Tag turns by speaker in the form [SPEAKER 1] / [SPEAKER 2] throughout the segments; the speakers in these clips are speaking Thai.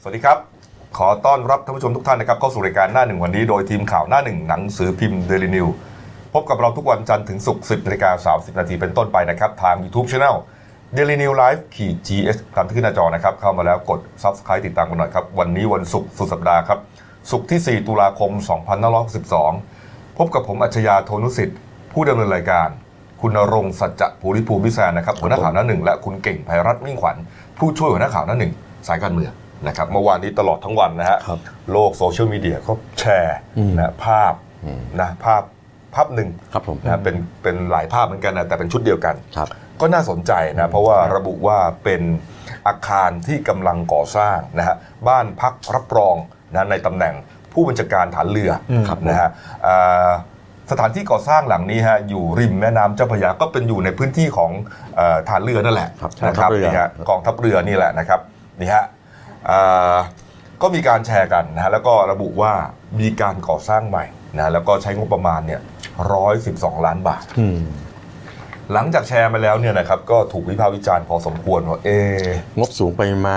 [SPEAKER 1] สวัสดีครับ ขอต้อนรับท่านผู้ชมทุกท่านนะครับเข้าสู่รายการหน้าหนึ่งวันนี้โดยทีมข่าวหน้าหนึ่งหนังสือพิมพ์เดลินิวพบกับเราทุกวันจันทร์ถึงศุกร์10นาฬิกา30 นาทีเป็นต้นไปนะครับ ทาง YouTube Channel Daily New Life ขีด GS ตามที่ขึ้นหน้าจอนะครับ เข้ามาแล้วกด Subscribe ติดตามกันหน่อยครับ วันนี้วันศุกร์สุดสัปดาห์ครับศุกร์ที่ 4 ตุลาคม 2562 พบกับผมอัจฉริยะโทนุสิทธิ์ ผู้ดำเนินรายการ คุณณรงค์สัจจะภูริภูมิพิสารนะครับหัวหน้าข่าวหน้าหนึ่งและคุณเก่งภัยรัตน์มิ่งขวัญผู้ช่วยหัวหน้าข่าวหน้าหนึ่งสายการเมืองนะครับเมื่อวานนี้ตลอดทั้งวันนะฮะ
[SPEAKER 2] ครับ
[SPEAKER 1] โลกโซเชียลมีเดียเขาแชร์
[SPEAKER 2] อืม
[SPEAKER 1] นะภาพนะภาพภาพหนึ่ง
[SPEAKER 2] ครับผม
[SPEAKER 1] นะเป็นเป็นหลายภาพเหมือนกันนะแต่เป็นชุดเดียวกัน
[SPEAKER 2] ครับ
[SPEAKER 1] ก็น่าสนใจนะเพราะว่าระบุว่าเป็นอาคารที่กำลังก่อสร้างนะฮะบ้านพักรับรองนะในตำแหน่งผู้บัญชาการฐานเรือ
[SPEAKER 2] อืมครับผม
[SPEAKER 1] นะฮะอ่าสถานที่ก่อสร้างหลังนี้ฮะอยู่ริมแม่น้ำเจ้าพระยาก็เป็นอยู่ในพื้นที่ของเอ่อฐานเรือนั่นแหละ
[SPEAKER 2] ครับ
[SPEAKER 1] นะ
[SPEAKER 2] กองทัพเรือ
[SPEAKER 1] นี่ฮะกองทัพเรือนี่แหละนะครับนี่ฮะอ่าก็มีการแชร์กันนะฮะแล้วก็ระบุว่ามีการก่อสร้างใหม่นะแล้วก็ใช้งบประมาณเนี่ยร้อยสิบสองล้านบาท
[SPEAKER 2] อืม
[SPEAKER 1] หลังจากแชร์มาแล้วเนี่ยนะครับก็ถูกวิพากษ์วิจารณ์พอสมควรว่าเอะ
[SPEAKER 2] งบสูงไปไหม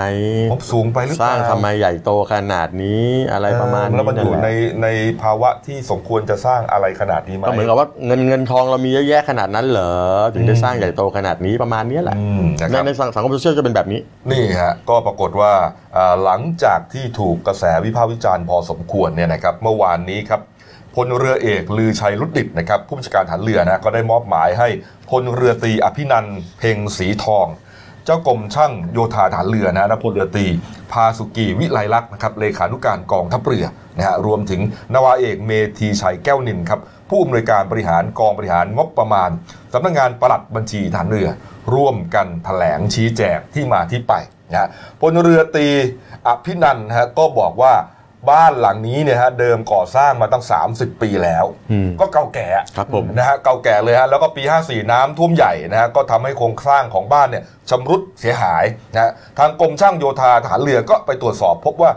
[SPEAKER 1] งบสูงไปหรือ
[SPEAKER 2] ส
[SPEAKER 1] เปล่า
[SPEAKER 2] ร้างทำไมใหญ่โตขนาดนี้อะไรประมาณ
[SPEAKER 1] เออ
[SPEAKER 2] นี้
[SPEAKER 1] แล้วมันอยู่
[SPEAKER 2] แห
[SPEAKER 1] ใน
[SPEAKER 2] ละ
[SPEAKER 1] ในภาวะที่สมควรจะสร้างอะไรขนาดนี้ไหม
[SPEAKER 2] ก็เหมือนกับว่าเงินเงินทองเรามีเยอะแยะขนาดนั้นเหรอถึงได้สร้างใหญ่โตขนาดนี้ประมาณเนี้ยแหละ
[SPEAKER 1] อืมนะค
[SPEAKER 2] ใน
[SPEAKER 1] รับ
[SPEAKER 2] ในสังสังคมโซเชียลจะเป็นแบบนี้
[SPEAKER 1] นี่ฮะก็ปรากฏว่าอ่าหลังจากที่ถูกกระแสวิพากษ์วิจารณ์พอสมควรเนี่ยนะครับเมื่อวานนี้ครับพลเรือเอกลือชัยรุดดิตนะครับผู้บัญชาการฐานเรือนะก็ได้มอบหมายให้พลเรือตรีอภินันท์เพ็งสีทอง เจ้ากรมช่างโยธาฐานเรือนะนพลเรือตรีพาสุกีวิไลลักษณ์นะครับเลขานุการกองทัพเรือนะฮะรวมถึงนาวาเอกเมธีชัยแก้วนินครับผู้อำนวยการบริหารกองบริหารงบประมาณสำนักงานปลัดบัญชีฐานเรือ ร่วมกันถแถลงชี้แจงที่มาที่ไปนะฮะพลเรือตรีอภินันท์นะฮะก็บอกว่าบ้านหลังนี้เนี่ยฮะเดิมก่อสร้างมาตั้ง 30 ปีแล้ว
[SPEAKER 2] อืม
[SPEAKER 1] ก็เก่าแก่
[SPEAKER 2] ครับผม
[SPEAKER 1] นะฮะเก่าแก่เลยฮะแล้วก็ปี 54 น้ำท่วมใหญ่นะฮะก็ทำให้โครงสร้างของบ้านเนี่ยชำรุดเสียหายนะฮะทางกรมช่างโยธาทหารเรือก็ไปตรวจสอบพบว่า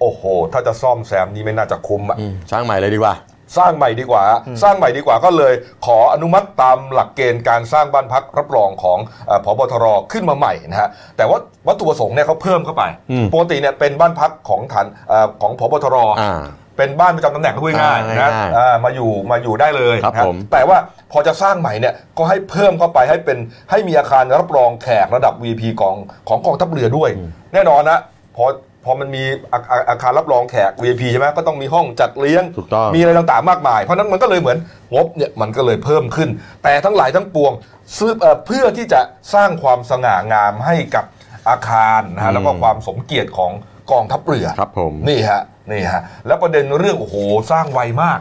[SPEAKER 1] โอ้โห ถ้าจะซ่อมแซมนี่ไม่น่าจะคุ้มอะ
[SPEAKER 2] อืมสร้างใหม่เลยดีกว่า
[SPEAKER 1] สร้างใหม่ดีกว่า สร้างใหม่ดีกว่าก็เลย ขออนุมัติตามหลักเกณฑ์การสร้างบ้านพักรับรองของเอ่อผบทรขึ้นมาใหม่นะฮะแต่ว่าวัตถุประสงค์เนี่ยเขาเพิ่มเข้าไป
[SPEAKER 2] อืม
[SPEAKER 1] ปกติเนี่ยเป็นบ้านพักของฐานเอ่อของผบทร
[SPEAKER 2] อ่า
[SPEAKER 1] เป็นบ้านประจำตำแหน่งพูดง่ายๆ
[SPEAKER 2] อ่า
[SPEAKER 1] นะ
[SPEAKER 2] ง่ายๆ
[SPEAKER 1] อ่ามาอยู่มาอยู่ได้เลย
[SPEAKER 2] ครับ
[SPEAKER 1] นะ
[SPEAKER 2] ผม
[SPEAKER 1] แต่ว่าพอจะสร้างใหม่เนี่ยก็ให้เพิ่มเข้าไปให้เป็นให้มีอาคารรับรองแขกระดับ VP ของของกองทัพเรือด้วย แน่นอนนะพอพอมันมีอาอาอาคารรับรองแขก VIP ใช่ไหมก็ต้องมีห้องจัดเลี้ยง
[SPEAKER 2] ถูกต้อง
[SPEAKER 1] มีอะไรต่างๆมากมาย เพราะฉะนั้นมันก็เลยเหมือนงบเนี่ยมันก็เลยเพิ่มขึ้น แต่ทั้งหลายทั้งปวงซื้อเอ่อเพื่อที่จะสร้างความสง่างามให้กับอาคารนะฮะแล้วก็ความสมเกียรติของกองทัพเรือ
[SPEAKER 2] ครับผม
[SPEAKER 1] นี่ฮะนี่ฮะแล้วประเด็นเรื่องโอ้โหสร้างไวมาก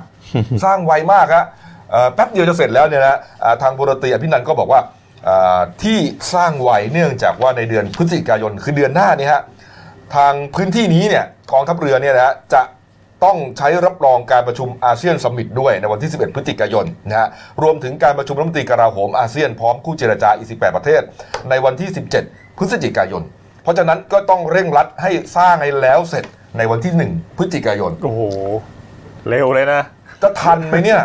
[SPEAKER 1] สร้างไวมากฮะเอ่อแป๊บเดียวจะเสร็จแล้วเนี่ยนะอ่าทางบุรตรีอภินันท์ก็บอกว่าอ่าที่สร้างไวเนื่องจากว่าในเดือนพฤศจิกายนคือเดือนหน้านี่ฮะทางพื้นที่นี้เนี่ยกองทัพเรือเนี่ยนะฮะจะต้องใช้รับรองการประชุมอาเซียนสมิตด้วยในวันที่ 11 พฤศจิกายนนะฮะรวมถึงการประชุมรัฐมนตรีกลาโหมอาเซียนพร้อมคู่เจรจาอีก 18 ประเทศ ในวันที่ 17 พฤศจิกายน เพราะฉะนั้นก็ต้องเร่งรัดให้สร้างให้แล้วเสร็จในวันที่ 1 พฤศจิกายน
[SPEAKER 3] โอ้โห เร็วเลยนะ
[SPEAKER 1] จะทันไหมเนี่ย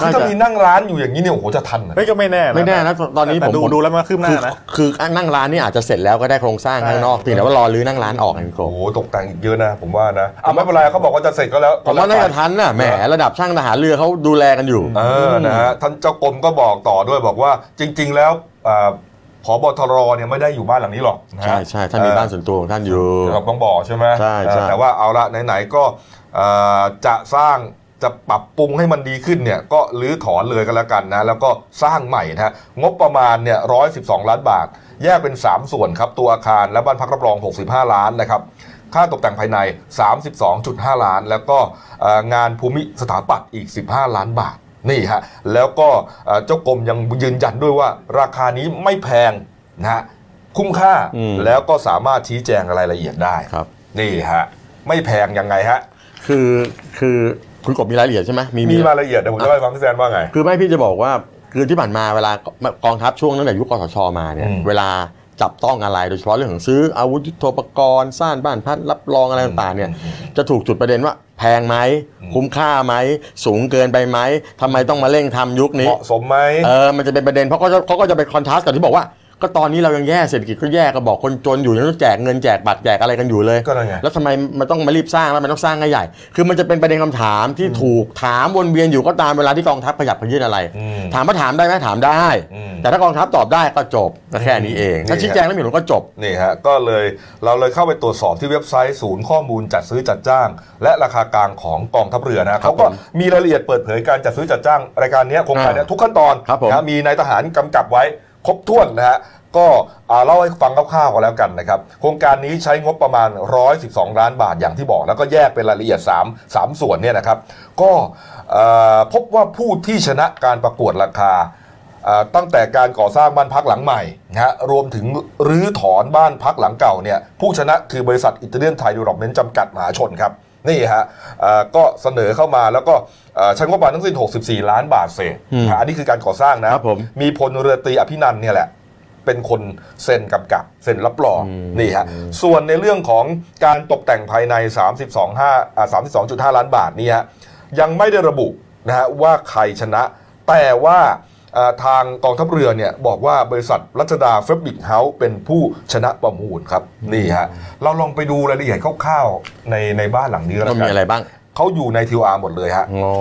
[SPEAKER 1] คือถ้า
[SPEAKER 2] น่าจะ
[SPEAKER 1] มีนั่งร้านอยู่อย่างนี้เนี่ยโอ้โหจะทันเหรอ
[SPEAKER 3] เฮ้ยก็ไม่แน่
[SPEAKER 2] ไม่แน่นะตอนนี้
[SPEAKER 3] แต่
[SPEAKER 2] ผม
[SPEAKER 3] ดู
[SPEAKER 2] ผม
[SPEAKER 3] ดูแล้วมันคืบหน้านะ
[SPEAKER 2] คือคือนั่งร้านนี่อาจจะเสร็จแล้วก็ได้โครงสร้างข้างนอกเพียงแต่ว่ารอรื้อนั่งร้านออกกันคร
[SPEAKER 1] โอ้
[SPEAKER 2] บ
[SPEAKER 1] โหตกแต่งอีกเยอะนะ ผมว่านะเอาไม่เป็นไรเขาบอกว่าจะเสร็จก็แล้ว
[SPEAKER 2] ผมว่า
[SPEAKER 1] ก็
[SPEAKER 2] น่า
[SPEAKER 1] แล้ว
[SPEAKER 2] จะทันน่ะแหมระดับช่างทหารเรือเขาดูแลกันอยู่
[SPEAKER 1] เออนะฮะท่านเจ้ากรมก็บอกต่อด้วยบอกว่าจริง ๆ แล้วเอ่อผบทรเนี่ยไม่ได้อยู่บ้านหลังนี้หรอกนะฮะ
[SPEAKER 2] ใช่ใช่ท่านมีบ้านส่วนตัวของท่านอยู่
[SPEAKER 1] เออเราต้องบอกใช่ไหม
[SPEAKER 2] ใช่ใช่
[SPEAKER 1] เออแต่ว่าเอาละไหนๆก็เอ่อจะสร้างจะปรับปรุงให้มันดีขึ้นเนี่ยก็รื้อถอนเลยก็แล้วกันนะแล้วก็สร้างใหม่นะฮะงบประมาณเนี่ยร้อยสิบสองล้านบาท แยกเป็น 3 ส่วนครับตัวอาคารและบ้านพักรับรอง 65 ล้านนะครับ ค่าตกแต่งภายใน 32.5 ล้าน แล้วก็เอ่องานภูมิสถาปัตย์อีก 15 ล้านบาท นี่ฮะ แล้วก็เอ่อเจ้ากรมยังยืนยันด้วยว่า ราคานี้ไม่แพงนะฮะ คุ้มค่า
[SPEAKER 2] อืม
[SPEAKER 1] แล้วก็สามารถชี้แจงรายละเอียดได้
[SPEAKER 2] ครับ
[SPEAKER 1] นี่ฮะ ไม่แพงยังไงฮะ
[SPEAKER 2] คือคือคุณกบมีรายละเอียดใช่ไหมมี
[SPEAKER 1] มี
[SPEAKER 2] มี
[SPEAKER 1] รายละเอียดเดี๋ยวผมจะเล่าให้ฟังพี่แซนว่าไง
[SPEAKER 2] คือไม่พี่จะบอกว่าคือที่ผ่านมาเวลากองทัพช่วงตั้งแต่ยุคกสชมาเนี่ย
[SPEAKER 1] อืม
[SPEAKER 2] เวลาจับต้องอะไรโดยเฉพาะเรื่องของซื้ออาวุธยุทโธปกรณ์สร้างบ้านพักรับรองอะไรต่างๆเนี่ยจะถูกจุดประเด็นว่าแพงไหม
[SPEAKER 1] อืม
[SPEAKER 2] คุ้มค่าไหมสูงเกินไปไหมทำไมต้องมาเร่งทำยุค
[SPEAKER 1] เห
[SPEAKER 2] นี้
[SPEAKER 1] มาะสมไหม
[SPEAKER 2] เออมันจะเป็นประเด็นเพราะเขาจะเขาก็จะไปคอนทราสต์กับที่บอกว่า ก็ตอนนี้เรายังแย่เศรษฐกิจก็แย่ก็บอกคนจนอยู่ยังต้องแจกเงินแจกบัตรแจกอะไรกันอยู่เลย
[SPEAKER 1] ก็นั่นไง
[SPEAKER 2] แล้วทำไมมันต้องมารีบสร้างแล้วมันต้องสร้างให้ใหญ่ คือมันจะเป็นประเด็นคำถามที่ถูกถามวนเวียนอยู่ก็ตามเวลาที่กองทัพขยับขยื่นอะไร
[SPEAKER 1] อืม
[SPEAKER 2] ถามว่าถามได้ไหมถามได้
[SPEAKER 1] อืม
[SPEAKER 2] แต่ถ้ากองทัพตอบได้ก็จบก็แค่นี้เอง
[SPEAKER 1] นี่ฮะ
[SPEAKER 2] ถ้าชี้แจงแล้วมีผลก็จบ
[SPEAKER 1] นี่ฮะก็เลยเราเลยเข้าไปตรวจสอบที่เว็บไซต์ศูนย์ข้อมูลจัดซื้อจัดจ้าง และราคากลางของกองทัพเรือนะเขาก็
[SPEAKER 2] ผม
[SPEAKER 1] มีรายละเอียดเปิดเผยการจัดซื้อจัดจ้าง รายการเนี้ยโครงการเนี้ย
[SPEAKER 2] อ่า
[SPEAKER 1] ทุกขั้นตอน
[SPEAKER 2] ครับผม
[SPEAKER 1] นะมีนายทหารกำกับไว้ครบถ้วนนะฮะก็อ่าเล่าให้ฟังคร่าวๆกันแล้วกันนะครับโครงการนี้ใช้งบประมาณ 112 ล้านบาทอย่างที่บอก แล้วก็แยกเป็นรายละเอียด 3 3 ส่วนเนี่ยนะครับก็เอ่อพบว่าผู้ที่ชนะการประกวดราคา เอ่อตั้งแต่การก่อสร้างบ้านพักหลังใหม่นะฮะรวมถึงรื้อถอนบ้านพักหลังเก่าเนี่ยผู้ชนะคือบริษัทอิตาเลียนไทยดูรอบเมนจำกัดมหาชนครับ นี่ฮะเอ่อก็เสนอเข้ามาแล้วก็เอ่อใช้งบประมาณทั้งสิ้น 64 ล้านบาทเศษ
[SPEAKER 2] อืม
[SPEAKER 1] อ่ะอันนี้คือการก่อสร้างนะครับ
[SPEAKER 2] ผม
[SPEAKER 1] มีพลเรือตรีอภินันท์เนี่ยแหละ เป็นคนเซ็นกำกับเซ็นรับรอง
[SPEAKER 2] อืม
[SPEAKER 1] นี่ฮะส่วนในเรื่องของการตกแต่งภายใน 32 5อ่า32.5 ล้านบาทนี่ฮะ ยังไม่ได้ระบุนะฮะว่าใครชนะ แต่ว่าเอ่อทางกองทัพเรือเนี่ยบอกว่าบริษัทรัชดาเฟบริกเฮาส์เป็นผู้ชนะประมูลครับ นี่ฮะ เราลองไปดูรายละเอียดคร่าวๆในในบ้านหลังนี้แล้ว
[SPEAKER 2] ก็
[SPEAKER 1] กั
[SPEAKER 2] มีอะไร
[SPEAKER 1] น
[SPEAKER 2] บ้าง
[SPEAKER 1] เขาอยู่ในทิวอาร์หมดเลยฮะ
[SPEAKER 2] อ๋อ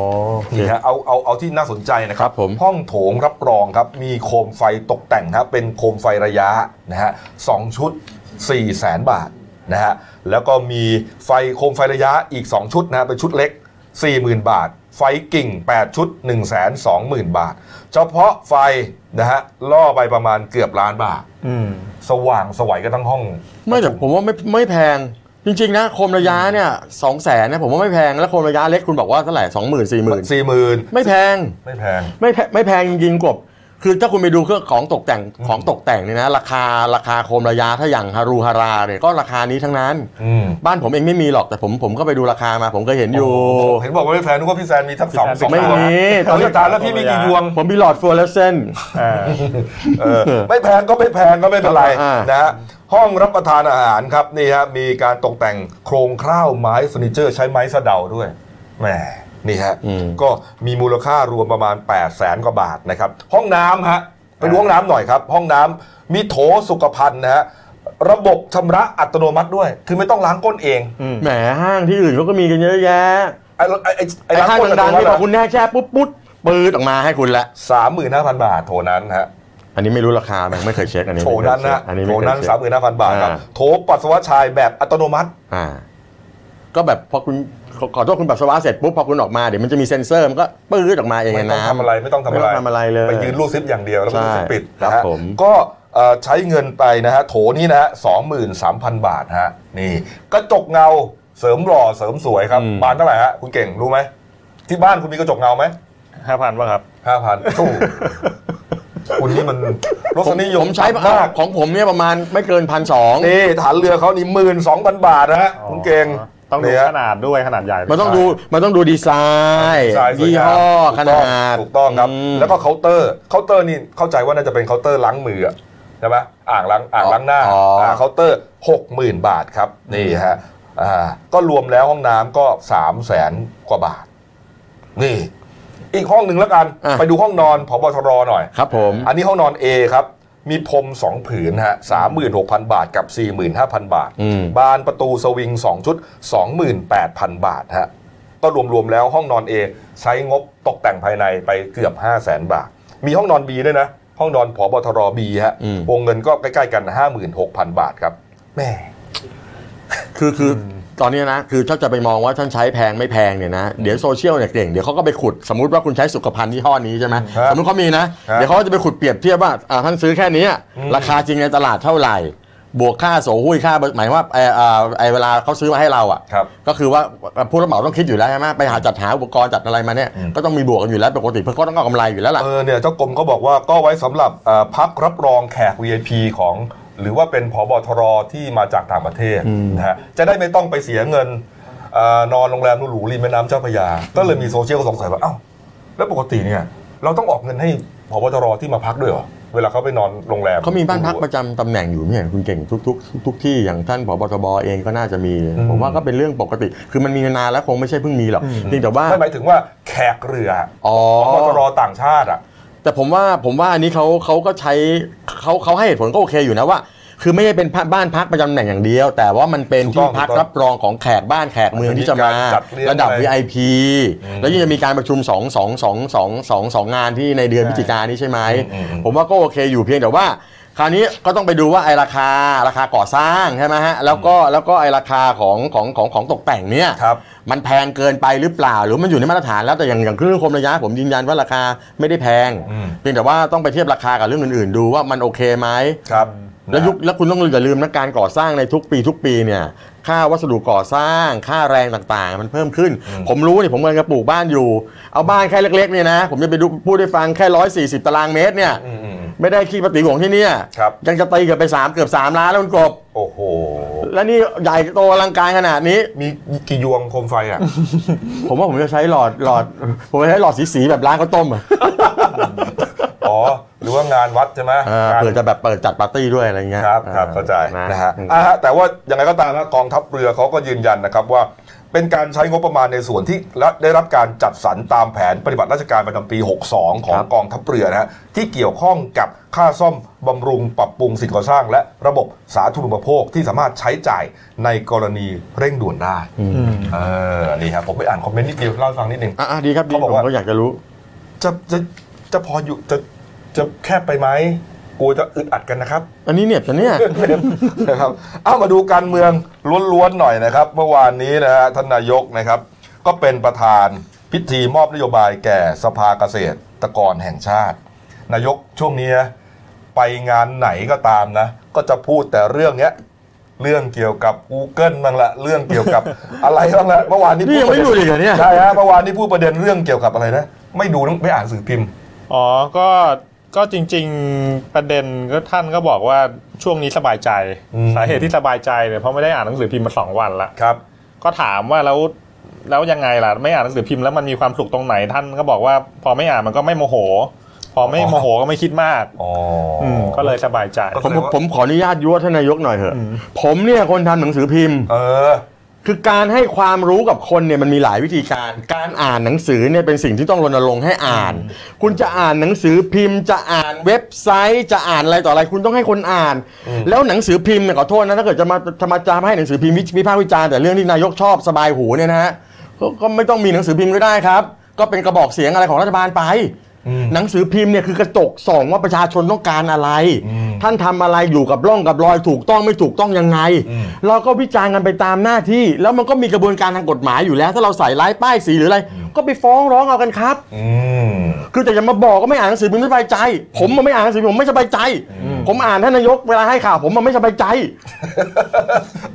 [SPEAKER 2] โอเค
[SPEAKER 1] นี่ฮะเอาเอาเอาที่น่าสนใจนะครั
[SPEAKER 2] ครับ บผม
[SPEAKER 1] ห้องโถงรับรองครับ มีโคมไฟตกแต่งครับเป็นโคมไฟระยะนะฮะสองชุด 4 0 0แสนบาทนะฮะแล้วก็มีไฟโคมไฟระยะอีก 2 ชุดนะฮะเป็นชุดเล็ก 40,000 บาท ไฟกิ่ง 8 ชุด 1 2 0 0 0 0 บาท เฉพาะไฟนะฮะล่อไปประมาณเกือบล้านบาท
[SPEAKER 3] อืม
[SPEAKER 1] สว่างสวัยก็ทั้งห้อง
[SPEAKER 2] ไม่แต่ผมว่าไม่ไม่แพง จริงๆนะโคมระยะเนี่ยสองแสนนะผมว่าไม่แพงแล้วโคมระยะเล็กคุณบอกว่าเท่าไหร่สองหมื่นสี่หมื่น
[SPEAKER 1] 40,000
[SPEAKER 2] ไม่แพง
[SPEAKER 1] ไม่แพง
[SPEAKER 2] ไม่แพไม่แพงจริงๆกบ คือถ้าคุณไปดูเครื่องของตกแต่งของตกแต่งเนี่ยนะ ราคาราคาโคมระยะถ้าอย่างฮารูฮาราเนี่ยก็ราคานี้ทั้งนั้น
[SPEAKER 1] อืม
[SPEAKER 2] บ้านผมเองไม่มีหรอกแต่ผมผมก็ไปดูราคามาผมก็เห็นอยู่
[SPEAKER 1] เห็นบอกว่าไม่แพงนึกว่าพี่แซนมีทั้งสองสอง
[SPEAKER 2] ไม่มี
[SPEAKER 1] ต
[SPEAKER 2] ต
[SPEAKER 1] อ
[SPEAKER 2] อน นนี้
[SPEAKER 1] นี้ตายแล้วพี่มีกี่ดวง
[SPEAKER 2] ผมมีหลอดฟลูออเรสเซนต์
[SPEAKER 3] อ่า
[SPEAKER 1] เออไม่แพงก็ไม่แพงก็ไม่เป็นไร
[SPEAKER 2] อ่า
[SPEAKER 1] นะฮะห้องรับประทานอาหารครับนี่ฮะมีการตกแต่งโครงคร่าวไม้เฟอร์นิเจอร์ใช้ไม้สะเดาด้วยแหมนี่ฮะ
[SPEAKER 2] อืม
[SPEAKER 1] ก็มีมูลค่ารวมประมาณ 8 0 0แสนกว่าบาทนะครับ ห้องน้ำฮะไปดูห้องน้ำหน่อยครับ ห้องน้ำมีโถสุขภัณฑ์นะฮะระบบชำระอัตโนมัติด้วย คือไม่ต้องล้างก้นเอง
[SPEAKER 3] อืม
[SPEAKER 2] แหมห้างที่อื่นเขาก็มีกันเยอะแยะ
[SPEAKER 1] ไอ้ไอ้ไอ้ไอ้
[SPEAKER 2] ไอ้
[SPEAKER 1] ล้าง
[SPEAKER 2] ห้าง
[SPEAKER 1] ก้นอัต
[SPEAKER 2] ดั
[SPEAKER 1] โน
[SPEAKER 2] งๆ
[SPEAKER 1] มั
[SPEAKER 2] ที่
[SPEAKER 1] ติ
[SPEAKER 2] บอกคุณแน่แช่ปุ๊บปุ๊บปืดออกมาให้คุณละ
[SPEAKER 1] สามหมื่นห้าพันบาทโถนั้นฮะ
[SPEAKER 2] อันนี้ไม่รู้ราคาแม่งไม่เคยเช็คอันนี้
[SPEAKER 1] โถนั้นนะ
[SPEAKER 2] อันนี้
[SPEAKER 1] โถ
[SPEAKER 2] ไม่เคย
[SPEAKER 1] นั้น
[SPEAKER 2] เช็ค
[SPEAKER 1] สามหมื่นห้าพันบาทครับ
[SPEAKER 2] อ่า
[SPEAKER 1] โถปัสสาวะชายแบบอัตโนมัติ
[SPEAKER 2] อ่า ก็แบบพอคุณขอขอโทษคุณปัสสาวะเสร็จปุ๊บพอคุณออกมาเดี๋ยวมันจะมีเซ็นเซอร์มันก็ปืดออกมาเอง
[SPEAKER 1] ไม่
[SPEAKER 2] ใน
[SPEAKER 1] ต้อง
[SPEAKER 2] น้ำ
[SPEAKER 1] ทำอะไรไม่ต้องทำ
[SPEAKER 2] ไม่
[SPEAKER 1] อะ
[SPEAKER 2] ต้
[SPEAKER 1] ไร
[SPEAKER 2] องทำอะไรเลย
[SPEAKER 1] ไปยืนรูดซิปอย่างเดียวแล้วก็รูดซิป
[SPEAKER 2] ใช่
[SPEAKER 1] ปิด
[SPEAKER 2] ครับ
[SPEAKER 1] นะฮะ
[SPEAKER 2] ผม
[SPEAKER 1] ก็เอ่อใช้เงินไปนะฮะโถนี้นะฮะสองหมื่นสามพันบาทฮะนี่กระจกเงาเสริมหล่อเสริมสวยครับบานเท่าไหร่ฮะคุณเก่งรู้ไหมที่บ้านคุณมีกระจกเงาไหม
[SPEAKER 3] ห้าพันป่ะครับ
[SPEAKER 1] ห้าพั นตู้คุณนี่มันรสนิยม
[SPEAKER 2] ผมใช้
[SPEAKER 1] มาก
[SPEAKER 2] ของผมเนี่ยประมาณไม่เกินพันสอง
[SPEAKER 1] นี่ฐานเรือเขานี่หมื่นสองพันบาทนะฮะคุณเก่ง
[SPEAKER 3] ต้องดู
[SPEAKER 1] นี่ฮะ
[SPEAKER 3] ขนาดด้วยขนาดใหญ่
[SPEAKER 2] มันต้องดูมันต้องดูดีไซน์
[SPEAKER 1] ดีไซน์สวย
[SPEAKER 2] ยี่
[SPEAKER 1] งาม
[SPEAKER 2] ห้อขนาด
[SPEAKER 1] ถูกต้องครับ
[SPEAKER 2] ม
[SPEAKER 1] แล้วก็เคาน์เตอร์เคาน์เตอร์นี่เข้าใจว่าน่าจะเป็นเคาน์เตอร์ล้างมืออะใช่ไหมอ่างล้างอ่างล้างหน้า
[SPEAKER 2] อ๋ออ่
[SPEAKER 1] าเคาน์เตอร์หกหมื่นบาทครับนี่ฮะอ่าก็รวมแล้วห้องน้ำก็สามแสนกว่าบาท นี่ อีกห้องหนึ่งแล้วกัน ไปดูห้องนอนพบทรหน่อย
[SPEAKER 2] ครับผม
[SPEAKER 1] อันนี้ห้องนอน A ครับ มีพรม2ผืนฮะ36,000 บาทกับ 45,000 บาท
[SPEAKER 2] อืม
[SPEAKER 1] บานประตูสวิง 2 ชุด 28,000 บาทฮะก็รวม ๆ แล้วห้องนอน A ใช้งบตกแต่งภายในไปเกือบ 5 0 0 0 0 0 บาท มีห้องนอน B ด้วยนะ ห้องนอนผอบทร B ฮะ
[SPEAKER 2] อืม
[SPEAKER 1] วงเงินก็ใกล้ ๆ กัน 56,000 บาทครับแหม่
[SPEAKER 2] คือคือตอนเนี้ยนะ คือถ้าจะไปมองว่าท่านใช้แพงไม่แพงเนี่ยนะ เดี๋ยวโซเชียลเนี่ยเก่งเดี๋ยวเขาก็ไปขุดสมมติว่าคุณใช้สุขภัณฑ์ยี่ห้อนี้ใช่ไหม
[SPEAKER 1] ครับ
[SPEAKER 2] สมมติเขามีนะ
[SPEAKER 1] ครับ
[SPEAKER 2] เดี๋ยวเขาก็จะไปขุดเปรียบเทียบว่าอ่าท่านซื้อแค่นี้ราคาจริงในตลาดเท่าไหร่ บวกค่าโสหุ้ยค่าหมายว่าไอ้อ่าไอ้เวลาเขาซื้อมาให้เราอ่ะ
[SPEAKER 1] ครับ
[SPEAKER 2] ก็คือว่าผู้รับเหมาต้องคิดอยู่แล้วใช่ไหมไปหาจัดหาอุปกรณ์จัดอะไรมาเนี่ย
[SPEAKER 1] อืม
[SPEAKER 2] ก็ต้องมีบวกกันอยู่แล้วปกติเพื่อเขาต้องเอากำไรอยู่แล้วล่ะ
[SPEAKER 1] เออเนี่ยเจ้ากรมก็บอกว่าก็ไว้สำหรับเอ่อพักรับรองแขก VIP ของ หรือว่าเป็นผบทรที่มาจากต่างประเทศนะฮะจะได้ไม่ต้องไปเสียเงินเออนอนโรงแรมหรูๆริมแม่น้ำเจ้าพระยา ก็เลยมีโซเชียลสงสัยว่าเอ้าแล้วปกติเนี่ยเราต้องออกเงินให้ผบทรที่มาพักด้วยเหรอเวลาเขาไปนอนโรงแรม
[SPEAKER 2] เขามีบ้านพัก
[SPEAKER 1] หรูๆ
[SPEAKER 2] ประจำตำแหน่งอยู่เนี่ยคุณเก่งทุกทุกทุกที่อย่างท่านผบทบเองก็น่าจะมี
[SPEAKER 1] อืม
[SPEAKER 2] ผมว่าก็เป็นเรื่องปกติ คือมันมีมานานแล้วคงไม่ใช่เพิ่งมีหรอกเพียงแต่ว่า
[SPEAKER 1] ไม่หมายถึงว่าแขกเรือ
[SPEAKER 2] อ๋อ
[SPEAKER 1] ผบทรต่างชาติอ่ะ
[SPEAKER 2] แต่ผมว่าผมว่าอันนี้เขาเขาก็ใช้เขาเขาให้เหตุผลก็โอเคอยู่นะว่า คือไม่ได้เป็นบ้านพักประจำตำแหน่งอย่างเดียว แต่ว่ามันเป็น
[SPEAKER 1] ถูกต้
[SPEAKER 2] ที่
[SPEAKER 1] อง
[SPEAKER 2] พัก
[SPEAKER 1] ถูกต้อง
[SPEAKER 2] รับรองของแขกบ้านแขกเมืองที่จะ
[SPEAKER 1] จะ
[SPEAKER 2] มา
[SPEAKER 1] มีการจัดเลี้ยง
[SPEAKER 2] ระดับ
[SPEAKER 1] อะไร
[SPEAKER 2] VIP แล้วยังจะมีการประชุม2 2 2 2 2 2งานที่ในเดือนพฤศจิกายนนี้ใช่ไหม
[SPEAKER 1] อืมอืม
[SPEAKER 2] ผมว่าก็โอเคอยู่เพียงแต่ว่า คราวนี้ก็ต้องไปดูว่าไอ้ราคาราคาก่อสร้างใช่ไหมฮะแล้วก็แล้วก็ไอ้ราคาของของของของตกแต่งเนี่ย
[SPEAKER 1] ครับ
[SPEAKER 2] มันแพงเกินไปหรือเปล่า หรือมันอยู่ในมาตรฐานแล้วแต่อย่างอย่างเครื่องคมระยะ ผมยืนยันว่าราคาไม่ได้แพง
[SPEAKER 1] อืม
[SPEAKER 2] เพียงแต่ว่าต้องไปเทียบราคากับเรื่องอื่นๆ ดูว่ามันโอเคไหม
[SPEAKER 1] ครับ
[SPEAKER 2] แล้วยุคแล้วคุณต้องอย่าลืมนะการก่อสร้างในทุกปีทุกปีเนี่ยค่าวัสดุก่อสร้าง ค่าแรงต่างๆ มันเพิ่มขึ้น ผมรู้เนี่ยผมกำลังจะปลูกบ้านอยู่ เอาบ้านแค่เล็กๆเนี่ยนะ ผมจะไปดูพูดให้ฟังแค่ร้อยสี่สิบตารางเมตรเนี่ย
[SPEAKER 1] อืมอืม
[SPEAKER 2] ไม่ได้ขี้ปฏิของที่เนี่ย
[SPEAKER 1] ครับ
[SPEAKER 2] ยังจะตีเกือบไปสามเกือบสามล้านแล้วคุณกบ
[SPEAKER 1] โอ้โห
[SPEAKER 2] แล้วนี่ใหญ่โตอลังการขนาดนี้
[SPEAKER 1] มีกี่ยวงโคมไฟอ่ะ
[SPEAKER 2] ผมว่าผมจะใช้หลอดหลอด ผมจะใช้หลอดสีๆแบบร้านข้าวต้มอ่ะ
[SPEAKER 1] อ๋อ หรือว่างานวัดใช่ไหม
[SPEAKER 2] เออง
[SPEAKER 1] าน
[SPEAKER 2] เผื่อจะแบบเปิดจัดปาร์ตี้ด้วยอะไรเงี้ย
[SPEAKER 1] ครับครับ
[SPEAKER 2] ออ
[SPEAKER 1] เข้าใจนะฮะ
[SPEAKER 2] อืม
[SPEAKER 1] อ่ะฮะแต่ว่ายังไงก็ตามนะกองทัพเรือเขาก็ยืนยันนะครับว่า เป็นการใช้งบประมาณในส่วนที่และได้รับการจัดสรรตามแผนปฏิบัติราชการประจำปี 62 ของ
[SPEAKER 2] ครับ
[SPEAKER 1] กองทัพเรือนะฮะที่เกี่ยวข้องกับค่าซ่อมบำรุงปรับปรุงสิ่งก่อสร้าง และระบบสาธารณูปโภคที่สามารถใช้จ่ายในกรณีเร่งด่วนได้เออนี่ครับผมไปอ่านคอมเมนต์นิดเดียวเล่าให้ฟังนิดนึง
[SPEAKER 2] อ่ะอ่ะดีครับดี
[SPEAKER 1] เขาบอก
[SPEAKER 2] ผม
[SPEAKER 1] ว่า
[SPEAKER 2] ก็อยากจะรู้
[SPEAKER 1] จะจะจะพออยู่จะจะแคบไปไหมกลัวจะอึดอัดกันนะครับ
[SPEAKER 2] อันนี้เนี่ยแต่เนี่ย
[SPEAKER 1] นะครับเอามาดูการเมืองล้วนๆหน่อยนะครับ เมื่อวานนี้นะฮะท่านนายกนะครับ ก็เป็นประธานพิธีมอบนโยบายแก่สภาเกษตรกรแห่งชาติ นายกช่วงนี้นะไปงานไหนก็ตามนะ ก็จะพูดแต่เรื่องเนี้ยเรื่องเกี่ยวกับ Google บ้างละเรื่องเกี่ยวกับ อะไรบ้างละเมื่อวานนี้
[SPEAKER 2] นี่ยังไม่ดู
[SPEAKER 1] พู
[SPEAKER 2] อีกเหรอเนี่ย
[SPEAKER 1] ใช่ฮะเมื่อวานนี้พูดประเด็นเรื่องเกี่ยวกับอะไรนะไม่ดูหนังไม่อ่านสื่อพิมพ์
[SPEAKER 3] อ๋อ ก็ก็จริง ๆประเด็นก็ท่านก็บอกว่าช่วงนี้สบายใจ
[SPEAKER 1] อืม
[SPEAKER 3] สาเหตุที่สบายใจเนี่ยเพราะไม่ได้อ่านหนังสือพิมพ์มาสองวันละ
[SPEAKER 1] ครับ
[SPEAKER 3] ก็ถามว่าแล้วแล้วยังไงล่ะไม่อ่านหนังสือพิมพ์แล้วมันมีความสุขตรงไหนท่านก็บอกว่าพอไม่อ่านมันก็ไม่โมโห พอไม่โมโหก็ไม่คิดมาก
[SPEAKER 1] อ๋ออ
[SPEAKER 3] มก็เลยสบายใจ
[SPEAKER 1] ก็
[SPEAKER 2] ผมผมผมขออนุญาตยั่วท่านนายกหน่อยเถอะ ผมเนี่ยคนทำหนังสือพิมพ์
[SPEAKER 1] เออ
[SPEAKER 2] คือการให้ความรู้กับคนเนี่ยมันมีหลายวิธีการ การอ่านหนังสือเนี่ยเป็นสิ่งที่ต้องรณรงค์ให้อ่าน คุณจะอ่านหนังสือพิมพ์ จะอ่านเว็บไซต์ จะอ่านอะไรต่ออะไรคุณต้องให้คนอ่าน แล้วหนังสือพิมพ์เนี่ยขอโทษนะถ้าเกิดจะมาธรรมาจารย์ให้หนังสือพิมพ์วิวิพากษ์วิจารณ์แต่เรื่องที่นายกชอบสบายหูเนี่ยนะฮะก็ก็ไม่ต้องมีหนังสือพิมพ์ก็ได้ครับ ก็เป็นกระบอกเสียงอะไรของรัฐบาลไป หนังสือพิมพ์เนี่ยคือกระจกส่องว่าประชาชนต้องการอะไร ท่านทำอะไรอยู่กับร่องกับรอยถูกต้องไม่ถูกต้องยังไง เราก็วิจารณ์กันไปตามหน้าที่ แล้วมันก็มีกระบวนการทางกฎหมายอยู่แล้ว ถ้าเราใส่ร้ายป้ายสีหรืออะไร ก็ไปฟ้องร้องเอากันครับ
[SPEAKER 1] อืม
[SPEAKER 2] คือแต่อย่ามาบอกก็ไม่อ่านหนังสือพิมพ์ไม่สบายใจ ผมมันไม่อ่านหนังสือพิมพ์ผมไม่สบายใจ ผมอ่านท่านนายกเวลาให้ข่าวผมมันไม่สบายใจ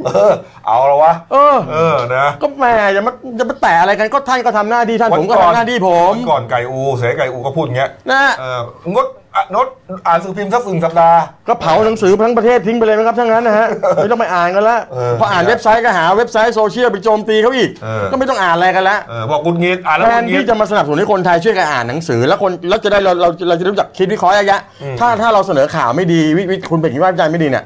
[SPEAKER 1] เออ เอาละวะ
[SPEAKER 2] เออ
[SPEAKER 1] เออ นะ
[SPEAKER 2] ก็แหมอย่ามาอย่ามาแตะอะไรกันก็ท่านก็ทำหน้าที่ท่านผมก็ทำหน้าที่ผม
[SPEAKER 1] วันก่อนไก่อู เสไก่อูก็พูดอย่างเงี้ย
[SPEAKER 2] นะ
[SPEAKER 1] เอองดอ่ะงดอ่านสื่อพิมพ์สักหนึ่งสัปดาห์
[SPEAKER 2] ก็เผาหนังสือทั้งประเทศทิ้งไปเลยนะครับทั้างนั้นนะ ฮะ ไม่ต้องไปอ่านกันละ
[SPEAKER 1] เออ
[SPEAKER 2] พออ่านเว็บไซต์ก็หาเว็บไซต์โซเชียลไปโจมตีเขาอีก
[SPEAKER 1] เออ
[SPEAKER 2] ก็ไม่ต้องอ่านอะไรกันละ
[SPEAKER 1] เออ บอกกุดงีดอ่านแล้ว
[SPEAKER 2] แท
[SPEAKER 1] กุ
[SPEAKER 2] น
[SPEAKER 1] ดงี
[SPEAKER 2] ที่
[SPEAKER 1] ด
[SPEAKER 2] จะมาสนับสนุนให้คนไทยช่วยกันอ่านหนังสือ แล้วคนแล้วจะได้เราเราเราจะรู้จักคิดวิเคราะห์ระยะ ถ้าถ้าเราเสนอข่าวไม่ดีวิวิคุณเป็นคิดว่าวิจารณ์ไม่ดีเนี่ย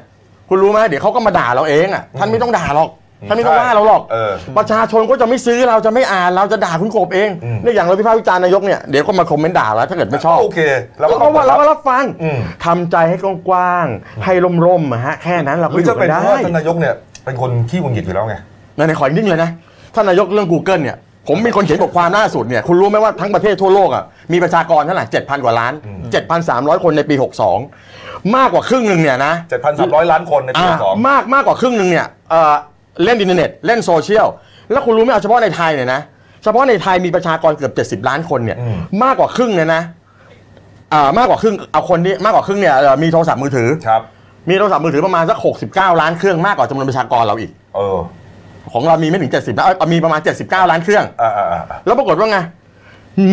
[SPEAKER 2] คุณรู้ไหมเดี๋ยวเขาก็มาด่าเราเองอ่ะท่านไม่ต้องด่าหรอกท่านไม่ต้อง
[SPEAKER 1] ใช่
[SPEAKER 2] ว่าเราหรอก
[SPEAKER 1] เออ
[SPEAKER 2] ประชาชนก็จะไม่ซื้อเราจะไม่อ่านเราจะด่าคุณกบเอง
[SPEAKER 1] อืม
[SPEAKER 2] เนี่ยอย่างเราพิพากษ์วิจารณ์นายกเนี่ยเดี๋ยวก็มาคอมเมนต์ด่าแล้วถ้าเกิดไม่ชอบ
[SPEAKER 1] โอเค แล้ว
[SPEAKER 2] เราก็ว่า
[SPEAKER 1] แล้
[SPEAKER 2] เรา
[SPEAKER 1] ว
[SPEAKER 2] ก็รับฟัง
[SPEAKER 1] อืม
[SPEAKER 2] ทำใจให้กว้างๆให้ร่มๆอะฮะแค่นั้นเรา
[SPEAKER 1] ห
[SPEAKER 2] ก็
[SPEAKER 1] รือ
[SPEAKER 2] อ
[SPEAKER 1] จะ
[SPEAKER 2] ยู่
[SPEAKER 1] เป็
[SPEAKER 2] กันน
[SPEAKER 1] เพ
[SPEAKER 2] ได้
[SPEAKER 1] ราะว่าท่านนายกเนี่ย เป็นคนขี้หงุดหงิดอยู่แล้วไง
[SPEAKER 2] ในในขออีกนิดเลยนะท่านนายกเรื่อง Google เนี่ยผมมีคนเขียนบทความล่าสุดเนี่ยคุณรู้ไหมว่าทั้งประเทศทั่วโลกอ่ะมีประชากรเท่าไหร่7,000 กว่าล้าน 7,300 คนในปี 62 มากกว่าครึ่งหนึ่งเนี่ยนะ
[SPEAKER 1] 7,300 ล้านคนในปีสอง
[SPEAKER 2] อ่ามากมากกว่าครึ่งหนึ่งเนี่ยเอ่อเล่นอินเทอร์เน็ตเล่นโซเชียลแล้วคุณรู้ไหมเอาเฉพาะในไทยเนี่ยนะเฉพาะในไทยมีประชากรเกือบ 70 ล้านคนเนี่ยมากกว่าครึ่งเนี่ยนะอ่ามากกว่าครึ่งเอาคนที่มากกว่าครึ่งเนี่ยเอ่อมีโทรศัพท์มือถือ
[SPEAKER 1] ครับ
[SPEAKER 2] มีโทรศัพท์มือถือประมาณสัก69 ล้านเครื่องมากกว่าจำนวนประชากรเราอีก
[SPEAKER 1] เออ
[SPEAKER 2] ของเรามีไม่ถึง 70นะเอ้ยมีประมาณ 79 ล้านเครื่อง
[SPEAKER 1] อ่าอ่าอ่า
[SPEAKER 2] แล้วปรากฏว่าไง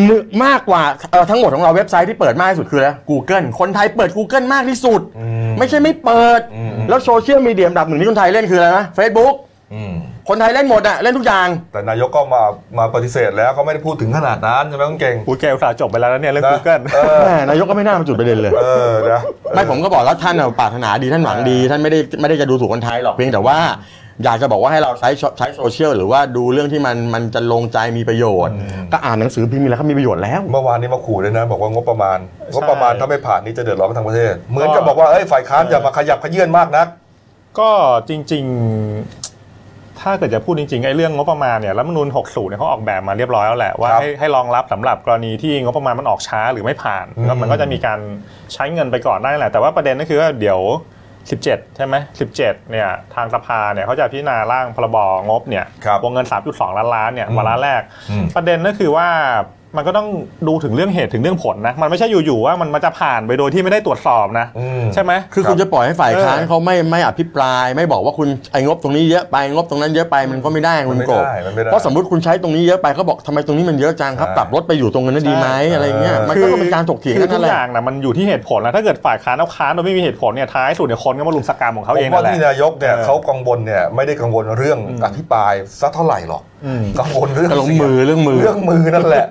[SPEAKER 2] หนึ่งมากกว่าเอ่อทั้งหมดของเราเว็บไซต์ที่เปิดมากที่สุดคืออะไร Google คนไทยเปิด Google มากที่สุด ไม่ใช่ไม่เปิด แล้วโซเชียลมีเดียอันดับหนึ่งที่คนไทยเล่นคืออะไรนะ Facebook
[SPEAKER 1] อืม
[SPEAKER 2] คนไทยเล่นหมดอะเล่นทุกอย่าง
[SPEAKER 1] แต่นายกก็มา มาปฏิเสธแล้วก็ไม่ได้พูดถึงขนาดนั้นใช่ไหมคุณเก่ง
[SPEAKER 3] กูแกอุตส่าห์จบไปแล้วนะเนี่ยเรื่อง
[SPEAKER 1] นะ
[SPEAKER 3] Google
[SPEAKER 1] เออ
[SPEAKER 2] แม่นายกก็ไม่น่ามาจุดประเด็นเลย
[SPEAKER 1] เออ นะ
[SPEAKER 2] ไม่ผมก็บอกแล้วท่านน่ะปรารถนาดีท่านหวังดี ท่านไม่ได้ไม่ได้จะดูถูกคนไทยหรอกเพียงแต่ว่า อยากจะบอกว่าให้เราใช้ใช้โซเชียลหรือว่าดูเรื่องที่มันมันจะลงใจมีประโยชน์ ก็อ่านหนังสือพิมพ์มีแล้วก็มีประโยชน์แล้ว
[SPEAKER 1] เมื่อวานนี้มาขู่ด้วยนะบอกว่างบประมาณงบประมาณถ้าไม่ผ่านนี้จะเดือดร้อนทั้งประเทศ เหมือนกับบอกว่าเอ้ยฝ่ายค้านอย่ามาขยับขยื่นมากนัก
[SPEAKER 3] ก็จริง ๆ ถ้าเกิดจะพูดจริงๆไอ้เรื่องงบประมาณเนี่ยรัฐธรรมนูญ60เนี่ยเขาออกแบบมาเรียบร้อยแล้วแหละว่า
[SPEAKER 1] ครับ
[SPEAKER 3] ให้ให้รองรับสำหรับกรณีที่งบประมาณมันออกช้าหรือไม่ผ่าน
[SPEAKER 1] อืม
[SPEAKER 3] แล้วมันก็จะมีการใช้เงินไปก่อนได้แหละ แต่ว่าประเด็นก็คือว่าเดี๋ยว 17 ใช่ไหม17เนี่ยทางสภาเนี่ยเขาจะพิจารณาร่างพรบงบเนี่ย
[SPEAKER 1] ครับ
[SPEAKER 3] วงเงิน 3.2 ล้านล้านเนี่ย
[SPEAKER 1] อืม
[SPEAKER 3] วาระแรก
[SPEAKER 1] อืม
[SPEAKER 3] ประเด็นก็คือว่ามันก็ต้องดูถึงเรื่องเหตุถึงเรื่องผลนะมันไม่ใช่อยู่ๆว่ามันจะผ่านไปโดยที่ไม่ได้ตรวจสอบนะ
[SPEAKER 1] อืม
[SPEAKER 3] ใช่ไหม
[SPEAKER 2] คือ
[SPEAKER 1] ครับ
[SPEAKER 2] คุณจะปล่อยให้ฝ่ายค้าน
[SPEAKER 3] เออ
[SPEAKER 2] เขาไม่ไม่อภิปราย ไม่บอกว่าคุณไอ้งบตรงนี้เยอะไปงบตรงนั้นเยอะไปมันก็ไม่ได้
[SPEAKER 1] มั
[SPEAKER 2] คุ
[SPEAKER 1] น
[SPEAKER 2] ณ
[SPEAKER 1] ไม่
[SPEAKER 2] กบ
[SPEAKER 1] ได้มันไม่ได้
[SPEAKER 2] เพราะสมมติคุณใช้ตรงนี้เยอะไปเขาบอกทำไมตรงนี้มันเยอะจังครับ
[SPEAKER 1] ใช่
[SPEAKER 2] ปรับลดไปอยู่ตรงนั้นดีไหมอะไรเงี้ยมันก็เป็นการถกเถียง
[SPEAKER 3] คื
[SPEAKER 2] กั
[SPEAKER 3] อน ทุ
[SPEAKER 2] นั่น
[SPEAKER 3] ก
[SPEAKER 2] แห
[SPEAKER 3] อ
[SPEAKER 2] ละ
[SPEAKER 3] ย่างนะมันอยู่ที่เหตุผลนะถ้าเกิดฝ่ายค้านเอาค้านโดยไม่มีเหตุผลเนี่ยท้ายสุดเนี่ยคนก็มาลุมสกรรมของเขา
[SPEAKER 1] ผ
[SPEAKER 3] เอง
[SPEAKER 1] ม
[SPEAKER 3] นั่
[SPEAKER 1] ว่าน
[SPEAKER 3] แหละ
[SPEAKER 1] ที่นายกเนี่ย
[SPEAKER 3] เออ
[SPEAKER 1] เขากังวลเนี่ยไม่ได้กังวลเรื่อง
[SPEAKER 3] อืม
[SPEAKER 1] อภิปรายสักเท่าไหร่หรอก
[SPEAKER 3] อืม
[SPEAKER 1] กังวลเรื่อง
[SPEAKER 2] กระลง
[SPEAKER 1] เสียง
[SPEAKER 2] มือเรื่องมือ
[SPEAKER 1] เรื่องมือนั่นแหละ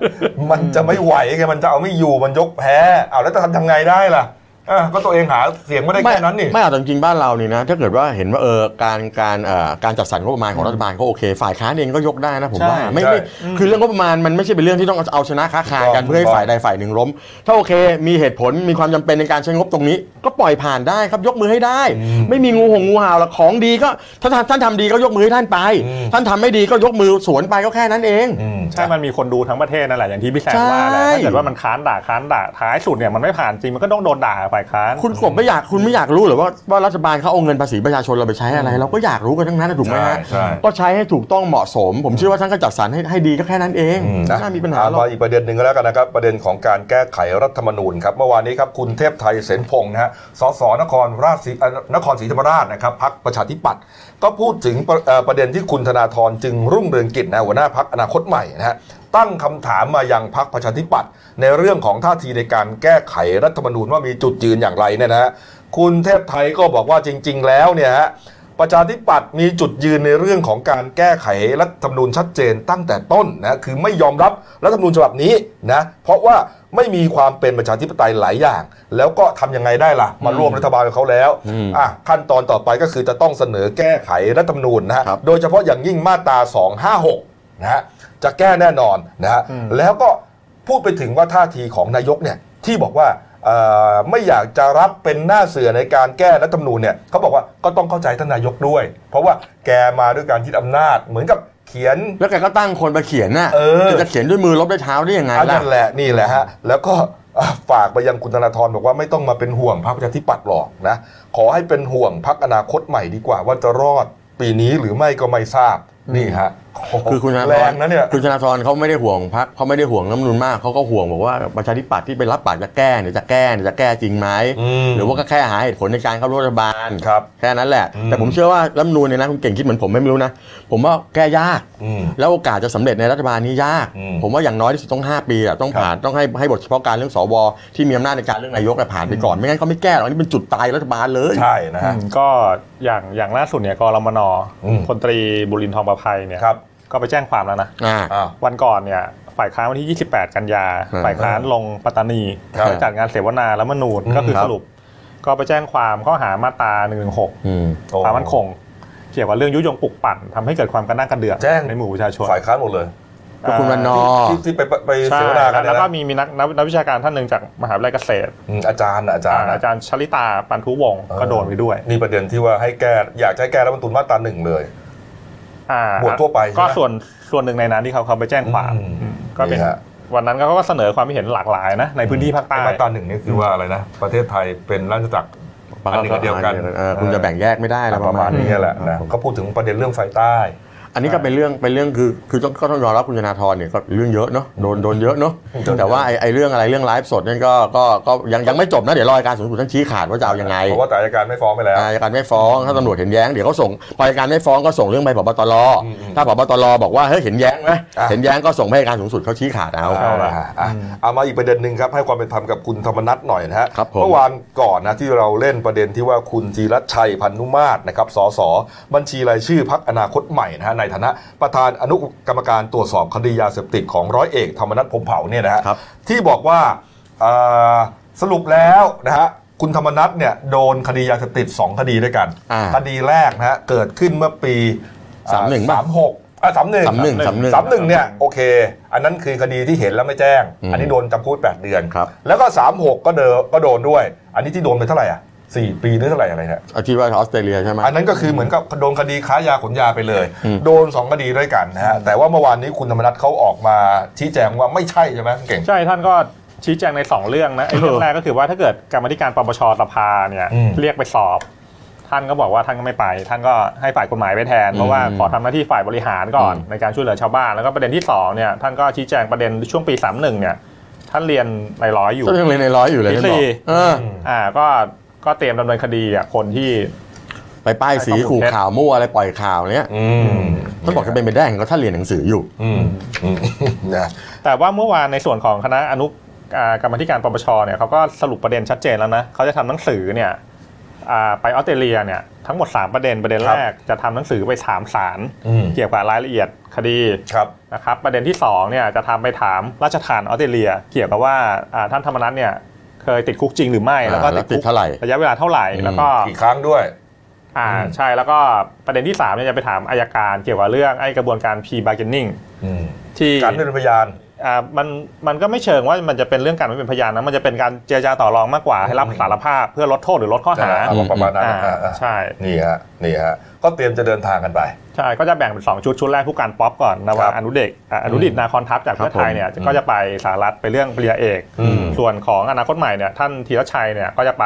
[SPEAKER 1] มันจะไม่ไหวไงมันจะเอาไม่อยู่มันยกแพ้เอาแล้วจะทำทำไงได้ล่ะอ่ะก็ตัวเองหาเสียงไม่ได้แค่นั้นนี่
[SPEAKER 2] ไม่เอาแต่จริงๆบ้านเรานี่นะถ้าเกิดว่าเห็นว่าเออการการเอ่อการจัดสรรงบประมาณของรัฐบาลก็โอเค ฝ่ายค้านเองก็ยกได้นะผมว่า
[SPEAKER 3] ใช่
[SPEAKER 2] ไม่
[SPEAKER 1] ใช่
[SPEAKER 2] ไม่คือเรื่องงบประมาณมันไม่ใช่เป็นเรื่องที่ต้องเอาชนะค้าขายกัน
[SPEAKER 1] ถูกต้อง
[SPEAKER 2] เพื่อให้ฝ่ายใดฝ่ายหนึ่งล้ม ถ้าโอเคมีเหตุผลมีความจำเป็นในการใช้งบตรงนี้ ก็ปล่อยผ่านได้ครับยกมือให้ได้
[SPEAKER 1] อืม
[SPEAKER 2] ไม่มีงูหงงูเห่าหรอกของดีก็ถ้าท่านท่านทำดีก็ยกมือให้ท่านไป
[SPEAKER 1] อืม
[SPEAKER 2] ท่านทำไม่ดีก็ยกมือสวนไปก็แค่นั้นเอง
[SPEAKER 1] อืม
[SPEAKER 3] ใช่มันมีคนดูทั้งประเทศนั่นแหละอย่างที่พี่แซมว่าแหละ
[SPEAKER 2] ใช่
[SPEAKER 3] ถ้าเกิดว่ามันค้านด่าค้านด่าท้ายสุดเนี่ยมันไม่ผ่านจริงมันก็ต้องโดนด่าฝ่ายค้าน
[SPEAKER 2] คุณกบไม่อยากคุณไม่อยากรู้เหรือว่าว่ารัฐบาลเขาเอาเงินภาษีประชาชนเราไปใช้อะไร เราก็อยากรู้กันทั้งนั้นนะถูกไหมฮะ
[SPEAKER 1] ใช่ใช่
[SPEAKER 2] ก็ใช้ให้ถูกต้องเหมาะสม ผมเชื่อว่าท่านก็จัดสรรให้ให้ดีก็แค่นั้นเอง
[SPEAKER 1] อื
[SPEAKER 2] ไม่น่ามีปัญหาหรอก
[SPEAKER 1] มาอีกประเด็นหนึ่งก็แล้วกันนะครับ ประเด็นของการแก้ไขรัฐธรรมนูญครับ เมื่อวานนี้ครับ คุณเทพไทยเสนพงศ์นะฮะ สสนครราชสีเอ่อนครศรีธรรมราชนะครับพักประชาธิปัตย์ก็พูดถึงประเอ่อประเด็นที่คุณธนาธรจึงรุ่งเรืองกิจนะหัวหน้าพักอนาคตใหม่นะฮะ ตั้งคำถามมายังพักประชาธิปัตย์ในเรื่องของท่าทีในการแก้ไขรัฐธรรมนูญว่ามีจุดยืนอย่างไรเนี่ยนะฮะ คุณเทพไทยก็บอกว่าจริง ๆ แล้วเนี่ยฮะ ประชาธิปัตย์มีจุดยืนในเรื่องของการแก้ไขรัฐธรรมนูญชัดเจนตั้งแต่ต้นนะคือไม่ยอมรับรัฐธรรมนูญฉบับนี้นะเพราะว่าไม่มีความเป็นประชาธิปไตยหลายอย่าง แล้วก็ทำยังไงได้ล่ะ มาร่วมรัฐบาลกับเขาแล้ว
[SPEAKER 2] อืม
[SPEAKER 1] อ่ะขั้นตอนต่อไปก็คือจะต้องเสนอแก้ไขรัฐธรรมนูญนะฮะ
[SPEAKER 2] ครับ
[SPEAKER 1] โดยเฉพาะอย่างยิ่งมาตรา 256นะฮะจะแก้แน่นอนนะฮะ
[SPEAKER 3] อืม
[SPEAKER 1] แล้วก็พูดไปถึงว่าท่าทีของนายกเนี่ยที่บอกว่าเอ่อไม่อยากจะรับเป็นหน้าเสือในการแก้รัฐธรรมนูญเนี่ยเขาบอกว่าก็ต้องเข้าใจท่านนายกด้วย เพราะว่าแกมาด้วยการยึดอำนาจเหมือนกับเขียน
[SPEAKER 2] แล้วแกก็ตั้งคนมาเขียนน่ะ
[SPEAKER 1] เออ
[SPEAKER 2] จะเขียนด้วยมือลบด้วยเท้าได้ยังไง
[SPEAKER 1] อัน
[SPEAKER 2] ล่ะ
[SPEAKER 1] นั่นแหละนี่แหละฮะแล้วก็อ่ะฝากไปยังคุณธนาธรบอกว่าไม่ต้องมาเป็นห่วงพรรคประชาธิปัตย์หรอกนะขอให้เป็นห่วงพรรคอนาคตใหม่ดีกว่า ว่าจะรอดปีนี้หรือไม่ก็ไม่ทราบนี่ฮะ
[SPEAKER 2] คือคุณธนาธ
[SPEAKER 1] แรงนะเนี่ย
[SPEAKER 2] คุณธนาธรเขาไม่ได้ห่วงพักเขาไม่ได้ห่วงน้ำนูนมากเขาก็ห่วงบอกว่าประชาธิปัตย์ที่ไปรับปากจะแก้เนี่ยจะแก้เนี่ยจะแก้จริงไหม
[SPEAKER 1] อืม
[SPEAKER 2] หรือว่าก็แค่หาเหตุผลในการเข้าร่วมรัฐบาล
[SPEAKER 1] ครับ
[SPEAKER 2] แค่นั้นแหละ
[SPEAKER 1] อืม
[SPEAKER 2] แต่ผมเชื่อว่ารัฐธรรมนูนเนี่ยนะคุณเก่งคิดเหมือนผมไม่รู้นะผมว่าแก้ยาก
[SPEAKER 1] อืม
[SPEAKER 2] แล้วโอกาสจะสำเร็จในรัฐบาลนี้ยาก
[SPEAKER 1] อืม
[SPEAKER 2] ผมว่าอย่างน้อยที่สุดต้อง 5 ปีอะต้องผ่านต้องให้ให้บทเฉพาะการเรื่องสวที่มีอำนาจในการเรื่องนายกอะผ่านไปก่อน ไม่งั้นเขาไม่แก้หรอกอันนี่เป็นจุดตายรัฐบาลเลย
[SPEAKER 1] ใช่นะฮะ
[SPEAKER 3] อืมก็อย่างอย่างล่าสุดเนี่ยกรมน
[SPEAKER 1] อืม
[SPEAKER 3] พลตรีบุรินทร์ทองประภัยเนี่ย
[SPEAKER 1] ครับ
[SPEAKER 3] ก็ไปแจ้งความแล้วนะ
[SPEAKER 2] อ่า
[SPEAKER 1] อ้าว
[SPEAKER 3] วันก่อนเนี่ยฝ่ายค้านวันที่ 28 กันยา
[SPEAKER 2] อ่า
[SPEAKER 3] ฝ่ายค้านลงปัตตานี
[SPEAKER 1] ครับ
[SPEAKER 3] เพื่อจัดงานเสวนาและมนูญ
[SPEAKER 1] อืม
[SPEAKER 3] ก็คือ
[SPEAKER 1] ครับ
[SPEAKER 3] สรุป ก็ไปแจ้งความข้อหามาตรา116
[SPEAKER 2] อืม
[SPEAKER 1] โอ้
[SPEAKER 3] ความมั่นคงเกี่ยวกับเรื่องยุยงปลุกปั่นทำให้เกิดความกระด้างกระเดือก
[SPEAKER 1] แจ้ง
[SPEAKER 3] ในหมู่ประชาชน
[SPEAKER 1] ฝ่ายค้านหมดเลย
[SPEAKER 2] ก็คุณวันนอ
[SPEAKER 1] ที่ที่ไปไป
[SPEAKER 3] ใช่
[SPEAKER 1] เสวนากัน
[SPEAKER 3] แล้ว
[SPEAKER 1] เนะ
[SPEAKER 3] ก็มีมีนักนักนักวิชาการท่านหนึ่งจากมหาวิทยาลัยเกษตร
[SPEAKER 1] อืมอาจารย์น่ะอาจารย์น่ะ
[SPEAKER 3] อาจารย์ชลิตาปันทุวงศ์
[SPEAKER 1] เออ
[SPEAKER 3] ก็โดนไปด้วย
[SPEAKER 1] นี่ประเด็นที่ว่าให้แก้อยากจะให้แก้รัฐธรรมนูญมาตราหนึ่งเลย
[SPEAKER 3] อ่า
[SPEAKER 1] บวชทั่วไป
[SPEAKER 3] ก็
[SPEAKER 1] ใช่ไหม
[SPEAKER 3] ส่วนส่วนหนึ่งในนั้นที่เขาเขาไปแจ้งความ
[SPEAKER 1] อืม
[SPEAKER 3] อืมก็เป็น
[SPEAKER 1] นี่ฮะ
[SPEAKER 3] วันนั้นเขาก็เสนอความคิดเห็นหลากหลายนะในพื้นที่ภาคใต้
[SPEAKER 1] ไอ้มาตราหนึ่งนี่คือว่าอะไรนะ ประเทศไทยเป็นราชจักร อันหนึ่งอันเดียวกัน
[SPEAKER 2] ออคุณจะแบ่งแยกไม่ได้
[SPEAKER 1] อะ
[SPEAKER 2] แล้
[SPEAKER 1] ไร
[SPEAKER 2] ว
[SPEAKER 1] ประมาณนี้แหละนะ
[SPEAKER 2] ครับ
[SPEAKER 1] เขาพูดถึงประเด็นเรื่องไฟใต้
[SPEAKER 2] อันนี้ก็เป็นเรื่องเป็นเรื่องคือคือต้องก็ต้องยอมรับคุณธนาธรเนี่ยก็เรื่องเยอะเนาะโดนโดนเยอะเนาะ
[SPEAKER 1] โดนเยอะ
[SPEAKER 2] แต่ว่าไอ้ไอ้เรื่องอะไรเรื่องไลฟ์สดนั่นก็ก็ก็ยังยังไม่จบนะเดี๋ยวรออัยการสูงสุดท่านชี้ขาดว่าจะเอายังไง
[SPEAKER 1] เพราะว่าแต่อัยการไม่ฟ้องไปแล้ว
[SPEAKER 2] อายการไม่ฟ้องถ้าตำรวจเห็นแย้งเดี๋ยวเขาส่งพออัยการไม่ฟ้องก็ส่งเรื่องไปพบตร
[SPEAKER 1] อืมอืม
[SPEAKER 2] ถ้าพบตรบอกว่าเฮ้ยเห็นแย้งไหม
[SPEAKER 1] อ่ะ
[SPEAKER 2] เห็นแย้งก็ส่งให้อัยการสูงสุดเขาชี้ขาดเอา
[SPEAKER 1] เอาละฮะอ่ะเอามาอีกประเด็นหนึ่งครับ ให้ความเป็นธรรมกับคุณธรรมนัทหน่อยนะฮะ
[SPEAKER 2] ครับผม
[SPEAKER 1] เมื่อวานก่อนนะที่เราเล่นประเด็นที่ว่าคุณจีรัชชัยพันนุมาตรนะครับสสบัญชีรายชื่อพักอนาคตใหม่นะฮะในฐานะประธานอนุกรรมการตรวจสอบคดียาเสพติดของร้อยเอกธรรมนัฐพรหมเผ่าเนี่ยนะฮะ
[SPEAKER 2] ครับ
[SPEAKER 1] ที่บอกว่าเอ่อสรุปแล้วนะฮะ คุณธรรมนัทเนี่ยโดนคดียาเสพติด 2 คดีด้วยกัน
[SPEAKER 2] อ่า
[SPEAKER 1] คดีแรกนะฮะเกิดขึ้นเมื่อปี
[SPEAKER 2] สามหนึ่ง
[SPEAKER 1] สามหกอ่ะสามหนึ่ง
[SPEAKER 2] สามหนึ่งสามหนึ่ง
[SPEAKER 1] สามหนึ่งเนี่ยโอเค อันนั้นคือคดีที่เห็นแล้วไม่แจ้ง
[SPEAKER 2] อืม
[SPEAKER 1] อันนี้โดนจำคุกแปดเดือน
[SPEAKER 2] ครับ
[SPEAKER 1] แล้วก็สามหกก็เดอก็โดนด้วย อันนี้ที่โดนไปเท่าไหร่อ่ะสี่ปีหรือเท่าไหร่อะไรเนี่ย
[SPEAKER 2] เอาที่ว่าออสเตรเลียใช่ไหม
[SPEAKER 1] อันนั้นก็คือเหมือนกับโดนคดีค้ายาขนยาไปเลย
[SPEAKER 2] อืม
[SPEAKER 1] โดน 2 คดีด้วยกันนะฮะ แต่ว่าเมื่อวานนี้คุณธรรมนัฐเขาออกมาชี้แจงว่าไม่ใช่ใช่ไหมเก่ง
[SPEAKER 3] ใช่ท่านก็ชี้แจงใน 2 เรื่องนะไอ้เรื่องแรกก็คือว่าถ้าเกิดกรรมาธิการปปชสภาเนี่ย
[SPEAKER 1] อืม
[SPEAKER 3] เรียกไปสอบ ท่านก็บอกว่าท่านก็ไม่ไป ท่านก็ให้ฝ่ายกฎหมายไปแทนเพราะว่าขอทำหน้าที่ฝ่ายบริหารก่อน
[SPEAKER 2] อืม
[SPEAKER 3] ในการช่วยเหลือชาวบ้าน แล้วก็ประเด็นที่2เนี่ยท่านก็ชี้แจงประเด็นช่วงปี 31เนี่ยท่านเรียนนายร้อยอยู่
[SPEAKER 2] ก็ยังเลยนในร้อยอยู่เลย
[SPEAKER 3] ที่
[SPEAKER 2] ท่านบอก
[SPEAKER 3] สี่
[SPEAKER 2] เออ
[SPEAKER 3] อ่าก็ก็เตรียมดำเนินคดีอ่ะคนที่
[SPEAKER 2] ไปป้ายสี
[SPEAKER 3] ไปปลู
[SPEAKER 2] ขู่
[SPEAKER 3] กเพชร
[SPEAKER 2] ข่าวมั่วอะไรปล่อยข่าวเนี้ย
[SPEAKER 1] อืม
[SPEAKER 2] ท่านบอกจะเป็นไปได้เห็นก็ท่านเรียนหนังสืออยู่
[SPEAKER 1] อืมอืมนะ
[SPEAKER 3] แต่ว่าเมื่อวานในส่วนของคณะอนุอ่ากรรมาธิการปปชเนี่ยเขาก็สรุปประเด็นชัดเจนแล้วนะเขาจะทำหนังสือเนี่ยอ่าไปออสเตรเลียเนี่ยทั้งหมด 3 ประเด็นประเด็นแรกจะทำหนังสือไปถามศาล
[SPEAKER 1] อืม
[SPEAKER 3] เกี่ยวกับรายละเอียดคดี
[SPEAKER 1] ครับ
[SPEAKER 3] นะครับประเด็นที่2เนี่ยจะทำไปถามราชทานออสเตรเลีย เกี่ยวกับว่าอ่าท่านธรรมนัฐเนี่ยเคยติดคุกจริงหรือไม่ แล้วก็
[SPEAKER 2] อ่าแล้วติด
[SPEAKER 3] ติดคุก
[SPEAKER 2] เท่าไหร่
[SPEAKER 3] ระยะเวลาเท่าไหร่
[SPEAKER 2] อืม
[SPEAKER 3] แล้วก็
[SPEAKER 1] กี่ครั้งด้วย
[SPEAKER 3] อ่า
[SPEAKER 1] อืม
[SPEAKER 3] ใช่แล้วก็ประเด็นที่3เนี่ยจะไปถามอายการเกี่ยวกับเรื่องไอ้กระบวนการ p bargaining
[SPEAKER 1] อืม
[SPEAKER 3] ที่
[SPEAKER 1] การเป็นพยาน
[SPEAKER 3] อ่ามันมันก็ไม่เชิงว่ามันจะเป็นเรื่องการไม่เป็นพยานนะมันจะเป็นการเจรจาต่อรองมากกว่าให้รับสารภาพเพื่อลดโทษหรือลดข้อหา
[SPEAKER 1] อ่าประมาณนั้น
[SPEAKER 3] อ่า
[SPEAKER 1] อ่าอ่า
[SPEAKER 3] ใช่
[SPEAKER 1] นี่ฮะนี่ฮะก็เตรียมจะเดินทางกันไป
[SPEAKER 3] ใช่ก็จะแบ่งเป็นสองชุดชุดแรกผู้การป๊อปก่อน
[SPEAKER 1] คว
[SPEAKER 3] นา
[SPEAKER 1] รับ
[SPEAKER 3] อนุเดกอ่าอนุดิตนาคอนทัพจากเพื่อไทยเนี่ยก็จะไปสหรัฐไปเรื่องปริญญาเอก
[SPEAKER 1] อืม
[SPEAKER 3] ส่วนของอนาคตใหม่เนี่ยท่านธีรชัยเนี่ยก็จะไป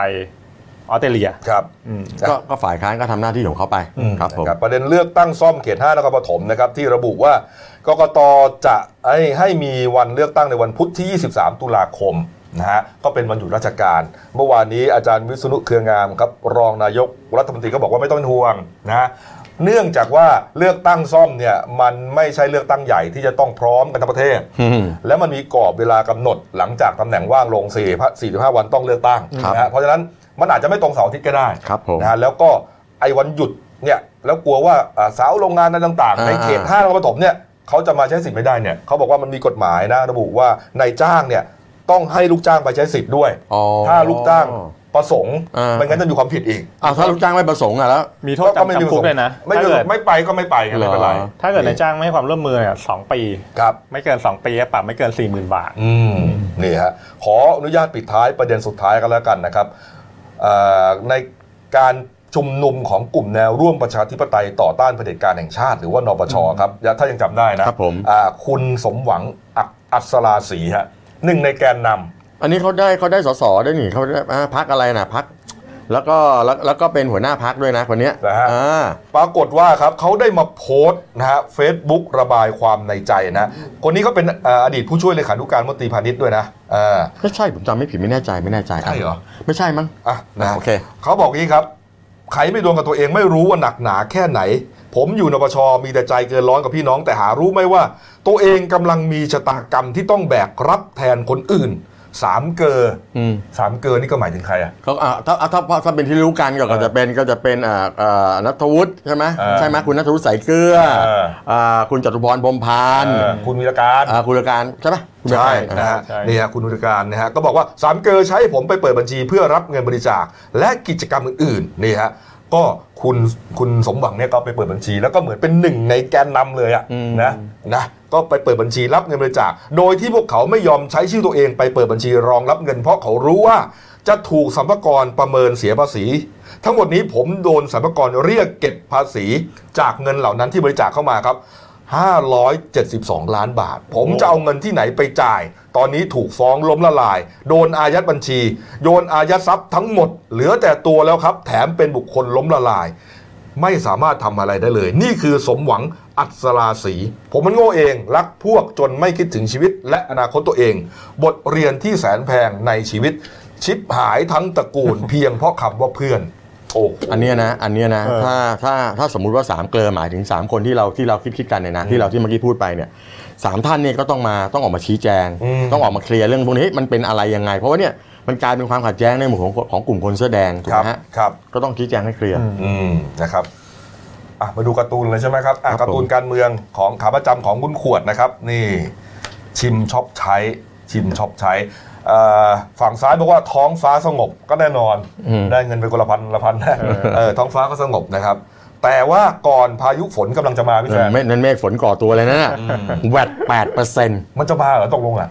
[SPEAKER 3] ออสเตรเลีย
[SPEAKER 1] ครับ
[SPEAKER 3] อืม
[SPEAKER 1] ครับ
[SPEAKER 2] ก็ก็ฝ่ายค้านก็ทำหน้าที่ของเขาไปครับผม
[SPEAKER 1] นะครับประเด็นเลือกตั้งซ่อมเขต 5นครปฐมนะครับที่ระบุว่ากกตจะให้ให้มีวันเลือกตั้งในวันพุธที่ 23 ตุลาคมนะฮะก็เป็นวันหยุดราชการ เมื่อวานนี้อาจารย์วิษณุเครืองามครับรองนายกรัฐมนตรีก็บอกว่าไม่ต้องเป็นห่วงนะฮะเนื่องจากว่าเลือกตั้งซ่อมเนี่ยมันไม่ใช่เลือกตั้งใหญ่ที่จะต้องพร้อมกันทั้งประเทศ และมันมีกรอบเวลากำหนดหลังจากตำแหน่งว่างลง4 45 วันต้องเลือกตั้ง
[SPEAKER 2] ครับ
[SPEAKER 1] นะฮะเพราะฉะนั้นมันอาจจะไม่ตรงเสาร์อาทิตย์ก็ได้
[SPEAKER 2] ครับผม
[SPEAKER 1] นะฮะแล้วก็ไอ้วันหยุดเนี่ยแล้วกลัวว่าอ่าสาวโรงงานอะไรต่างๆ
[SPEAKER 2] อ่า
[SPEAKER 1] ในเขตห้านครปฐมเนี่ยเขาจะมาใช้สิทธิ์ไม่ได้เนี่ยเขาบอกว่ามันมีกฎหมายนะระบุว่านายจ้างเนี่ยต้องให้ลูกจ้างไปใช้สิทธิ์ด้วย
[SPEAKER 2] อ๋อ
[SPEAKER 1] ถ้าลูกจ้างประสงค์
[SPEAKER 2] อ่า
[SPEAKER 1] ไม่งั้นจะมีความผิดอีก
[SPEAKER 2] อ้าวถ้าลูกจ้างไม่ประสงค์อ่ะแล้ว
[SPEAKER 3] มีโทษจำ
[SPEAKER 1] ไม่มี
[SPEAKER 3] จำคุกเลยนะ
[SPEAKER 1] ไม่
[SPEAKER 3] ถ้า
[SPEAKER 1] มี
[SPEAKER 3] เกิด
[SPEAKER 1] ไม่ไปก็ไม่ไปไงไม่เป็นไร
[SPEAKER 2] เหรอ
[SPEAKER 3] ถ้าเกิดนายจ้างไม่ให้ความร่วมมือเนี่ยสองปี
[SPEAKER 1] ครับ
[SPEAKER 3] ไม่เกินสองปีปรับไม่เกินสี่หมื่นบาท
[SPEAKER 1] อืมนี่ฮะขออนุญาตปิดท้ายประเด็นสุดท้ายกันแล้วกันนะครับเอ่อในการชุมนุมของกลุ่มแนวร่วมประชาธิปไตยต่อต้านเผด็จการแห่งชาติ หรือว่านปชครับถ้ายังจำได้นะครับ
[SPEAKER 2] ผม
[SPEAKER 1] อ่าคุณสมหวังอักอัศราศรีฮะหนึ่งในแกนนำ
[SPEAKER 2] อันนี้เขาได้เขาได้สสได้หนิเขาได้อ่าพักอะไรนะพัก แล้วก็แล้วแล้วก็เป็นหัวหน้าพักด้วยนะคนเนี้ย
[SPEAKER 1] เหรอฮะ
[SPEAKER 2] อ่า
[SPEAKER 1] ปรากฏว่าครับเขาได้มาโพสต์นะฮะเฟซบุ๊กระบายความในใจนะคนนี้ก็เป็นเอ่ออดีตผู้ช่วยเลขานุการมนตรีพาณิชย์ด้วยนะอ่า
[SPEAKER 2] ไม่ใช่ผมจำไม่ผิดไม่แน่ใจไม่แน่ใจ
[SPEAKER 1] ใช่เหรอ
[SPEAKER 2] ไม่ใช่มั้ง
[SPEAKER 1] อ่ะนะ
[SPEAKER 2] โอเค
[SPEAKER 1] เขาบอกงี้ครับ ใครไม่ดวงกับตัวเองไม่รู้ว่าหนักหนาแค่ไหน ผมอยู่นปชมีแต่ใจเกินร้อนกับพี่น้องแต่หารู้ไหมว่า ตัวเองกำลังมีชะตากรรมที่ต้องแบกรับแทนคนอื่นสามเกอ
[SPEAKER 2] อืม
[SPEAKER 1] สามเกอนี่ก็หมายถึงใครอ่ะ
[SPEAKER 2] เขาอ่าถ้าถ้าถ้าถ้าเป็นที่รู้กันก็
[SPEAKER 1] เออ
[SPEAKER 2] จะเป็นก็จะเป็นอ่าอ่านัทวุฒิใช่ไหม
[SPEAKER 1] เออ
[SPEAKER 2] ใช่ไหมคุณนัทวุฒิสายเกลือ
[SPEAKER 1] เออ
[SPEAKER 2] อ่าคุณจตุพรพรหมพันธ์
[SPEAKER 1] เอ่อคุณวีรการ
[SPEAKER 2] อ่าคุณละการใช่ไหมคุณละ
[SPEAKER 1] ใช่
[SPEAKER 2] การ
[SPEAKER 1] นะฮะ
[SPEAKER 3] ใช่
[SPEAKER 1] นี่ฮะคุณอุตการนะฮะก็บอกว่าสามเกอใช้ผมไปเปิดบัญชีเพื่อรับเงินบริจาคและกิจกรรมอื่นๆนี่ฮะก็คุณคุณสมหวังเนี่ยก็ไปเปิดบัญชี แล้วก็เหมือนเป็นหนึ่งในแกนนำเลยอะ
[SPEAKER 2] อืม
[SPEAKER 1] นะนะก็ไปเปิดบัญชีรับเงินบริจาค โดยที่พวกเขาไม่ยอมใช้ชื่อตัวเองไปเปิดบัญชีรองรับเงิน เพราะเขารู้ว่าจะถูกสัมภากรประเมินเสียภาษี ทั้งหมดนี้ผมโดนสัมภากรเรียกเก็บภาษีจากเงินเหล่านั้นที่บริจาคเข้ามาครับ 572 ล้านบาท ผมจะเอาเงินที่ไหนไปจ่าย ตอนนี้ถูกฟ้องล้มละลาย โดนอายัดบัญชี โยนอายัดทรัพย์ทั้งหมด เหลือแต่ตัวแล้วครับ แถมเป็นบุคคลล้มละลาย ไม่สามารถทำอะไรได้เลย นี่คือสมหวังอัศราศรีผมมันโง่เอง รักพวกจนไม่คิดถึงชีวิต และอนาคตตัวเอง บทเรียนที่แสนแพงในชีวิต ชิบหายทั้งตระกูล เพียงเพราะคำว่าเพื่อน โอ้โห
[SPEAKER 2] อันเนี้ยนะอันเนี้ยนะถ้าถ้าถ้าสมมุติว่าสามเกลอหมายถึงสามคนที่เราที่เราคิดคิดกันเนี่ยนะที่เราที่เมื่อกี้พูดไปเนี่ยสามท่านเนี่ยก็ต้องมาต้องออกมาชี้แจง
[SPEAKER 1] อืม
[SPEAKER 2] ต้องออกมาเคลียร์เรื่องพวกนี้มันเป็นอะไรยังไง เพราะว่าเนี่ยมันกลายเป็นความขัดแย้งในหมู่ของของกลุ่มคนเสื้อแดงถูกไหมฮะ
[SPEAKER 1] ครับครับ
[SPEAKER 2] ก็ต้องชี้แจงให้เคลียร์
[SPEAKER 1] อืมนะครับอ่ะมาดูการ์ตูนเลยใช่ไหมครับอ่ะ
[SPEAKER 2] ครับ
[SPEAKER 1] การ์
[SPEAKER 2] ผม
[SPEAKER 1] ตูนการเมืองของขาประจำของคุณขวดนะครับ นี่ ชิมช็อปใช้ ชิมช็อปใช้เอ่อฝั่งซ้ายบอกว่าท้องฟ้าสงบก็แน่นอน
[SPEAKER 2] อืม
[SPEAKER 1] ได้เงินไปคนละพันละพันนะ
[SPEAKER 3] เออ
[SPEAKER 1] เออท้องฟ้าก็สงบนะครับ แต่ว่าก่อนพายุฝนกำลังจะมาพี่
[SPEAKER 2] เอ
[SPEAKER 1] แซ
[SPEAKER 2] อ
[SPEAKER 1] ม
[SPEAKER 2] ไม่นั่นเมฆฝนก่อตัวเลยนะน่ะแวดแปดเปอร์เซ็นต์
[SPEAKER 1] มันจะมาเหรอตกลงอ่ะ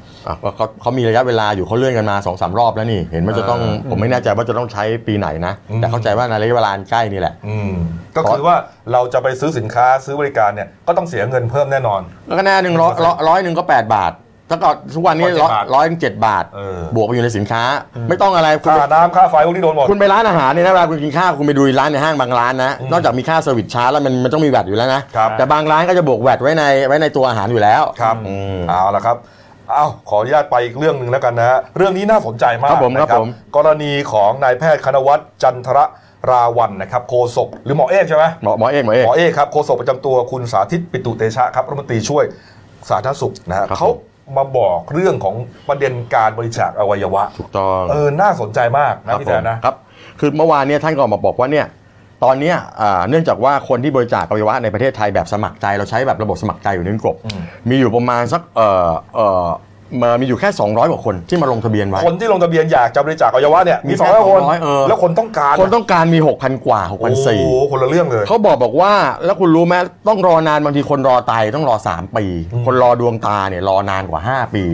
[SPEAKER 2] เขาเขามีระยะเวลาอยู่เขาเลื่อนกันมาสองสามรอบแล้วนี่ เห็นว่าจะต้องผมไม่แน่ใจว่าจะต้องใช้ปีไหนนะ
[SPEAKER 1] อืม
[SPEAKER 2] แต่เข้าใจว่าในระยะเวลาอันใกล้นี่แหละ
[SPEAKER 1] อืมก็คือว่าเราจะไปซื้อสินค้าซื้อบริการเนี่ยก็ต้องเสียเงินเพิ่มแน่นอน
[SPEAKER 2] แล้วก็แน่หนึ่งร้อยร้อยร้อยหนึ่งก็ 8 บาทถ้าก่อนทุกวันนี้
[SPEAKER 1] ก็
[SPEAKER 2] ร้อย
[SPEAKER 1] เจ็ดบาท
[SPEAKER 2] ร้อยเจ็ดบาท
[SPEAKER 1] เออ
[SPEAKER 2] บวกไปอยู่ในสินค้า ไม่ต้องอะไรคุณ
[SPEAKER 1] ค่า
[SPEAKER 2] ไป
[SPEAKER 1] น้ำค่าไฟพวกนี้โดนหมด
[SPEAKER 2] คุณไปร้านอาหารเนี่ยนะเวลาคุณกินข้าวคุณไปดูร้านในห้างบางร้านนะ นอกจากมีค่าเซอร์วิสชาร์จแล้วมันมันต้องมีแวดอยู่แล้วนะ
[SPEAKER 1] ครับ
[SPEAKER 2] แต่บางร้านก็จะบวกแวดไว้ในไว้ในตัวอาหารอยู่แล้ว
[SPEAKER 1] ครับ
[SPEAKER 2] อืม
[SPEAKER 1] เอาละครับเอาขออนุญาตไปอีกเรื่องหนึ่งแล้วกันนะฮะเรื่องนี้น่าสนใจมาก
[SPEAKER 2] ครับผม
[SPEAKER 1] นะครับ
[SPEAKER 2] ผม
[SPEAKER 1] กรณีของนายแพทย์คณวัฒน์จันทรราวันนะครับโฆษกหรือหมอเอกใช่ไหม
[SPEAKER 2] หมอหมอเอกหมอเอก
[SPEAKER 1] หมอเอกครับโฆษกประจำตัวคุณสาธิตปิตุเตชะครับรัฐมนตรีช่วยสาธารณสุขนะฮะ
[SPEAKER 2] ครับผม
[SPEAKER 1] เขามาบอกเรื่องของประเด็นการบริจาคอวัยวะ
[SPEAKER 2] ถูกต้อง
[SPEAKER 1] เออน่าสนใจมาก
[SPEAKER 2] ค
[SPEAKER 1] นะ
[SPEAKER 2] รับ
[SPEAKER 1] พี่
[SPEAKER 2] ผ
[SPEAKER 1] แจ๊
[SPEAKER 2] ม
[SPEAKER 1] นะ
[SPEAKER 2] ครับ คือเมื่อวานเนี่ยท่านก็ออกมาบอกว่าเนี่ยตอนเนี้ยอ่าเนื่องจากว่าคนที่บริจาคอวัยวะในประเทศไทยแบบสมัครใจเราใช้แบบระบบสมัครใจอยู่ในกบ
[SPEAKER 1] อืม
[SPEAKER 2] มีอยู่ประมาณสักเอ่อเอ่อมามีอยู่แค่ 200 กว่าคนที่มาลงทะเบียนไว้
[SPEAKER 1] คนที่ลงทะเบียนอยากจะบริจาคอวัยวะเนี่ย
[SPEAKER 2] มี
[SPEAKER 1] มี
[SPEAKER 2] แค่
[SPEAKER 1] สองร้อยคน
[SPEAKER 2] สองร้อยเออ
[SPEAKER 1] แล้วคนต้องการ
[SPEAKER 2] คนต้องการมี 6,000 กว่า
[SPEAKER 1] โอ้โห
[SPEAKER 2] 6,400
[SPEAKER 1] คนละเรื่องเลย
[SPEAKER 2] เขาบอกบอกว่าแล้วคุณรู้ไหมต้องรอนานบางทีคนรอไตต้องรอ 3 ปี คนรอดวงตาเนี่ยรอนานกว่า 5 ปี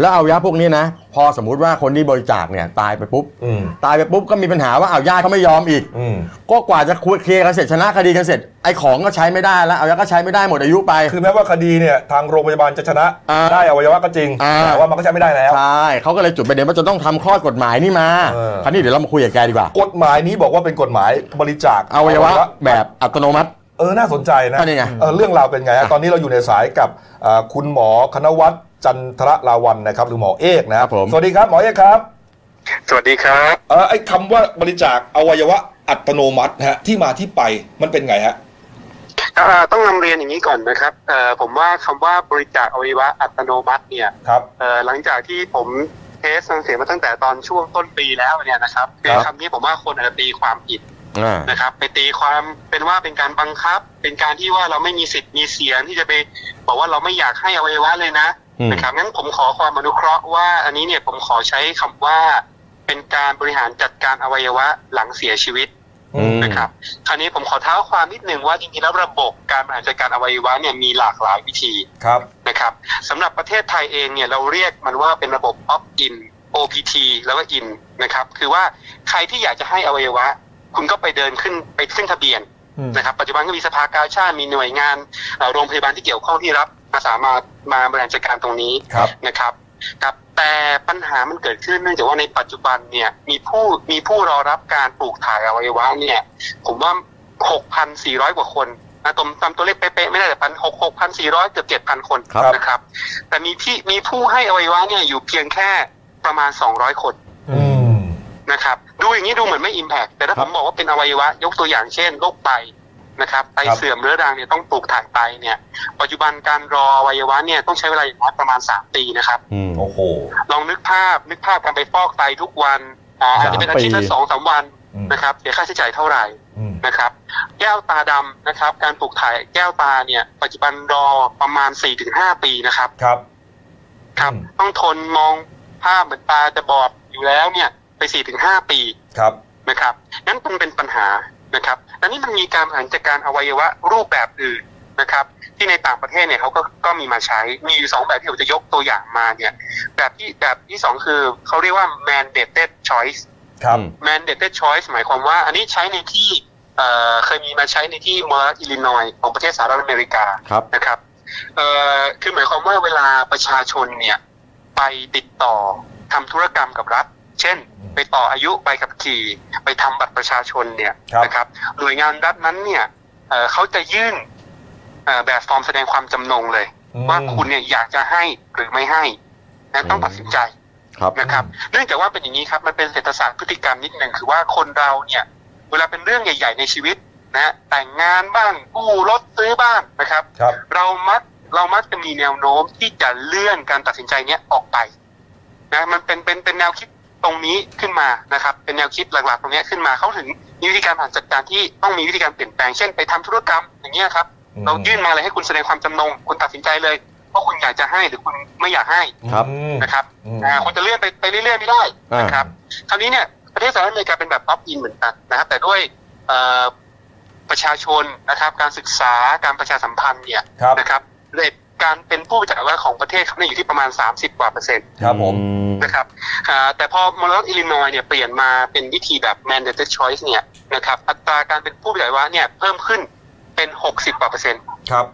[SPEAKER 2] แล้วเอายาพวกนี้นะ พอสมมุติว่าคนที่บริจาคเนี่ยตายไปปุ๊บ
[SPEAKER 1] อืม
[SPEAKER 2] ตายไปปุ๊บก็มีปัญหาว่าเอาญาติเขาไม่ยอมอีก
[SPEAKER 1] อืม
[SPEAKER 2] ก็กว่าจะคุยเคลียร์กันเสร็จชนะคดีกันเสร็จไอ้ของก็ใช้ไม่ได้แล้วเอายาก็ใช้ไม่ได้หมดอายุไป
[SPEAKER 1] คือแม้ว่าคดีเนี่ยทางโรงพยาบาลจะชนะ
[SPEAKER 2] อ่า
[SPEAKER 1] ได้อวัยวะก็จริง
[SPEAKER 2] อ่า
[SPEAKER 1] แต่ว่ามันก็ใช้ไม่ได้แล้ว
[SPEAKER 2] ใช่เขาก็เลยจุดประเด็นว่าจะต้องทำข้อกฎหมายนี่มา
[SPEAKER 1] เออ
[SPEAKER 2] คราวนี้เดี๋ยวเรามาคุยกับแกดีกว่าก
[SPEAKER 1] ฎหมายนี้บอกว่าเป็นกฎหมายบริจาค
[SPEAKER 2] อวัยวะแบบอัตโนมัติ
[SPEAKER 1] เออน่าสนใจนะ
[SPEAKER 2] ก็นี่ไง
[SPEAKER 1] เออเรื่องราวเป็นไงฮะตอนนี้เราอยู่ในสายกับเอ่อคุณหมอคณวัฒน์จันทรลาวันนะครับ หรือหมอเอกนะครับ
[SPEAKER 2] ผม
[SPEAKER 1] สวัสดีครับหมอเอกครับ
[SPEAKER 4] สวัสดีครับ
[SPEAKER 1] เออไอ้คำว่าบริจาคอวัยวะอัตโนมัติฮะที่มาที่ไปมันเป็นไงฮะ
[SPEAKER 4] เอ่อต้องนำเรียนอย่างนี้ก่อนนะครับเอ่อผมว่าคำว่าบริจาคอวัยวะอัตโนมัติเนี่ย
[SPEAKER 1] ครับ
[SPEAKER 4] เอ่อหลังจากที่ผมเทสสังเสียงมาตั้งแต่ตอนช่วงต้นปีแล้วเนี่ยนะครับคือ
[SPEAKER 1] ครับ
[SPEAKER 4] คำนี้ผมว่าคนอาจจะตีความผิด
[SPEAKER 2] อ่า
[SPEAKER 4] นะครับไปตีความเป็นว่าเป็นการบังคับ เป็นการที่ว่าเราไม่มีสิทธิ์มีเสียงที่จะไปบอกว่าเราไม่อยากให้อวัยวะเลยนะ
[SPEAKER 2] อืม
[SPEAKER 4] นะครับงั้นผมขอความอนุเคราะห์ว่า อันนี้เนี่ยผมขอใช้คำว่า เป็นการบริหารจัดการอวัยวะหลังเสียชีวิต
[SPEAKER 2] อืม
[SPEAKER 4] นะครับคราวนี้ผมขอเท้าความนิดหนึ่งว่าจริงๆแล้วระบบการบริหารจัดการอวัยวะเนี่ยมีหลากหลายวิธี
[SPEAKER 1] ครับ
[SPEAKER 4] นะครับสำหรับประเทศไทยเองเนี่ยเราเรียกมันว่าเป็นระบบ opt-in OPT แล้วก็ in นะครับคือว่าใครที่อยากจะให้อวัยวะ คุณก็ไปเดินขึ้นไปขึ้นทะเบียน
[SPEAKER 3] อืม
[SPEAKER 4] นะครับปัจจุบันก็มีสภากาชาติมีหน่วยงานเอ่อโรงพยาบาลที่เกี่ยวข้องที่รับมาสามารถมาบริหารจัดการตรงนี้
[SPEAKER 1] ครับ
[SPEAKER 4] นะครับครับแต่ปัญหามันเกิดขึ้นเนื่องจากว่าในปัจจุบันเนี่ยมีผู้มีผู้รอรับการปลูกถ่ายอวัยวะเนี่ยผมว่า 6,400 กว่าคนนะตามตามตัวเลขเป๊ะๆไม่ได้แต่พันหกหกพันสี่ร้อยเกือบเจ็ดพันคน
[SPEAKER 1] ครับ
[SPEAKER 4] นะครับ แต่มีที่มีผู้ให้อวัยวะเนี่ยอยู่เพียงแค่ประมาณ 200 คน
[SPEAKER 1] อืม
[SPEAKER 4] นะครับดูอย่างนี้ดูเหมือนไม่อิมแพกแต่ถ้า
[SPEAKER 1] ครั
[SPEAKER 4] ผ
[SPEAKER 1] บ
[SPEAKER 4] มบอกว่าเป็นอวัยวะยกตัวอย่างเช่นโรคไตนะครับไต
[SPEAKER 1] ครับ
[SPEAKER 4] เสื่อมเรื้อรังเนี่ยต้องปลูกถ่ายไตเนี่ยปัจจุบันการรออวัยวะเนี่ยต้องใช้เวลาอย่างน้อยประมาณสามปีนะครับ
[SPEAKER 2] อืม
[SPEAKER 1] โอ้โห
[SPEAKER 4] ลองนึกภาพนึกภาพการไปฟอกไตทุกวันอ่าอาจจะเป็นอาทิตย์ละ
[SPEAKER 2] ปี
[SPEAKER 4] สองสามวัน
[SPEAKER 1] อืม
[SPEAKER 4] นะครับเสียค่าใช้จ่ายเท่าไหร่
[SPEAKER 1] อืม
[SPEAKER 4] นะครับ แก้วตาดำนะครับ การปลูกถ่ายแก้วตาเนี่ย ปัจจุบันรอประมาณ 4-5 ปีนะครับ
[SPEAKER 1] ครับ
[SPEAKER 4] ครับ
[SPEAKER 1] อืม
[SPEAKER 4] ต้องทนมองภาพเหมือนตาจะบอดอยู่แล้วเนี่ยไป 4-5 ปี
[SPEAKER 1] ครับ
[SPEAKER 4] นะครับงั้นมันเป็นปัญหานะครับแล้วนี่มันมีการบริหารจัดการอวัยวะรูปแบบอื่นนะครับ ที่ในต่างประเทศเนี่ยเขาก็ก็มีมาใช้มีอยู่สองแบบที่ผมจะยกตัวอย่างมาเนี่ย แบบที่แบบที่สองคือเขาเรียกว่า mandated choice
[SPEAKER 1] ครับ
[SPEAKER 4] mandated choice หมายความว่า อันนี้ใช้ในที่เอ่อเคยมีมาใช้ในที่มอรัฐอิลลินอยของประเทศสหรัฐอเมริกา
[SPEAKER 2] ครับ
[SPEAKER 4] นะครับเอ่อคือหมายความว่าเวลาประชาชนเนี่ยไปติดต่อทำธุรกรรมกับรัฐ เช่น ไปต่ออายุใบขับขี่ ไปทำบัตรประชาชนเนี่ย
[SPEAKER 1] ครับ
[SPEAKER 4] นะครับหน่วยงานรัฐนั้นเนี่ยเอ่อเขาจะยื่นเอ่อแบบฟอร์มแสดงความจำนงเลย
[SPEAKER 1] อืม
[SPEAKER 4] ว่าคุณเนี่ยอยากจะให้หรือไม่ให้นะต้องตัดสินใจ
[SPEAKER 2] ครับ
[SPEAKER 4] นะครับเนื่องจากว่าเป็นอย่างนี้ครับมันเป็นเศรษฐศาสตร์พฤติกรรมนิดหนึ่งคือว่าคนเราเนี่ยเวลาเป็นเรื่องใหญ่ ๆ ในชีวิตนะฮะแต่งงานบ้างกู้รถซื้อบ้างนะครับ
[SPEAKER 1] ครับ
[SPEAKER 4] เรามักเรามักจะมีแนวโน้มที่จะเลื่อนการตัดสินใจเนี้ยออกไปนะมันเป็นเป็นเป็นแนวคิดตรงนี้ขึ้นมานะครับ เป็นแนวคิดหลักๆ ตรงเนี้ยขึ้นมาเขาถึงมีวิธีการผ่านจัดการที่ต้องมีวิธีการเปลี่ยนแปลงเช่นไปทำธุรกรรมอย่างเงี้ยครับ
[SPEAKER 1] อืม
[SPEAKER 4] เรายื่นมาเลยให้คุณแสดงความจำนงคุณตัดสินใจเลย ว่าคุณอยากจะให้หรือคุณไม่อยากให้
[SPEAKER 2] ครับ
[SPEAKER 1] อืม
[SPEAKER 4] นะครับ
[SPEAKER 1] อืม
[SPEAKER 4] อ่าคุณจะเลื่อนไปไปเรื่อยๆไม่ได้
[SPEAKER 2] อ่า
[SPEAKER 4] นะครับคราวนี้เนี่ยประเทศสหรัฐอเมริกาเป็นแบบออฟอินเหมือนกันนะครับแต่ด้วยเอ่อประชาชนนะครับการศึกษาการประชาสัมพันธ์เนี่ย
[SPEAKER 1] ครับ
[SPEAKER 4] นะครับเลทการเป็นผู้จัดการของประเทศเขาเนี่ยอยู่ที่ประมาณ 30 กว่าเปอร์เซ็นต์
[SPEAKER 1] ครับผม
[SPEAKER 4] นะครับอ่าแต่พอมอรัฐอิลลินอยเนี่ยเปลี่ยนมาเป็นวิธีแบบ mandated choice เนี่ยนะครับอัตราการเป็นผู้จัดการเนี่ยเพิ่มขึ้นเป็น 60 กว่าเปอร์เซ็นต์
[SPEAKER 1] ครับ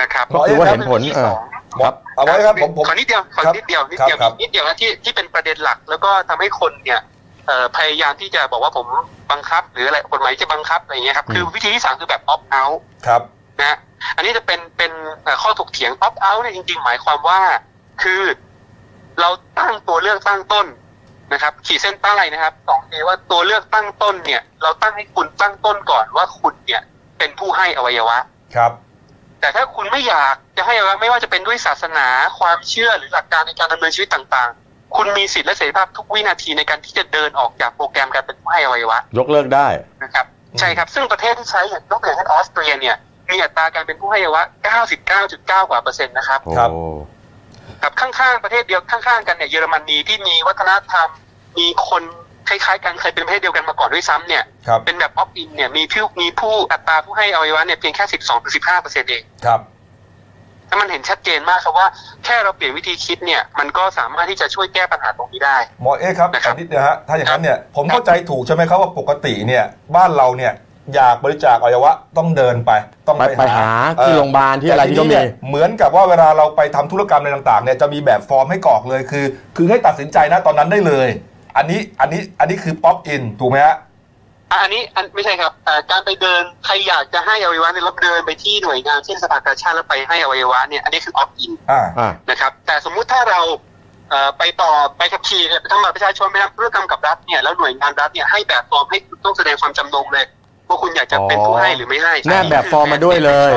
[SPEAKER 4] นะครับ
[SPEAKER 2] ก็คือว่าเห็นผล
[SPEAKER 4] ป็ที่สอง
[SPEAKER 1] หมดเอาไว้ครับผมผม
[SPEAKER 4] ขอนิดเดียวขอนิดเดียวนิดเดียว
[SPEAKER 1] ครับ
[SPEAKER 4] นิดเดียวนะที่ที่เป็นประเด็นหลัก แล้วก็ทำให้คนเนี่ยเอ่อพยายามที่จะบอกว่าผมบังคับ หรืออะไรกฎหมายจะบังคับอะไรอย่างเงี้ยครับ
[SPEAKER 2] อืม
[SPEAKER 4] คือวิธีที่สามคือแบบ opt out
[SPEAKER 1] ครับ
[SPEAKER 4] นะฮะอันนี้จะเป็นเป็นเอ่อข้อถกเถียง opt out เนี่ยจริงๆ หมายความว่า คือเราตั้งตัวเลือกตั้งต้นนะครับ ขีดเส้นใต้นะครับสองเอว่าตัวเลือกตั้งต้นเนี่ย เราตั้งให้คุณตั้งต้นก่อนว่าคุณเนี่ยเป็นผู้ให้อวัยวะ
[SPEAKER 1] ครับ
[SPEAKER 4] แต่ถ้าคุณไม่อยากจะให้ว่าไม่ว่าจะเป็นด้วยศาสนาความเชื่อหรือหลักการในการดำเนินชีวิตต่างๆ คุณมีสิทธิและเสรีภาพทุกวินาทีในการที่จะเดินออกจากโปรแกรมการเป็นผู้ให้อวัยวะ
[SPEAKER 2] ยกเลิกได้
[SPEAKER 4] นะครับ
[SPEAKER 1] อืม
[SPEAKER 4] ใช่ครับ ซึ่งประเทศที่ใช้อย่างยกตัวอย่างเช่นออสเตรียเนี่ยมีอัตราการเป็นผู้ให้อวัยวะ 99.9 กว่าเปอร์เซ็นต์นะครับ
[SPEAKER 2] โอ้
[SPEAKER 1] ครับ
[SPEAKER 4] กับข้างๆประเทศเดียวข้างๆกันเนี่ยเยอรมนีที่มีวัฒนธรรม มีคนคล้ายๆ กันเคยเป็นประเทศเดียวกันมาก่อนด้วยซ้ำเนี่ย
[SPEAKER 1] ครับ
[SPEAKER 4] เป็นแบบออฟอินเนี่ยมีผู้มีผู้อัตราผู้ให้อวัยวะเนี่ยเพียงแค่12-15เปอร์เซ็นต์เอง
[SPEAKER 1] ครับ
[SPEAKER 4] ถ้ามันเห็นชัดเจนมากครับว่าแค่เราเปลี่ยนวิธีคิดเนี่ย มันก็สามารถที่จะช่วยแก้ปัญหาตรงนี้ได้
[SPEAKER 1] หมอเอ๊ะครับ
[SPEAKER 4] นะครับ
[SPEAKER 1] นิดเดียวฮะ ถ้าอย่างนั้นเนี่ย ผมเข้าใจถูกใช่ไหมครับว่าปกติเนี่ย บ้านเราเนี่ย อยากบริจาคอวัยวะต้องเดินไป ต้อง
[SPEAKER 2] ไปไปหา
[SPEAKER 1] เอ่อ
[SPEAKER 2] ที่โรงพยาบาลที่อะไรที่ก็
[SPEAKER 1] แต่
[SPEAKER 2] มี
[SPEAKER 1] เนี่ยเหมือนกับว่าเวลาเราไปทำธุรกรรมอะไรต่างๆเนี่ย จะมีแบบฟอร์มให้กรอกเลย คือ คือให้ตัดสินใจนะตอนนั้นได้เลย อันนี้ อันนี้ อันนี้คือป๊อปอินถูกไหมฮะ
[SPEAKER 4] อ่ะอันนี้อันไม่ใช่ครับอ่าการไปเดินใครอยากจะให้อวัยวะเนี่ยเราเดินไปที่หน่วยงานเช่นสภากาชาติแล้วไปให้อวัยวะเนี่ยอันนี้คือออฟอิน
[SPEAKER 1] อ่า
[SPEAKER 2] อ่า
[SPEAKER 4] นะครับ แต่สมมุติถ้าเราเอ่อไปต่อไปขับขี่เนี่ยไปทำบัตรประชาชนไปทำธุรกรรมกับรัฐเนี่ยแล้วหน่วยงานรัฐเนี่ยให้แบบฟอร์มให้คุณต้องแสดงความจำนงเลยว่าคุณอยากจะเป็นผู้ให้หรือไม่ให้
[SPEAKER 2] แนบแบบฟอร์มมาด้วยเลย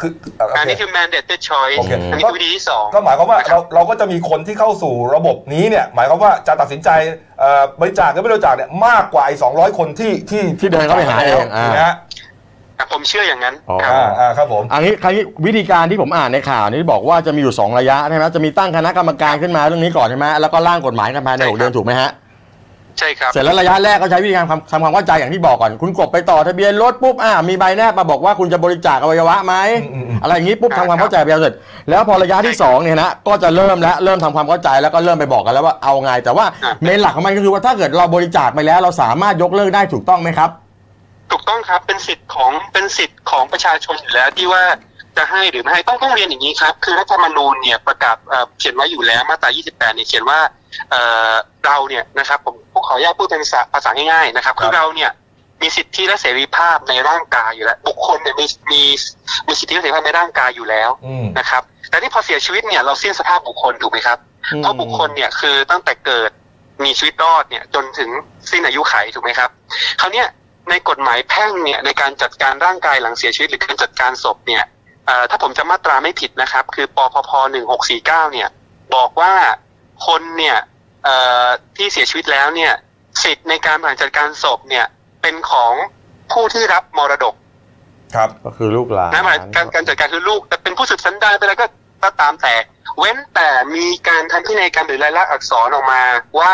[SPEAKER 1] คือเอ่อโอ
[SPEAKER 4] อัน
[SPEAKER 1] เค
[SPEAKER 4] นี้คือ mandated choice
[SPEAKER 1] โอเค
[SPEAKER 4] อันนี้คือวิธีที่สอง
[SPEAKER 1] ก็หมายความว่าเราเราก็จะมีคนที่เข้าสู่ระบบนี้เนี่ย หมายความว่าจะตัดสินใจเอ่อบริจาคหรือไม่บริจาคเนี่ยมากกว่าไอ้สองร้อยคนที่ที่
[SPEAKER 2] ที่เดินเข้าไปหาเองอ่า
[SPEAKER 1] นะฮะ
[SPEAKER 4] อ่ะผมเชื่ออย่างนั้น
[SPEAKER 2] อ๋อ
[SPEAKER 4] ครั
[SPEAKER 1] อ่า
[SPEAKER 4] บ
[SPEAKER 1] อ่าครับผม
[SPEAKER 2] อันนี้ครั้งนี้วิธีการที่ผมอ่านในข่าวนี่บอกว่าจะมีอยู่ 2 ระยะใช่ไหมจะมีตั้งคณะกรรมการขึ้นมาเรื่องนี้ก่อนใช่ไหมแล้วก็ร่างกฎหมายกันภายใน
[SPEAKER 4] ใช่
[SPEAKER 2] ห
[SPEAKER 4] ครับ
[SPEAKER 2] กเดือนถูกไหมฮะ
[SPEAKER 4] ใช่ครับ
[SPEAKER 2] เสร็จแล้วระยะแรกก็ใช้วิธีการทำทำความเข้าใจอย่างที่บอกก่อน คุณกบไปต่อทะเบียนรถปุ๊บอ่ามีใบแนบมาบอกว่าคุณจะบริจาคอวัยวะไหม
[SPEAKER 1] อืมอืม
[SPEAKER 2] อะไรอย่างนี้ปุ๊บ
[SPEAKER 4] ครับ
[SPEAKER 2] ทำความเข้าใจไปเสร็จแล้วพอระยะที่สองเนี่ยนะก็จะเริ่มแล้วเริ่มทำความเข้าใจแล้วก็เริ่มไปบอกกันแล้วว่าเอาไง แต่ว่าเมนหลักของมันก็คือว่าถ้าเกิดเราบริจาคไปแล้ว เราสามารถยกเลิกได้ถูกต้องไหมครับ
[SPEAKER 4] ถูกต้องครับเป็นสิทธิ์ของเป็นสิทธิ์ของประชาชนอยู่แล้วที่ว่าจะให้หรือไม่ให้ต้องต้องเรียนอย่างนี้ครับ คือรัฐธรรมนูญเนี่ยประกาศเอ่อเขียนไว้อยู่แล้วมาตรา 28 เนี่ยเขียนว่าเอ่อเราเนี่ยนะครับผมผมขออนุญาตพูดเป็นภาษาภาษาง่ายๆนะครับ คือเราเนี่ยมีสิทธิและเสรีภาพในร่างกายอยู่แล้ว บุคคลเนี่ยมีมีมีสิทธิและเสรีภาพในร่างกายอยู่แล้ว
[SPEAKER 1] อืม
[SPEAKER 4] นะครับ แต่ที่พอเสียชีวิตเนี่ยเราสิ้นสภาพบุคคลถูกไหมครับ เพราะบุคคลเนี่ยคือตั้งแต่เกิดมีชีวิตรอดเนี่ยจนถึงสิ้นอายุไขถูกไหมครับคราวเนี้ยในกฎหมายแพ่งเนี่ยในการจัดการร่างกายหลังเสียชีวิตหรือการจัดการศพเนี่ยเอ่อถ้าผมจะมาตราไม่ผิดนะครับ คือปพพหนึ่งหกสี่เก้าเนี่ยบอกว่าคนเนี่ยเอ่อที่เสียชีวิตแล้วเนี่ยสิทธิ์ในการบริหารจัดการศพเนี่ยเป็นของผู้ที่รับมรดก
[SPEAKER 1] ครับ
[SPEAKER 2] ก็คือลูกหลาน
[SPEAKER 4] นะหมายการการจัดการคือลูกแต่เป็นผู้สืบสันดานไปแล้วก็ก็ตามแต่ เว้นแต่มีการทำพินัยกรรมหรือรายลักษณ์อักษรออกมาว่า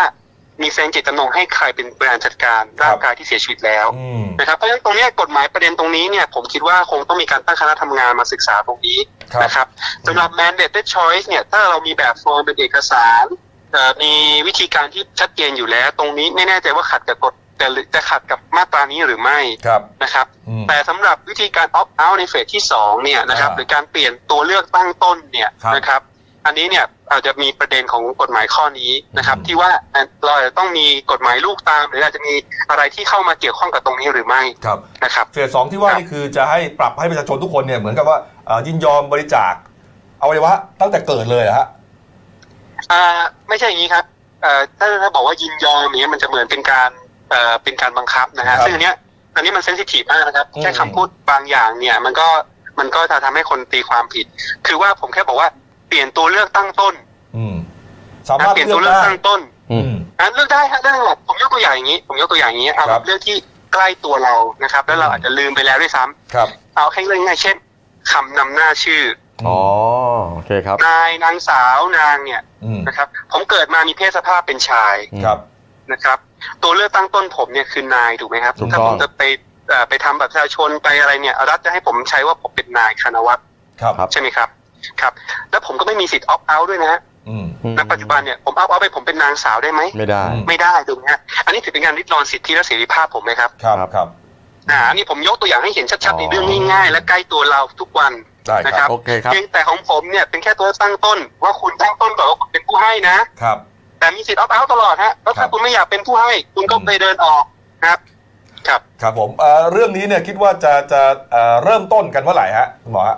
[SPEAKER 4] มีแสดงเจตจำนงให้ใครเป็นบริหารจัดการร่างกายที่เสียชีวิตแล้ว
[SPEAKER 1] อืม
[SPEAKER 4] นะครับเพราะฉะนั้นตรงเนี้ยกฎหมายประเด็นตรงนี้เนี่ยผมคิดว่าคงต้องมีการตั้งคณะทำงานมาศึกษาตรงนี้
[SPEAKER 1] ครับ
[SPEAKER 4] นะครับสำหรับ mandated choice เนี่ยถ้าเรามีแบบฟอร์มเป็นเอกสารเอ่อมีวิธีการที่ชัดเจนอยู่แล้ว ตรงนี้ไม่แน่ใจว่าขัดกับกฎแต่หรือจะขัดกับมาตรานี้หรือไม่
[SPEAKER 1] ครับ
[SPEAKER 4] นะครับ
[SPEAKER 1] อืม
[SPEAKER 4] แต่สำหรับวิธีการ opt out ในเฟสที่ 2 เนี่ยนะครับ
[SPEAKER 1] อ่า
[SPEAKER 4] หรือการเปลี่ยนตัวเลือกตั้งต้นเนี่ย
[SPEAKER 1] ครับ
[SPEAKER 4] นะครับ อันนี้เนี่ยอาจจะมีประเด็นของกฎหมายข้อนี้นะครับ
[SPEAKER 1] อืม
[SPEAKER 4] ที่ว่าเราอาจจะต้องมีกฎหมายลูกตาม หรืออาจจะมีอะไรที่เข้ามาเกี่ยวข้องกับตรงนี้หรือไม่
[SPEAKER 1] ครับ
[SPEAKER 4] นะครับ
[SPEAKER 1] เฟสสองที่ว่า
[SPEAKER 4] ครับ
[SPEAKER 1] นี่คือจะให้ปรับให้ประชาชนทุกคนเนี่ยเหมือนกับว่าเอ่อยินยอมบริจาคอวัยวะตั้งแต่เกิดเลยเหรอฮะ
[SPEAKER 4] อ่าไม่ใช่อย่างนี้ครับเอ่อถ้าถ้าบอกว่ายินยอมอย่างเงี้ยมันจะเหมือนเป็นการเอ่อเป็นการบังคับนะ
[SPEAKER 1] ครั
[SPEAKER 4] ฮะ
[SPEAKER 1] บ
[SPEAKER 4] ซึ่งอันเนี้ยอันนี้มันเซนซิทีฟมากนะครับ
[SPEAKER 1] อืม
[SPEAKER 4] แค่คำพูดบางอย่างเนี่ยมันก็มันก็จะทำให้คนตีความผิด คือว่าผมแค่บอกว่าเปลี่ยนตัวเลือกตั้งต้น
[SPEAKER 1] อืม สา
[SPEAKER 4] นะ
[SPEAKER 1] มารถ
[SPEAKER 4] เปลี่ยน
[SPEAKER 1] เลือก
[SPEAKER 4] ตัวเลือก
[SPEAKER 1] ได้
[SPEAKER 4] ตั้งต้น
[SPEAKER 2] อื
[SPEAKER 1] อื
[SPEAKER 2] ม
[SPEAKER 1] ม
[SPEAKER 4] อ่ะเลือกได้ฮะได้หมดผมยกตัวอย่างอย่างนี้ ผมยกตัวอย่างอย่างนี้เอา
[SPEAKER 1] ค
[SPEAKER 4] แบ
[SPEAKER 1] รับบ
[SPEAKER 4] เรื่องที่ใกล้ตัวเรานะครับ แล้วเรา
[SPEAKER 1] อืม
[SPEAKER 4] อาจจะลืมไปแล้วด้วยซ้ำ
[SPEAKER 1] ครับ
[SPEAKER 4] เอาให้เรื่องง่ายๆเช่นคำนำหน้าชื่อ
[SPEAKER 2] อ๋อโอเคครับ
[SPEAKER 4] นายนางสาวนางเนี่ย
[SPEAKER 1] อืม
[SPEAKER 4] นะครับ ผมเกิดมามีเพศสภาพเป็นชาย
[SPEAKER 1] ครับ
[SPEAKER 4] นะครับ ตัวเลือกตั้งต้นผมเนี่ยคือนายถูกไหมครับ
[SPEAKER 2] ถูกต้อง
[SPEAKER 4] ถ้าผมจะไปเอ่อไปทำบัตรประชาชนไปอะไรเนี่ยรัฐจะให้ผมใช้ว่าผมเป็นนายคณวัตร
[SPEAKER 1] ครับ
[SPEAKER 2] ครับ
[SPEAKER 4] ใช่ไหมครับครับ แล้วผมก็ไม่มีสิทธิ์ออฟเอาด้วยนะฮะ
[SPEAKER 1] อืม
[SPEAKER 2] อืม
[SPEAKER 4] ณปัจจุบันเนี่ยผมออฟเอาไปผมเป็นนางสาวได้ไหม
[SPEAKER 2] ไม่ได้
[SPEAKER 1] อื
[SPEAKER 4] ไม่ได้ถูกไหมฮะอันนี้ถือเป็นการริดรอนสิทธิและเสรีภาพผมไหมครับ
[SPEAKER 1] ครับครับ
[SPEAKER 4] อ่าอันนี่ผมยกตัวอย่างให้เห็นชัดๆในเรื่อง
[SPEAKER 2] อ๋อ
[SPEAKER 4] ง่ายๆและใกล้ตัวเราทุกวัน
[SPEAKER 1] ได้ค
[SPEAKER 4] ครั
[SPEAKER 1] รับ
[SPEAKER 4] บ
[SPEAKER 2] โอเคครับ
[SPEAKER 4] เพียงแต่ของผมเนี่ยเป็นแค่ตัวตั้งต้น ว่าคุณตั้งต้นก่อนว่าคุณเป็นผู้ให้นะ
[SPEAKER 1] ครับ
[SPEAKER 4] แต่มีสิทธิ์ออฟเอาตลอดฮะแล้
[SPEAKER 1] ค
[SPEAKER 4] ว
[SPEAKER 1] รั
[SPEAKER 4] ถ้า
[SPEAKER 1] บ
[SPEAKER 4] คุณไม่อยากเป็นผู้ให้ คุณก็ไปเดินออกครับ ครับ
[SPEAKER 1] ครับผมเอ่อเรื่องนี้เนี่ยคิดว่าจะจะเอ่อเริ่มต้นกันเมื่อไหร่ฮะคุณหมอฮะ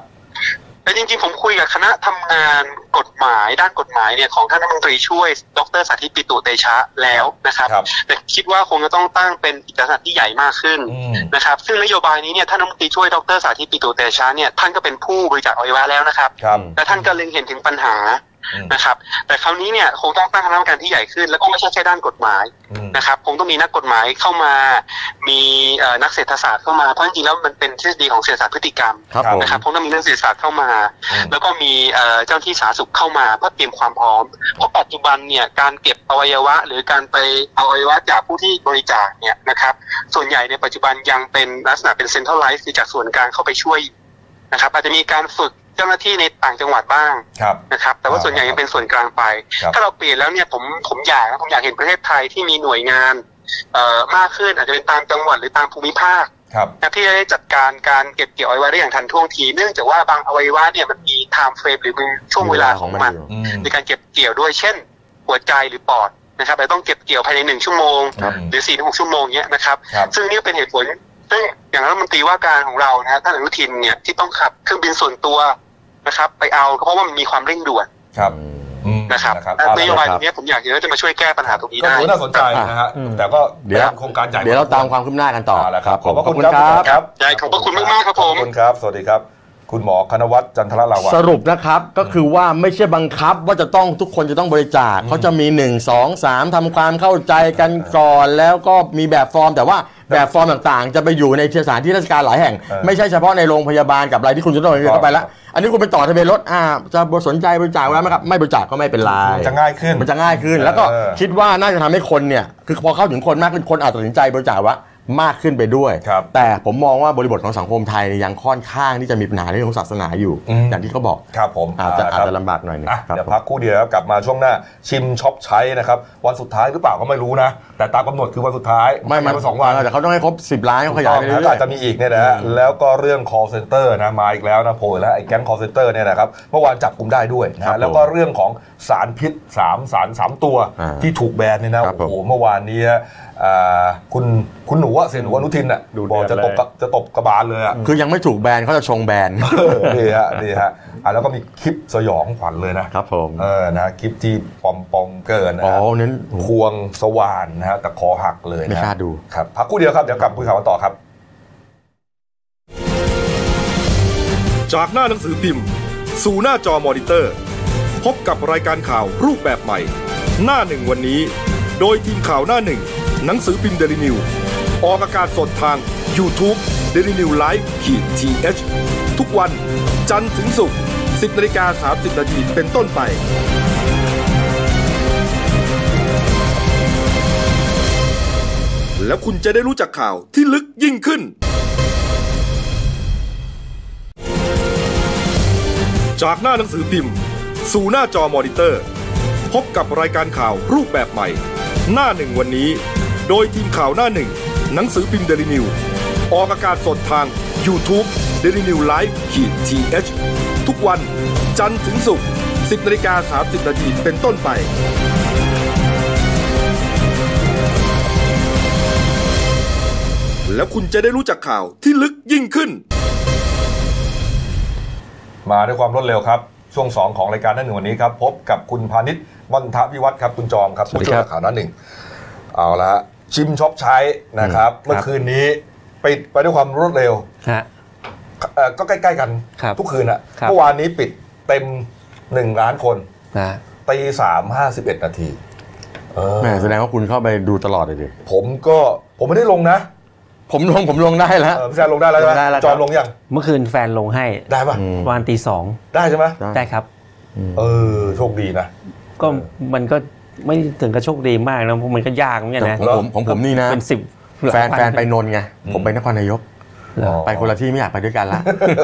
[SPEAKER 4] แต่จริงๆ ผมคุยกับคณะทำงานกฎหมายด้านกฎหมายเนี่ยของท่านรัฐมนตรีช่วย ดรสาธิตปิตุเตชะแล้วนะครับ
[SPEAKER 1] ครับ
[SPEAKER 4] แต่คิดว่าคงจะต้องตั้งเป็นอิสระที่ใหญ่มากขึ้น
[SPEAKER 1] อืม
[SPEAKER 4] นะครับ ซึ่งนโยบายนี้เนี่ยท่านรัฐมนตรีช่วย ดรสาธิตปิตุเตชะเนี่ยท่านก็เป็นผู้บริจาคอวัยวะแล้วนะครับ
[SPEAKER 1] ครับ
[SPEAKER 4] และท่านก็เล็งเห็นถึงปัญหา
[SPEAKER 1] อืม
[SPEAKER 4] นะครับ แต่คราวนี้เนี่ยคงต้องตั้งคณะกรรมการที่ใหญ่ขึ้น แล้วก็ไม่ใช่แค่ด้านกฎหมาย
[SPEAKER 1] อืม
[SPEAKER 4] นะครับคงต้องมีนักกฎหมายเข้ามา มีเอ่อนักเศรษฐศาสตร์เข้ามา เพราะจริงๆแล้วมันเป็นทฤษฎีของเศรษฐศาสตร์พฤติกรรม
[SPEAKER 2] ครับผม
[SPEAKER 4] นะครับคงต้องมีนักเศรษฐศาสตร์เข้ามา
[SPEAKER 1] อืม
[SPEAKER 4] แล้วก็มีเอ่อเจ้าหน้าที่สาธารณสุขเข้ามาเพื่อเตรียมความพร้อม เพราะปัจจุบันเนี่ยการเก็บอวัยวะ หรือการไปเอาอวัยวะจากผู้ที่บริจาคเนี่ยนะครับ ส่วนใหญ่ในปัจจุบันยังเป็นลักษณะเป็นเซ็นทรัลไลซ์คือจากส่วนกลางเข้าไปช่วยนะครับอาจจะมีการฝึกเจ้าหน้าที่ในต่างจังหวัดบ้าง
[SPEAKER 1] ครับ
[SPEAKER 4] นะครับแต่ว่า
[SPEAKER 1] อ่า
[SPEAKER 4] ส่วนใหญ่ยังเป็นส่วนกลางไป
[SPEAKER 1] ครับ
[SPEAKER 4] ถ้าเราเปลี่ยนแล้วเนี่ยผมผมอยากนะผมอยากเห็นประเทศไทยที่มีหน่วยงานเอ่อมากขึ้นอาจจะเป็นตามจังหวัดหรือตามภูมิภาค
[SPEAKER 1] ครับ
[SPEAKER 4] นะที่จะได้จัดการการเก็บเกี่ยวอวัยวะได้อย่างทันท่วงที เนื่องจากว่าบางอวัยวะเนี่ยมันมีไทม์เฟรมหรือมีช่วงเวลาของมัน
[SPEAKER 2] ยู่
[SPEAKER 1] อืม
[SPEAKER 4] ในการเก็บเกี่ยวด้วยเช่น หัวใจหรือปอดนะครับอาจจะต้องเก็บเกี่ยวภายในหนึ่งชั่วโมง
[SPEAKER 2] ครับ
[SPEAKER 4] หรือสี่ถึงหกชั่วโมงเนี้ยนะครับ
[SPEAKER 1] ครับ
[SPEAKER 4] ซึ่งนี่ก็เป็นเหตุผลซึ่งอย่างรัฐมนตรีว่าการของเรานะฮะท่านอนุทินเนี่ยที่ต้องขับเครื่องบินส่วนตัวนะครับ ไปเอาเพราะว่ามันมีความเร่งด่วน
[SPEAKER 1] ครับอืม
[SPEAKER 4] นะครับ
[SPEAKER 1] นะครับ
[SPEAKER 4] และ
[SPEAKER 1] อ่ะ
[SPEAKER 4] นโยบายตรงเนี้ยผมอยากเห็นว่าจะมาช่วยแก้ปัญหาตรงนี้
[SPEAKER 1] ก็
[SPEAKER 4] ได้
[SPEAKER 1] ถือว่าน่าสนใจนะฮะ
[SPEAKER 3] อืม
[SPEAKER 1] แต่ก็
[SPEAKER 2] เดี๋ยว
[SPEAKER 1] ป็นโครงการใหญ่
[SPEAKER 2] เดี๋ยวเราตามความคืบหน้ากันต่อ
[SPEAKER 1] เาละครับ
[SPEAKER 2] ผ
[SPEAKER 1] ขอบ
[SPEAKER 2] ม
[SPEAKER 1] พระ
[SPEAKER 2] ขอบ
[SPEAKER 1] คุณ
[SPEAKER 2] คุณ
[SPEAKER 1] ครับ
[SPEAKER 2] ค
[SPEAKER 1] ค
[SPEAKER 2] รับ
[SPEAKER 1] รับ
[SPEAKER 4] ได้ขอบพระคุณมากๆครับผม
[SPEAKER 1] ขอบคุณครับ สวัสดีครับ คุณหมอคณวัฒน์จันทรลาวัลย์
[SPEAKER 2] สรุปนะครับก็คือว่าไม่ใช่บังคับว่าจะต้องทุกคนจะต้องบริจาคเขาจะมี 1 2 3ทำความเข้าใจกันก่อน แล้วก็มีแบบฟอร์ม แต่ว่าแบบฟอร์มต่างๆ จะไปอยู่ในสถานที่ราชการหลายแห่ง
[SPEAKER 1] เออ
[SPEAKER 2] ไม่ใช่เฉพาะในโรงพยาบาลกับอะไรที่คุณจะต้องเดินเข้าไปละอันนี้คุณไปต่อทะเบียนรถอ่าจะสนใจบริจาคแล้วไหมครับไม่บริจาคก็ไม่เป็นไร
[SPEAKER 1] มันจะง่ายขึ้น
[SPEAKER 2] มันจะง่ายขึ้น แล้วก็
[SPEAKER 1] เออ
[SPEAKER 2] คิดว่าน่าจะทำให้คนเนี่ยคือพอเข้าถึงคนมากขึ้นคนอาจจะตัดสินใจบริจาควะมากขึ้นไปด้วย
[SPEAKER 1] ครับ
[SPEAKER 2] แต่ผมมองว่าบริบทของสังคมไทยยังค่อนข้างที่จะมีปัญหาเรื่องของศาสนาอยู่
[SPEAKER 1] อืม
[SPEAKER 2] อย่างที่เขาบอก
[SPEAKER 1] ครับผม
[SPEAKER 2] อาจจะ
[SPEAKER 1] เละค
[SPEAKER 2] อาจ
[SPEAKER 1] รับ
[SPEAKER 2] จะลำบากหน่อยหนึง
[SPEAKER 1] อ่ะ
[SPEAKER 2] ครับ
[SPEAKER 1] เดี๋ยวพักครู่เดียวครับกลับมาช่วงหน้าชิมช็อปใช้นะครับ วันสุดท้ายหรือเปล่าก็ไม่รู้นะ แต่ตามกำหนดคือวันสุดท้าย
[SPEAKER 2] ไม่ไม่
[SPEAKER 1] ปสองวัน
[SPEAKER 2] แต่เขาต้องให้ครบ 10 ล้านเขาขยายไป
[SPEAKER 1] แล้ว
[SPEAKER 2] เรื่
[SPEAKER 1] ก็
[SPEAKER 2] อย
[SPEAKER 1] อาจจะมีอีกเนี่ยนะฮะแล้วก็เรื่อง call center นะมาอีกแล้วนะโผล่อีกแล้วไอ้แก๊ง call center เนี่ยนะครับเมื่อวานจับกลุ่มได้ด้วยนะฮะแล้วก็เรื่องของสารพิษสามสารสามตัวที่ถูกแบนเนี่ยนะโอ้โหเมื่อวานนี้อ่าคุณคุณหนูอะเสียหนูอนุทินอะ
[SPEAKER 3] ดู
[SPEAKER 1] บ
[SPEAKER 3] เดือ
[SPEAKER 1] อก
[SPEAKER 3] ด
[SPEAKER 1] จะ
[SPEAKER 3] เล
[SPEAKER 1] ต
[SPEAKER 3] ย
[SPEAKER 1] บกระจะตบกระบาลเลยอะ
[SPEAKER 2] ๆคือยังไม่ถูกแบนเขาจะชงแบน
[SPEAKER 1] เออนี่ฮะนี่ฮะอ่ะแล้วก็มีคลิปสยองขวัญ เลยนะครับ
[SPEAKER 2] ผม
[SPEAKER 1] เออนะคลิปที่ปอมปอมเกินนะ
[SPEAKER 2] อ๋อ
[SPEAKER 1] ฮะ
[SPEAKER 2] เน้น
[SPEAKER 1] ควงสว่านนะฮะแต่คอหักเลยนะ
[SPEAKER 2] ไม่กล้าดู
[SPEAKER 1] ครับพักครู่เดียวครับ เดี๋ยวกลับคุยข่าวกันต่อครับ
[SPEAKER 5] จากหน้าหนังสือพิมพ์ สู่หน้าจอมอนิเตอร์ พบกับรายการข่าวรูปแบบใหม่ หน้าหนึ่งวันนี้ โดยทีมข่าวหน้าหนึ่ง หนังสือพิมพ์เดลิวิวออกอากาศสดทาง y o u t u เด d ิวิวไลฟ์ขีดทีเทุกวันจันทร์ถึงศุกร์10นาฬิกา30นาทีเป็นต้นไป แล้วคุณจะได้รู้จักข่าวที่ลึกยิ่งขึ้น จากหน้าหนังสือพิมพ์ สู่หน้าจอมอนิเตอร์ พบกับรายการข่าวรูปแบบใหม่ หน้าหนึ่งวันนี้ โดยทีมข่าวหน้าหนึ่ง หนังสือพิมพ์เดลิวิวออกอากาศสดทาง y o u t u เด d ิวิวไลฟ์ขีดทีเทุกวันจันทร์ถึงศุกร์10นาฬิกา30นาทีเป็นต้นไป แล้วคุณจะได้รู้จักข่าวที่ลึกยิ่งขึ้น
[SPEAKER 1] มาด้วยความรวดเร็วครับ ช่วง 2 ของรายการหนั่นหนึ่งวันนี้ครับ พบกับคุณพานิชมันทวิวัฒน์ครับคุณจอมครับ
[SPEAKER 2] สวัส
[SPEAKER 1] ผู้
[SPEAKER 2] ดี
[SPEAKER 1] ช่วยนัก
[SPEAKER 2] ครับ
[SPEAKER 1] ข่าวหนั่นหนึ่งเอาละฮะชิมช็อปใช้นะครับ เมื่อคืนนี้ปิดไปด้วยความรวดเร็ว
[SPEAKER 6] ฮะ
[SPEAKER 1] เอ่อก็ใกล้ๆกัน
[SPEAKER 6] ครับ
[SPEAKER 1] ทุกคืนอะ
[SPEAKER 6] ครับ
[SPEAKER 1] เมื่อวานนี้ปิดเต็มหนึ่งล้านคน
[SPEAKER 6] นะ
[SPEAKER 1] ตีสามห้าสิบเอ็ดนาทีเออ
[SPEAKER 2] แหมแสดงว่าคุณเข้าไปดูตลอดเลยดิ
[SPEAKER 1] ผมก็ผมไม่ได้ลงนะ
[SPEAKER 2] ผมลงผมลงได้แล้ว
[SPEAKER 1] เออพี่แซนลงได้แล้วใช่ไหม
[SPEAKER 2] ลงได้แล้วครับ
[SPEAKER 1] จอมลงยัง
[SPEAKER 6] เมื่อคืนแฟนลงให้
[SPEAKER 1] ได้ป่ะ
[SPEAKER 6] วานตีสอง
[SPEAKER 1] ได้ใช่ไหม
[SPEAKER 6] ได้ครับ
[SPEAKER 1] เออโชคดีนะ
[SPEAKER 6] ก็มันก็ไม่ถึงกับโชคดีมากนะเพราะมันก็ยากเหมือนกันนะ
[SPEAKER 2] ของผมของผมนี่นะ
[SPEAKER 6] เป็นสิบ
[SPEAKER 2] แฟนแฟนไปนนท์ไงผมไปนครนายก
[SPEAKER 6] เหรอ
[SPEAKER 2] ไปคนละที่ไม่อยากไปด้วยกันละ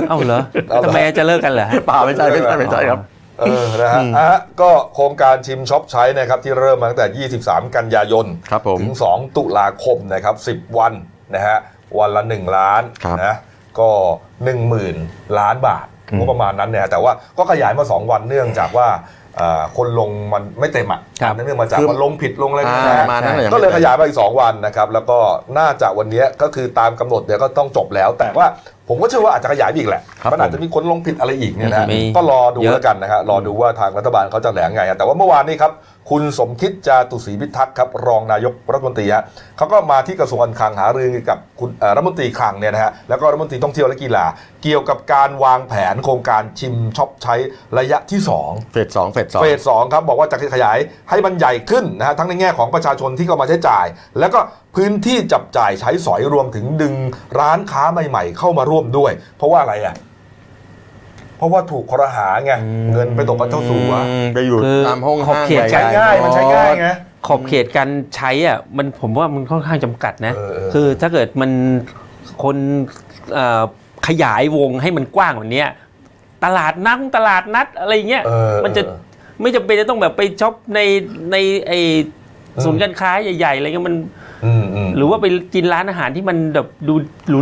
[SPEAKER 6] เอ้าเหรอ
[SPEAKER 1] เอาเหรอ
[SPEAKER 6] ทำไมจะเลิกกันเหรอ
[SPEAKER 2] เปล่าไม่ใช่ไม่ใช่ไม่ใช่ครับ
[SPEAKER 1] เออนะฮะอ่ะฮะก็โครงการชิมช็อปใช้นะครับที่เริ่มมาตั้งแต่ 23 กันยายน
[SPEAKER 2] ครับผม
[SPEAKER 1] ถึง 2 ตุลาคมนะครับ 10 วันนะฮะวันละ 1 ล้าน
[SPEAKER 2] ครับ
[SPEAKER 1] นะก็ 10,000 ล้านบาท
[SPEAKER 2] อืม
[SPEAKER 1] งบประมาณนั้นเนี่ยแต่ว่าก็ขยายมา 2 วันเนื่องจากว่าเอ่อคนลงมันไม่เต็มอ่ะ
[SPEAKER 6] ครับ
[SPEAKER 1] เนื่องมาจาก
[SPEAKER 2] คือ
[SPEAKER 1] มันลงผิดลงอะไรนะ
[SPEAKER 2] อ่า
[SPEAKER 1] ฮะ
[SPEAKER 2] มานั้นแหละยังไม่
[SPEAKER 1] ก็เลย
[SPEAKER 2] เต็ม
[SPEAKER 1] ขยายมาอีก 2 วันนะครับแล้วก็น่าจะวันเนี้ยก็คือตามกำหนดเนี่ยก็ต้องจบแล้ว แต่ว่าผมก็เชื่อว่าอาจจะขยายไปอีกแหละมันอาจจะมีคนลงผิดอะไรอีกเนี่ยนะฮะ
[SPEAKER 6] มี
[SPEAKER 1] ก็รอดูแล้วกันนะครับรอดูว่าทางรัฐบาลเขาจะแถลงไงฮะแต่ว่าเมื่อวานนี้ครับ คุณสมคิดจาตุศรีพิทักษ์ครับรองนายกรัฐมนตรีฮะเขาก็มาที่กระทรวงการคลังหารือกับคุณเอ่อรัฐมนตรีคลังเนี่ยนะฮะแล้วก็รัฐมนตรีท่องเที่ยวและกีฬาเกี่ยวกับการวางแผนโครงการชิมช็อปใช้ระยะที่ 2
[SPEAKER 2] เฟสสองเฟสสอง
[SPEAKER 1] เฟสสองครับบอกว่าจะขยายให้มันใหญ่ขึ้นนะฮะทั้งในแง่ของประชาชนที่เข้ามาใช้จ่าย แล้วก็พื้นที่จับจ่ายใช้สอยรวมถึงดึงร้านค้าใหม่ๆ เข้ามาร่วมด้วย เพราะว่าอะไรอ่ะเพราะว่าถูกครหาไงเงินไปตกกับเจ้าสัว
[SPEAKER 2] อืมไปอยู่
[SPEAKER 6] คือ
[SPEAKER 2] ตามห้อง
[SPEAKER 6] ขอบเขต
[SPEAKER 2] ห้าง
[SPEAKER 1] ใช้
[SPEAKER 2] ใหญ่
[SPEAKER 1] ง่ายมันใช้ง่ายไง
[SPEAKER 6] ขอบเขตการใช้อ่ะมันผมว่ามันค่อนข้างจำกัดนะ
[SPEAKER 1] เออเออ
[SPEAKER 6] คือถ้าเกิดมันคนเอ่อขยายวงให้มันกว้างกว่านี้ตลาดนัดตลาดนัดอะไรอย่างเงี้ย
[SPEAKER 1] เออ
[SPEAKER 6] มันจะ
[SPEAKER 1] เออ
[SPEAKER 6] ไม่จำเป็นจะต้องแบบไปช็อปในในไอศูนย์การค้าใหญ่ๆอะไรเงี้ยมัน
[SPEAKER 1] อืมอืม
[SPEAKER 6] หรือว่าไปกินร้านอาหารที่มันแบบดู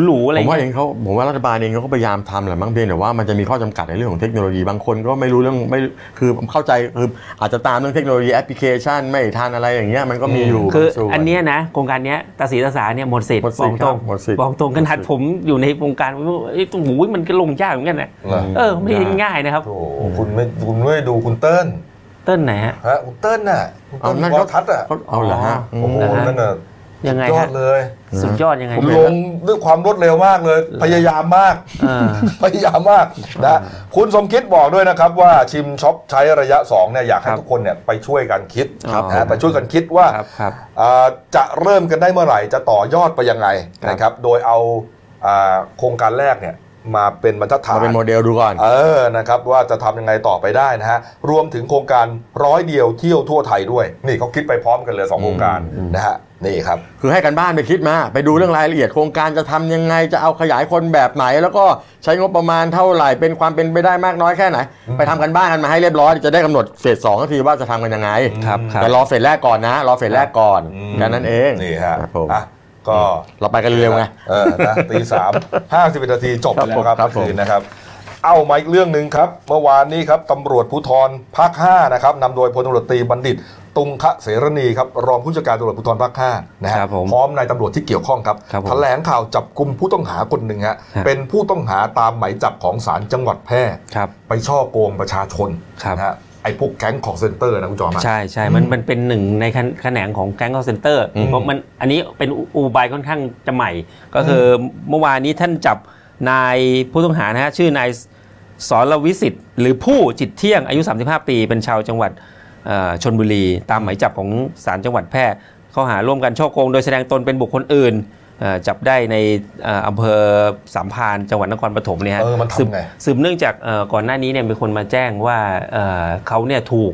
[SPEAKER 6] หรูๆอะไร
[SPEAKER 2] ผมว่า
[SPEAKER 6] เงี้ย
[SPEAKER 2] เองเขาผมว่ารัฐบาลเองเขาก็พยายามทำแหละมั้งเพียงแต่ว่ามันจะมีข้อจำกัดในเรื่องของเทคโนโลยีบางคนก็ไม่รู้เรื่องไม่คือเข้าใจคืออาจจะตามเรื่องเทคโนโลยีแอปพลิเคชันไม่ทันอะไรอย่างเงี้ยมันก็มีอยู่
[SPEAKER 6] คือบ
[SPEAKER 2] างส่วน
[SPEAKER 6] อันเนี้ยนะโครงการเนี้ยตาสีตาสาเนี่ยหมดสิทธิ์
[SPEAKER 2] หมด
[SPEAKER 6] บ
[SPEAKER 2] สิท
[SPEAKER 6] อ
[SPEAKER 2] ธิ์
[SPEAKER 6] กตรง
[SPEAKER 2] ครับหมดสิทธิ์
[SPEAKER 6] บอกตรงขนา
[SPEAKER 2] หมดสิท
[SPEAKER 6] ด
[SPEAKER 2] ธิ์
[SPEAKER 6] ผมอยู่ในวงการผมว่าเอ้ยโอ้โหมันก็ลงยากเหมือนกันนะ
[SPEAKER 1] เหรอ
[SPEAKER 6] เออไม่ได้ง่ายนะครับ
[SPEAKER 1] โอ้โหคุณไม่คุณไม่ดูคุณเติ้ล
[SPEAKER 6] เต้นไหนฮะ
[SPEAKER 1] ฮะคุณเติ้ลน่ะคุณ
[SPEAKER 2] เอา
[SPEAKER 1] เติ้ล
[SPEAKER 2] นั่น
[SPEAKER 1] ว
[SPEAKER 2] ก็
[SPEAKER 1] รทัศน์อ่ะ
[SPEAKER 2] เขาเอาเหรอฮะ
[SPEAKER 1] โอ้โห
[SPEAKER 6] นะฮะ
[SPEAKER 1] นั่นน่ะ
[SPEAKER 6] ยังไง
[SPEAKER 1] ยอ
[SPEAKER 6] ฮะ
[SPEAKER 1] ดเลย
[SPEAKER 6] สุดยอดยังไง
[SPEAKER 1] ลงด้วยความรวดเร็วมากเลย พยายามมาก
[SPEAKER 6] เออ
[SPEAKER 1] พยายามมากนะคุณสมคิดบอกด้วยนะครับว่าชิมช็อปใช้ระยะ2เนี่ยอยากให้
[SPEAKER 6] ครับ
[SPEAKER 1] ทุกคนเนี่ยไปช่วยกันคิด
[SPEAKER 6] ครับ
[SPEAKER 1] นะไปช่วยกันคิดว่า
[SPEAKER 6] ครับครับ
[SPEAKER 1] อ่าจะเริ่มกันได้เมื่อไหร่จะต่อยอดไปยังไง
[SPEAKER 6] ครับ
[SPEAKER 1] นะครับ โดยเอาอ่าโครงการแรกเนี่ยมาเป็นบรรทัดฐาน
[SPEAKER 2] มาเป็นโมเดลดูก่อน
[SPEAKER 1] เออ นะครับ ว่าจะทำยังไงต่อไปได้นะฮะ รวมถึงโครงการร้อยเดียวเที่ยวทั่วไทยด้วย นี่เขาคิดไปพร้อมกันเลยสองโครงการนะฮะ นี่ครับ
[SPEAKER 2] คือให้กันบ้านไปคิดมาไปดูเรื่องรายละเอียดโครงการจะทำยังไงจะเอาขยายคนแบบไหน แล้วก็ใช้งบประมาณเท่าไหร่เป็นความเป็นไปได้มากน้อยแค่ไหน ไปทำกันบ้านกันมาให้เรียบร้อยจะได้กำหนดเฟสสองทีว่าจะทำกันยังไง
[SPEAKER 6] ครับครับ
[SPEAKER 2] แต่รอเฟสแรกก่อนนะ รอเฟสแรกก่อน
[SPEAKER 1] อืม
[SPEAKER 2] แค่นั้นเอง
[SPEAKER 1] นี่ฮะ
[SPEAKER 2] ครับผม
[SPEAKER 1] อ่ะก็
[SPEAKER 2] เราไปกันเร็วไง
[SPEAKER 1] เออนะตีสามห้าสิบนาทีจบไปแล้วครับ
[SPEAKER 2] ครับผ
[SPEAKER 1] เมื่
[SPEAKER 2] ม
[SPEAKER 1] อคืนนะครับ เอามาอีกเรื่องหนึ่งครับ เมื่อวานนี้ครับตำรวจภูธรภาค5นะครับนำโดยพลตำรวจตรีบัณฑิต ตุงคะเสรณีครับรองผู้จัดการตำรวจภูธรภาค5นะฮะ
[SPEAKER 6] ครับผม
[SPEAKER 1] พร้อมนายตำรวจที่เกี่ยวข้องครับ
[SPEAKER 6] ครับผม
[SPEAKER 1] แถลงข่าวจับกลุ่มผู้ต้องหาคนหนึ่งฮะ
[SPEAKER 6] ฮะ
[SPEAKER 1] เป็นผู้ต้องหาตามหมายจับของศาลจังหวัดแพร่
[SPEAKER 6] ครับ
[SPEAKER 1] ไปช่อโกงประชาชน
[SPEAKER 6] ครับ
[SPEAKER 1] นะฮะไอ้พวกแก๊งของเซ็นเตอร์นะคุณจอมอะ
[SPEAKER 6] ใช่ใช่มันมันเป็นหนึ่งในแขนแขนงของแก๊ง call center เพราะมันอันนี้เป็นอุอุบายค่อนข้างจะใหม่ ก็คือเมื่อวานนี้ท่านจับนายผู้ต้องหานะฮะชื่อนายสอนวิสิทธิ์ หรือผู้จิตเที่ยงอายุ 35 ปี เป็นชาวจังหวัดเอ่อชนบุรี ตามหมายจับของศาลจังหวัดแพร่ข้อหาร่วมกันช่อโกง โดยแสดงตนเป็นบุคคลอื่นเอ่อจับได้ในเอ่ออำเภอสามพรานจังหวัดนครปฐมเนี่ยฮะ
[SPEAKER 1] เออมันทำ
[SPEAKER 6] สืบ
[SPEAKER 1] ไง
[SPEAKER 6] สืบเนื่องจากเอ่อก่อนหน้านี้เนี่ยมีคนมาแจ้งว่าเอ่อเขาเนี่ยถูก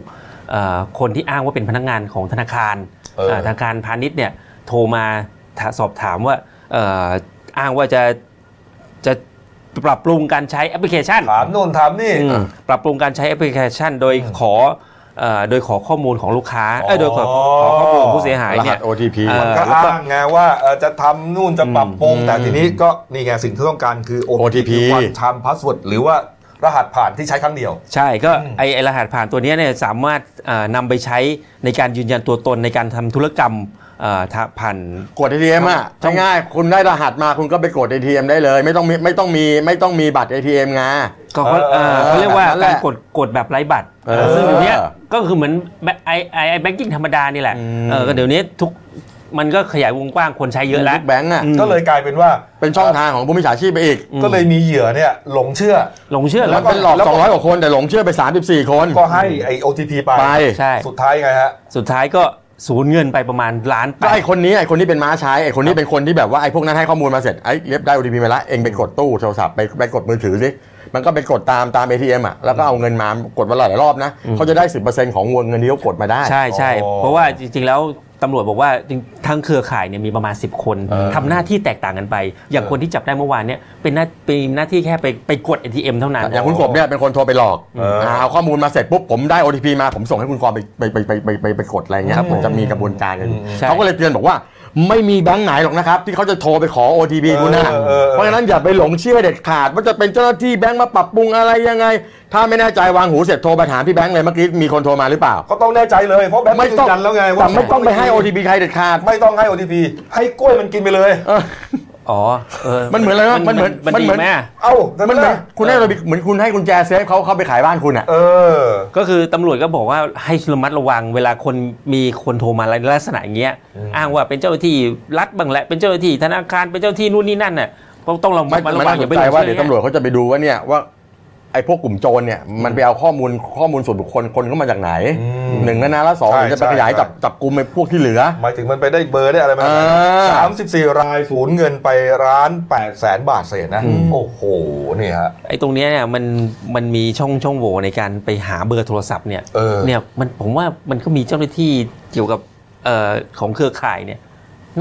[SPEAKER 6] เอ่อคนที่อ้างว่าเป็นพนักงานของธนาคาร
[SPEAKER 1] เออ
[SPEAKER 6] เอ่อธนาคารพาณิชย์เนี่ยโทรมาถาสอบถามว่าเอ่ออ้างว่าจะจะปรับปรุงการใช้แอปพลิเคชัน
[SPEAKER 1] ถามโน่นถามนี่
[SPEAKER 6] อืมปรับปรุงการใช้แอปพลิเคชัน โดยขอเอ่อโดยขอข้อมูลของลูกค้าเอ้ยโดยขอ
[SPEAKER 1] อ๋อ
[SPEAKER 6] ขอข้อมูลของผู้เสียหาย
[SPEAKER 2] รหั
[SPEAKER 6] เนี่
[SPEAKER 2] ส
[SPEAKER 6] ย
[SPEAKER 2] OTP
[SPEAKER 6] เอ่อ
[SPEAKER 1] ก็
[SPEAKER 6] แล้วก็
[SPEAKER 1] อ้างไงว่าเอ่อจะทำนู่นจะปรับปรุง
[SPEAKER 2] อืม
[SPEAKER 1] แต่ทีนี้ก็นี่ไงสิ่งที่ต้องการคือ
[SPEAKER 2] OTP
[SPEAKER 1] วันชามพาสเวิร์ดหรือว่ารหัสผ่านที่ใช้ครั้งเดียว
[SPEAKER 6] ใช่ก็ไอไอรหัสผ่านตัวเนี้ยเนี่ยสามารถเอ่อนำไปใช้ในการยืนยันตัวตนในการทำธุรกรรมเอ่อทะผ่าน
[SPEAKER 2] กด ATM อ่ะ
[SPEAKER 6] ช่อง
[SPEAKER 2] ง่ายๆคุณได้รหัสมาคุณก็ไปกด ATM ได้เลย ไม่ต้องมีไม่ต้องมีไม่ต้องมีบัตร ATM ไง
[SPEAKER 6] ก็เขา
[SPEAKER 1] เออ
[SPEAKER 6] เอ่อเขาเรียกว่า
[SPEAKER 2] แบบนั้นแห
[SPEAKER 6] การ
[SPEAKER 2] ละ
[SPEAKER 6] กดกดแบบไร้บัตร
[SPEAKER 2] เออ
[SPEAKER 6] ซึ่งเดี๋ยวเนี้ยก็คือเหมือนไอไอไอแบงกิ้งธรรมดานี่แหละ
[SPEAKER 2] อืม
[SPEAKER 6] เออก็เดี๋ยวนี้ทุกมันก็ขยายวงกว้างคนใช้เยอะแล้ว
[SPEAKER 2] ทุกแบงก์อ่ะ
[SPEAKER 1] ก็เลยกลายเป็นว่า
[SPEAKER 2] เป็นช่องทางของผู้มิจฉาชีพไปอีก
[SPEAKER 1] เอ่อก็เลยมีเหยื่อเนี่ยหลงเชื่อ
[SPEAKER 6] หลงเชื่อ
[SPEAKER 2] แล้
[SPEAKER 6] แล้ว ว
[SPEAKER 2] เป็นหลอก
[SPEAKER 1] แล้วก็
[SPEAKER 2] 200 กว่าคน แต่หลงเชื่อไป 34 คน
[SPEAKER 1] ก็ให้ไอ้ OTP ไป
[SPEAKER 2] ไป
[SPEAKER 6] ใช่
[SPEAKER 1] สุดท้ายไงฮะ
[SPEAKER 6] สุดท้ายก็ สูญเงินไปประมาณล้านแป
[SPEAKER 2] ก็ไอ
[SPEAKER 6] ด
[SPEAKER 2] คนนี้ไอคนนี้เป็นม้าใช้ไอคนนี้เป็นคนที่แบบว่าไอพวกนั้นให้ข้อมูลมาเสร็จไอเรียบได้ OTP มาละเองไปกดตู้โทรศัพท์ไปไปกดมือถือสิมันก็ไปกดตามตาม ATM อ่ะแล้วก็เอาเงินมากดวันละหลายรอบนะเขาจะได้ 10%ของวงเงินที่เขากดมาได้
[SPEAKER 6] ใช่ใช่
[SPEAKER 1] อ๋อ
[SPEAKER 6] เพราะว่าจริง ๆ แล้วตำรวจบอกว่าจริงทั้งเครือข่ายเนี่ยมีประมาณ 10 คน
[SPEAKER 1] เออ
[SPEAKER 6] ทำหน้าที่แตกต่างกันไป อย่างคนที่จับได้เมื่อวานเนี่ยเป็นหน้าเป็นหน้าที่แค่ไปไปกด ATM เท่านั้น
[SPEAKER 2] อย่างคุณกบเนี่ยเป็นคนโทรไปหลอก
[SPEAKER 1] เอออ่
[SPEAKER 2] าเอาข้อมูลมาเสร็จปุ๊บผมได้ OTP มาผมส่งให้คุณกรไปไปไปไปไปไปไปกดอะไรเงี้ยครับ
[SPEAKER 1] ครับผม
[SPEAKER 2] มันจะมีกระบวนการกันอยู่
[SPEAKER 1] อืม
[SPEAKER 6] ใช่
[SPEAKER 2] เขาก็เลยเตือนบอกว่า ไม่มีแบงค์ไหนหรอกนะครับ ที่เขาจะโทรไปขอ OTP
[SPEAKER 1] เออ
[SPEAKER 2] คุณนะ
[SPEAKER 1] เออเออ
[SPEAKER 2] เพราะฉะนั้นอย่าไปหลงเชื่อเด็ดขาด ว่าจะเป็นเจ้าหน้าที่แบงค์มาปรับปรุงอะไรยังไง ถ้าไม่แน่ใจวางหูเสร็จโทรไปถามพี่แบงค์เลยเมื่อกี้มีคนโทรมาหรือเปล่า
[SPEAKER 1] ก็ต้องแน่ใจเลยเพราะแบงค์ยืนยันแล้วไงว่า
[SPEAKER 2] แต่ไม่ต้องไปให้ OTP ใครเด็ดขาด
[SPEAKER 1] ไม่ต้องให้ OTP ให้กล้วยมันกินไปเลย
[SPEAKER 2] เออ
[SPEAKER 6] อ๋อเออ
[SPEAKER 2] มันเหมือนอะไรวะมันเหมือน
[SPEAKER 6] มัน
[SPEAKER 2] มัน
[SPEAKER 6] ดี
[SPEAKER 2] เหมือน
[SPEAKER 6] ไหมอะ
[SPEAKER 1] เอ้า
[SPEAKER 2] มันเหมือนคุณให้
[SPEAKER 1] ได้
[SPEAKER 2] OTP เหมือนคุณให้กุญแจเซฟเขาเขาไปขายบ้านคุณอ่ะ
[SPEAKER 1] เออ
[SPEAKER 6] ก็คือตำรวจก็บอกว่าให้ระมัดระวังเวลาคนมีคนโทรมาลักษณะอย่างเงี้ยอ้างว่าเป็นเจ้าหน้าที่รัฐบ้างแหละเป็นเจ้าหน้าที่ธนาคารเป็นเจ้าหน้าที่นู่นนี่นั่นน่ะก็ต้องระ
[SPEAKER 2] ไม่มั
[SPEAKER 6] มัด
[SPEAKER 2] น
[SPEAKER 6] ระวั
[SPEAKER 2] น่าง ส
[SPEAKER 6] อย่าน ไปห
[SPEAKER 2] ใจ
[SPEAKER 6] ลง
[SPEAKER 2] ว่า
[SPEAKER 6] เชื่อ
[SPEAKER 2] เดี๋ยวตำรวจเขาจะไปดูว่าเนี่ยว่าไอ้พวกกลุ่มโจรเนี่ยมันไปเอาข้อมูลข้อมูลส่วนบุคคลคนเข้ามาจากไหน
[SPEAKER 1] อืม
[SPEAKER 2] หนึ่งนะนะแล้วสอง
[SPEAKER 1] ใช่
[SPEAKER 2] จะไปขยาย
[SPEAKER 1] ใช่
[SPEAKER 2] จับจับกลุ่มไอ้พวกที่เหลือ
[SPEAKER 1] หมายถึงมันไปได้เบอร์ได้อะไรมา
[SPEAKER 2] เออ
[SPEAKER 1] สามสิบสี่รายสูญเงินไปร้านแปดแสนบาทเศษนะ โอ้โหนี่ฮะ
[SPEAKER 6] ไอ้ตรงเนี้ยเนี่ยมันมันมีช่องช่องโหว่ในการไปหาเบอร์โทรศัพท์เนี่ย
[SPEAKER 1] เออ
[SPEAKER 6] เนี่ยมันผมว่ามันก็มีเจ้าหน้าที่เกี่ยวกับเอ่อของเครือข่ายเนี่ย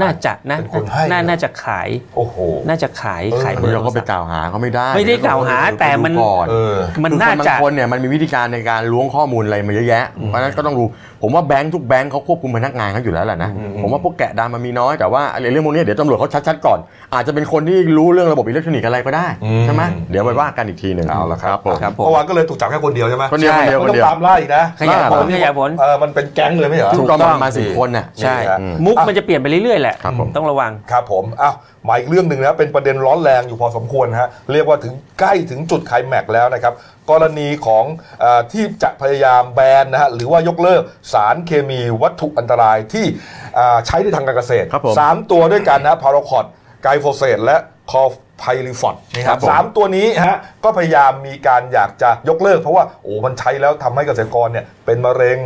[SPEAKER 6] น่าจะนะ
[SPEAKER 1] เป็นคนให้
[SPEAKER 6] น่าน่าจะขาย
[SPEAKER 1] โอ้โห
[SPEAKER 6] น่าจะขาย
[SPEAKER 1] เออ
[SPEAKER 6] ขายเบอร์
[SPEAKER 2] เรา
[SPEAKER 6] โท
[SPEAKER 2] ก็
[SPEAKER 6] ร
[SPEAKER 2] ไป
[SPEAKER 6] ศัพท์
[SPEAKER 2] กล่าวหาเขาไม่ได้
[SPEAKER 6] ไม่ได้กล่าวหาแต่มัน
[SPEAKER 2] ดูก่อน
[SPEAKER 1] เออ
[SPEAKER 6] มัน
[SPEAKER 2] คือค
[SPEAKER 6] น่า
[SPEAKER 2] บา
[SPEAKER 6] จะ
[SPEAKER 2] งคนเนี่ยมันมีวิธีการในการล้วงข้อมูลอะไรมาเยอะแยะเพราะฉะนั้นก็ต้องดูผมว่าแบงค์ทุกแบงค์เขาควบคุมพนักงานเขาอยู่แล้วแหละนะ
[SPEAKER 1] อืม
[SPEAKER 2] ผมว่าพวกแกะดำมันมีน้อยแต่ว่าไอ้เรื่องพวกเนี้ยเดี๋ยวตำรวจเขาชัดๆก่อน อาจจะเป็นคนที่รู้เรื่องระบบอิเล็กทรอนิกส์อะไรก็ได้ใช่ไหมเดี๋ยวไปว่ากันอีกทีหนึ่ง
[SPEAKER 1] เอาละครับ
[SPEAKER 2] ผม
[SPEAKER 6] ครับผม
[SPEAKER 1] เมื่อวานก็เลยถูกจับแค่คนเดียวใช่ไหม
[SPEAKER 2] คนเดียว
[SPEAKER 1] ใช่
[SPEAKER 2] คนเดียว
[SPEAKER 1] ก็ต้องตา
[SPEAKER 2] คนเดียว
[SPEAKER 1] มล่าอีกนะ
[SPEAKER 6] ขยายผล
[SPEAKER 1] นี่
[SPEAKER 6] ขยายผล
[SPEAKER 1] เออมันเป็นแก๊งเลยไม่เหรอ
[SPEAKER 6] ถูก
[SPEAKER 2] ก็ประมาณสิบคนน่ะ
[SPEAKER 6] ใช่
[SPEAKER 1] อืม
[SPEAKER 6] มุกมันจะเปลี่ยนไปเรื่อยๆแหละ
[SPEAKER 2] ครับผม
[SPEAKER 6] ต้องระวัง
[SPEAKER 1] ครับผมอ้าวมาอีกเรื่องหนึ่งนะ เป็นประเด็นร้อนแรงอยู่พอสมควรนะฮะ เรียกว่าถึงใกล้ถึงจุดไคลแม็กซ์แล้วนะครับ กรณีของเออที่จะพยายามแบนนะฮะ หรือว่ายกเลิกสารเคมีวัตถุอันตรายที่เอ่อใช้ในทางการเกษตร
[SPEAKER 2] ครับผม
[SPEAKER 1] สามตัวด้วยกันนะพาราคอดไกลโฟเซตและคอไพลิฟอดนี่ค
[SPEAKER 2] ครั
[SPEAKER 1] รับบ
[SPEAKER 2] ผม
[SPEAKER 1] สามตัวนี้ฮะก็พยายามมีการอยากจะยกเลิก เพราะว่าโอ้มันใช้แล้วทำให้เกษตรกรเนี่ยเป็นมะเร็ง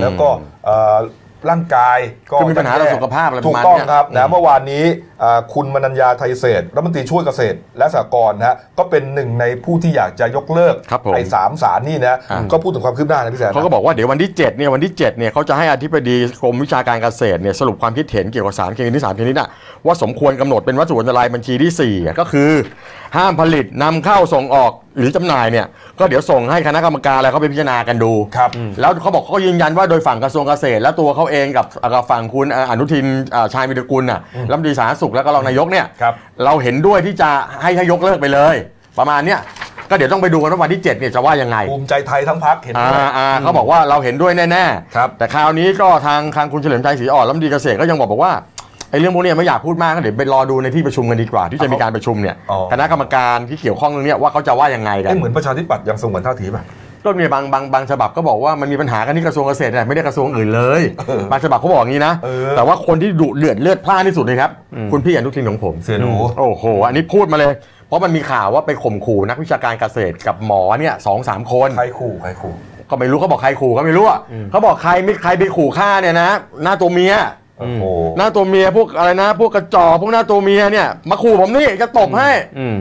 [SPEAKER 1] แล้วก็เอ่อร่างกายก็
[SPEAKER 2] คือมีปัญหาต่อสุขภาพอะไรประมาณ
[SPEAKER 1] ถูก
[SPEAKER 2] เนี้ย
[SPEAKER 1] ต้องครับ ครับนะเมื่อวานนี้อ่าคุณมนัญญาไทยเศษรัฐมนตรีช่วยเกษตรและสหกรณ์นะฮะก็เป็นหนึ่งในผู้ที่อยากจะยกเลิก
[SPEAKER 2] ครับผม
[SPEAKER 1] ไอ้สามสารนี่นะ
[SPEAKER 2] อ่า
[SPEAKER 1] ก็พูดถึงความคืบหน้านะพี่แสนนะ
[SPEAKER 2] เขาก็บอกว่าเดี๋ยววันที่7เนี่ยวันที่7เนี่ยเขาจะให้อธิบดีกรมวิชาการเกษตรเนี่ยสรุปความคิดเห็นเกี่ยวกับสารเคมีที่สามชนิดน่ะว่าสมควรกำหนดเป็นวัตถุอันตรายบัญชีที่ 4 ก็คือ ห้ามผลิตนำเข้าส่งออกหรือจำหน่ายเนี่ยก็เดี๋ยวส่งให้คณะกรรมการอะไรเขาไปพิจารณากันดู
[SPEAKER 1] ครับ
[SPEAKER 2] อืมแล้วเขาบอกเขายืนยันว่าโดยฝั่งกระทรวงเกษตร และตัวเขาเองกับกับฝั่งคุณเอ่ออนุทินเอ่อชาญวิรุกุลน่ะรัฐมนตรีสาธารณสุขแล้วก็รองนายกเนี่ย
[SPEAKER 1] ครับ
[SPEAKER 2] เราเห็นด้วยที่จะให้ให้ยกเลิกไปเลย ประมาณเนี้ยก็เดี๋ยวต้องไปดูกันว่าวันที่7เนี่ยจะว่ายังไง
[SPEAKER 1] ภูมิใจไทยทั้งพักเห็นด้วย
[SPEAKER 2] อ่าอ่าเขาบอกว่าเราเห็นด้วยแน่
[SPEAKER 1] ครับ
[SPEAKER 2] แต่คราวนี้ก็ทางทางคุณเฉลิมชัยศรีอ่อนรัฐมนตรีเกษตรก็ยังบอกบอกว่าไอ้เรื่องพวกเนี้ยไม่อยากพูดมากนะเดี๋ยวไปรอดูในที่ประชุมกันดีกว่า ที่จะมีการประชุมเนี่ย
[SPEAKER 1] อ๋อ
[SPEAKER 2] คณะกรรมการที่เกี่ยวข้องเรื่องเนี้ยว่าเขาจะว่ายังไงกัน
[SPEAKER 1] เอ๊ะเหมือนประชาธิปัตย์ยังสงวนท่าทีป่ะ
[SPEAKER 2] รถเมียบางบางบางฉบับก็บอกว่ามันมีปัญหากันที่กระทรวงเกษตรเนี่ยไม่ได้กระทรวงอื่นเลย
[SPEAKER 1] เออบ
[SPEAKER 2] างฉบับเขาบอกอย่างนี้นะ
[SPEAKER 1] เออ
[SPEAKER 2] แต่ว่าคนที่ดุเดือดเลือดพล่านที่สุดเลยครับคุณพี่อนุทินของผม
[SPEAKER 1] เสียหนู
[SPEAKER 2] โอ้โห อันนี้พูดมาเลย เพราะมันมีข่าวว่าไปข่มขู่นักวิชาการเกษตรกับหมอเนี่ยสองสามคน
[SPEAKER 1] ใครขู่ใครขู่
[SPEAKER 2] ก็ไม่รู้เขาบอกใครขู่ก็ไม่รู้อ่ะเขาบอกใครไม่ใครไปขู่ฆ่าเนี่ยนะ หน้าตัวเมีย
[SPEAKER 1] โอ้โห
[SPEAKER 2] หน้าตัวเมียพวกอะไรนะ พวกกระจอกพวกหน้าตัวเมียเนี่ยมาขู่ผมนี่จะตบให้
[SPEAKER 6] อืม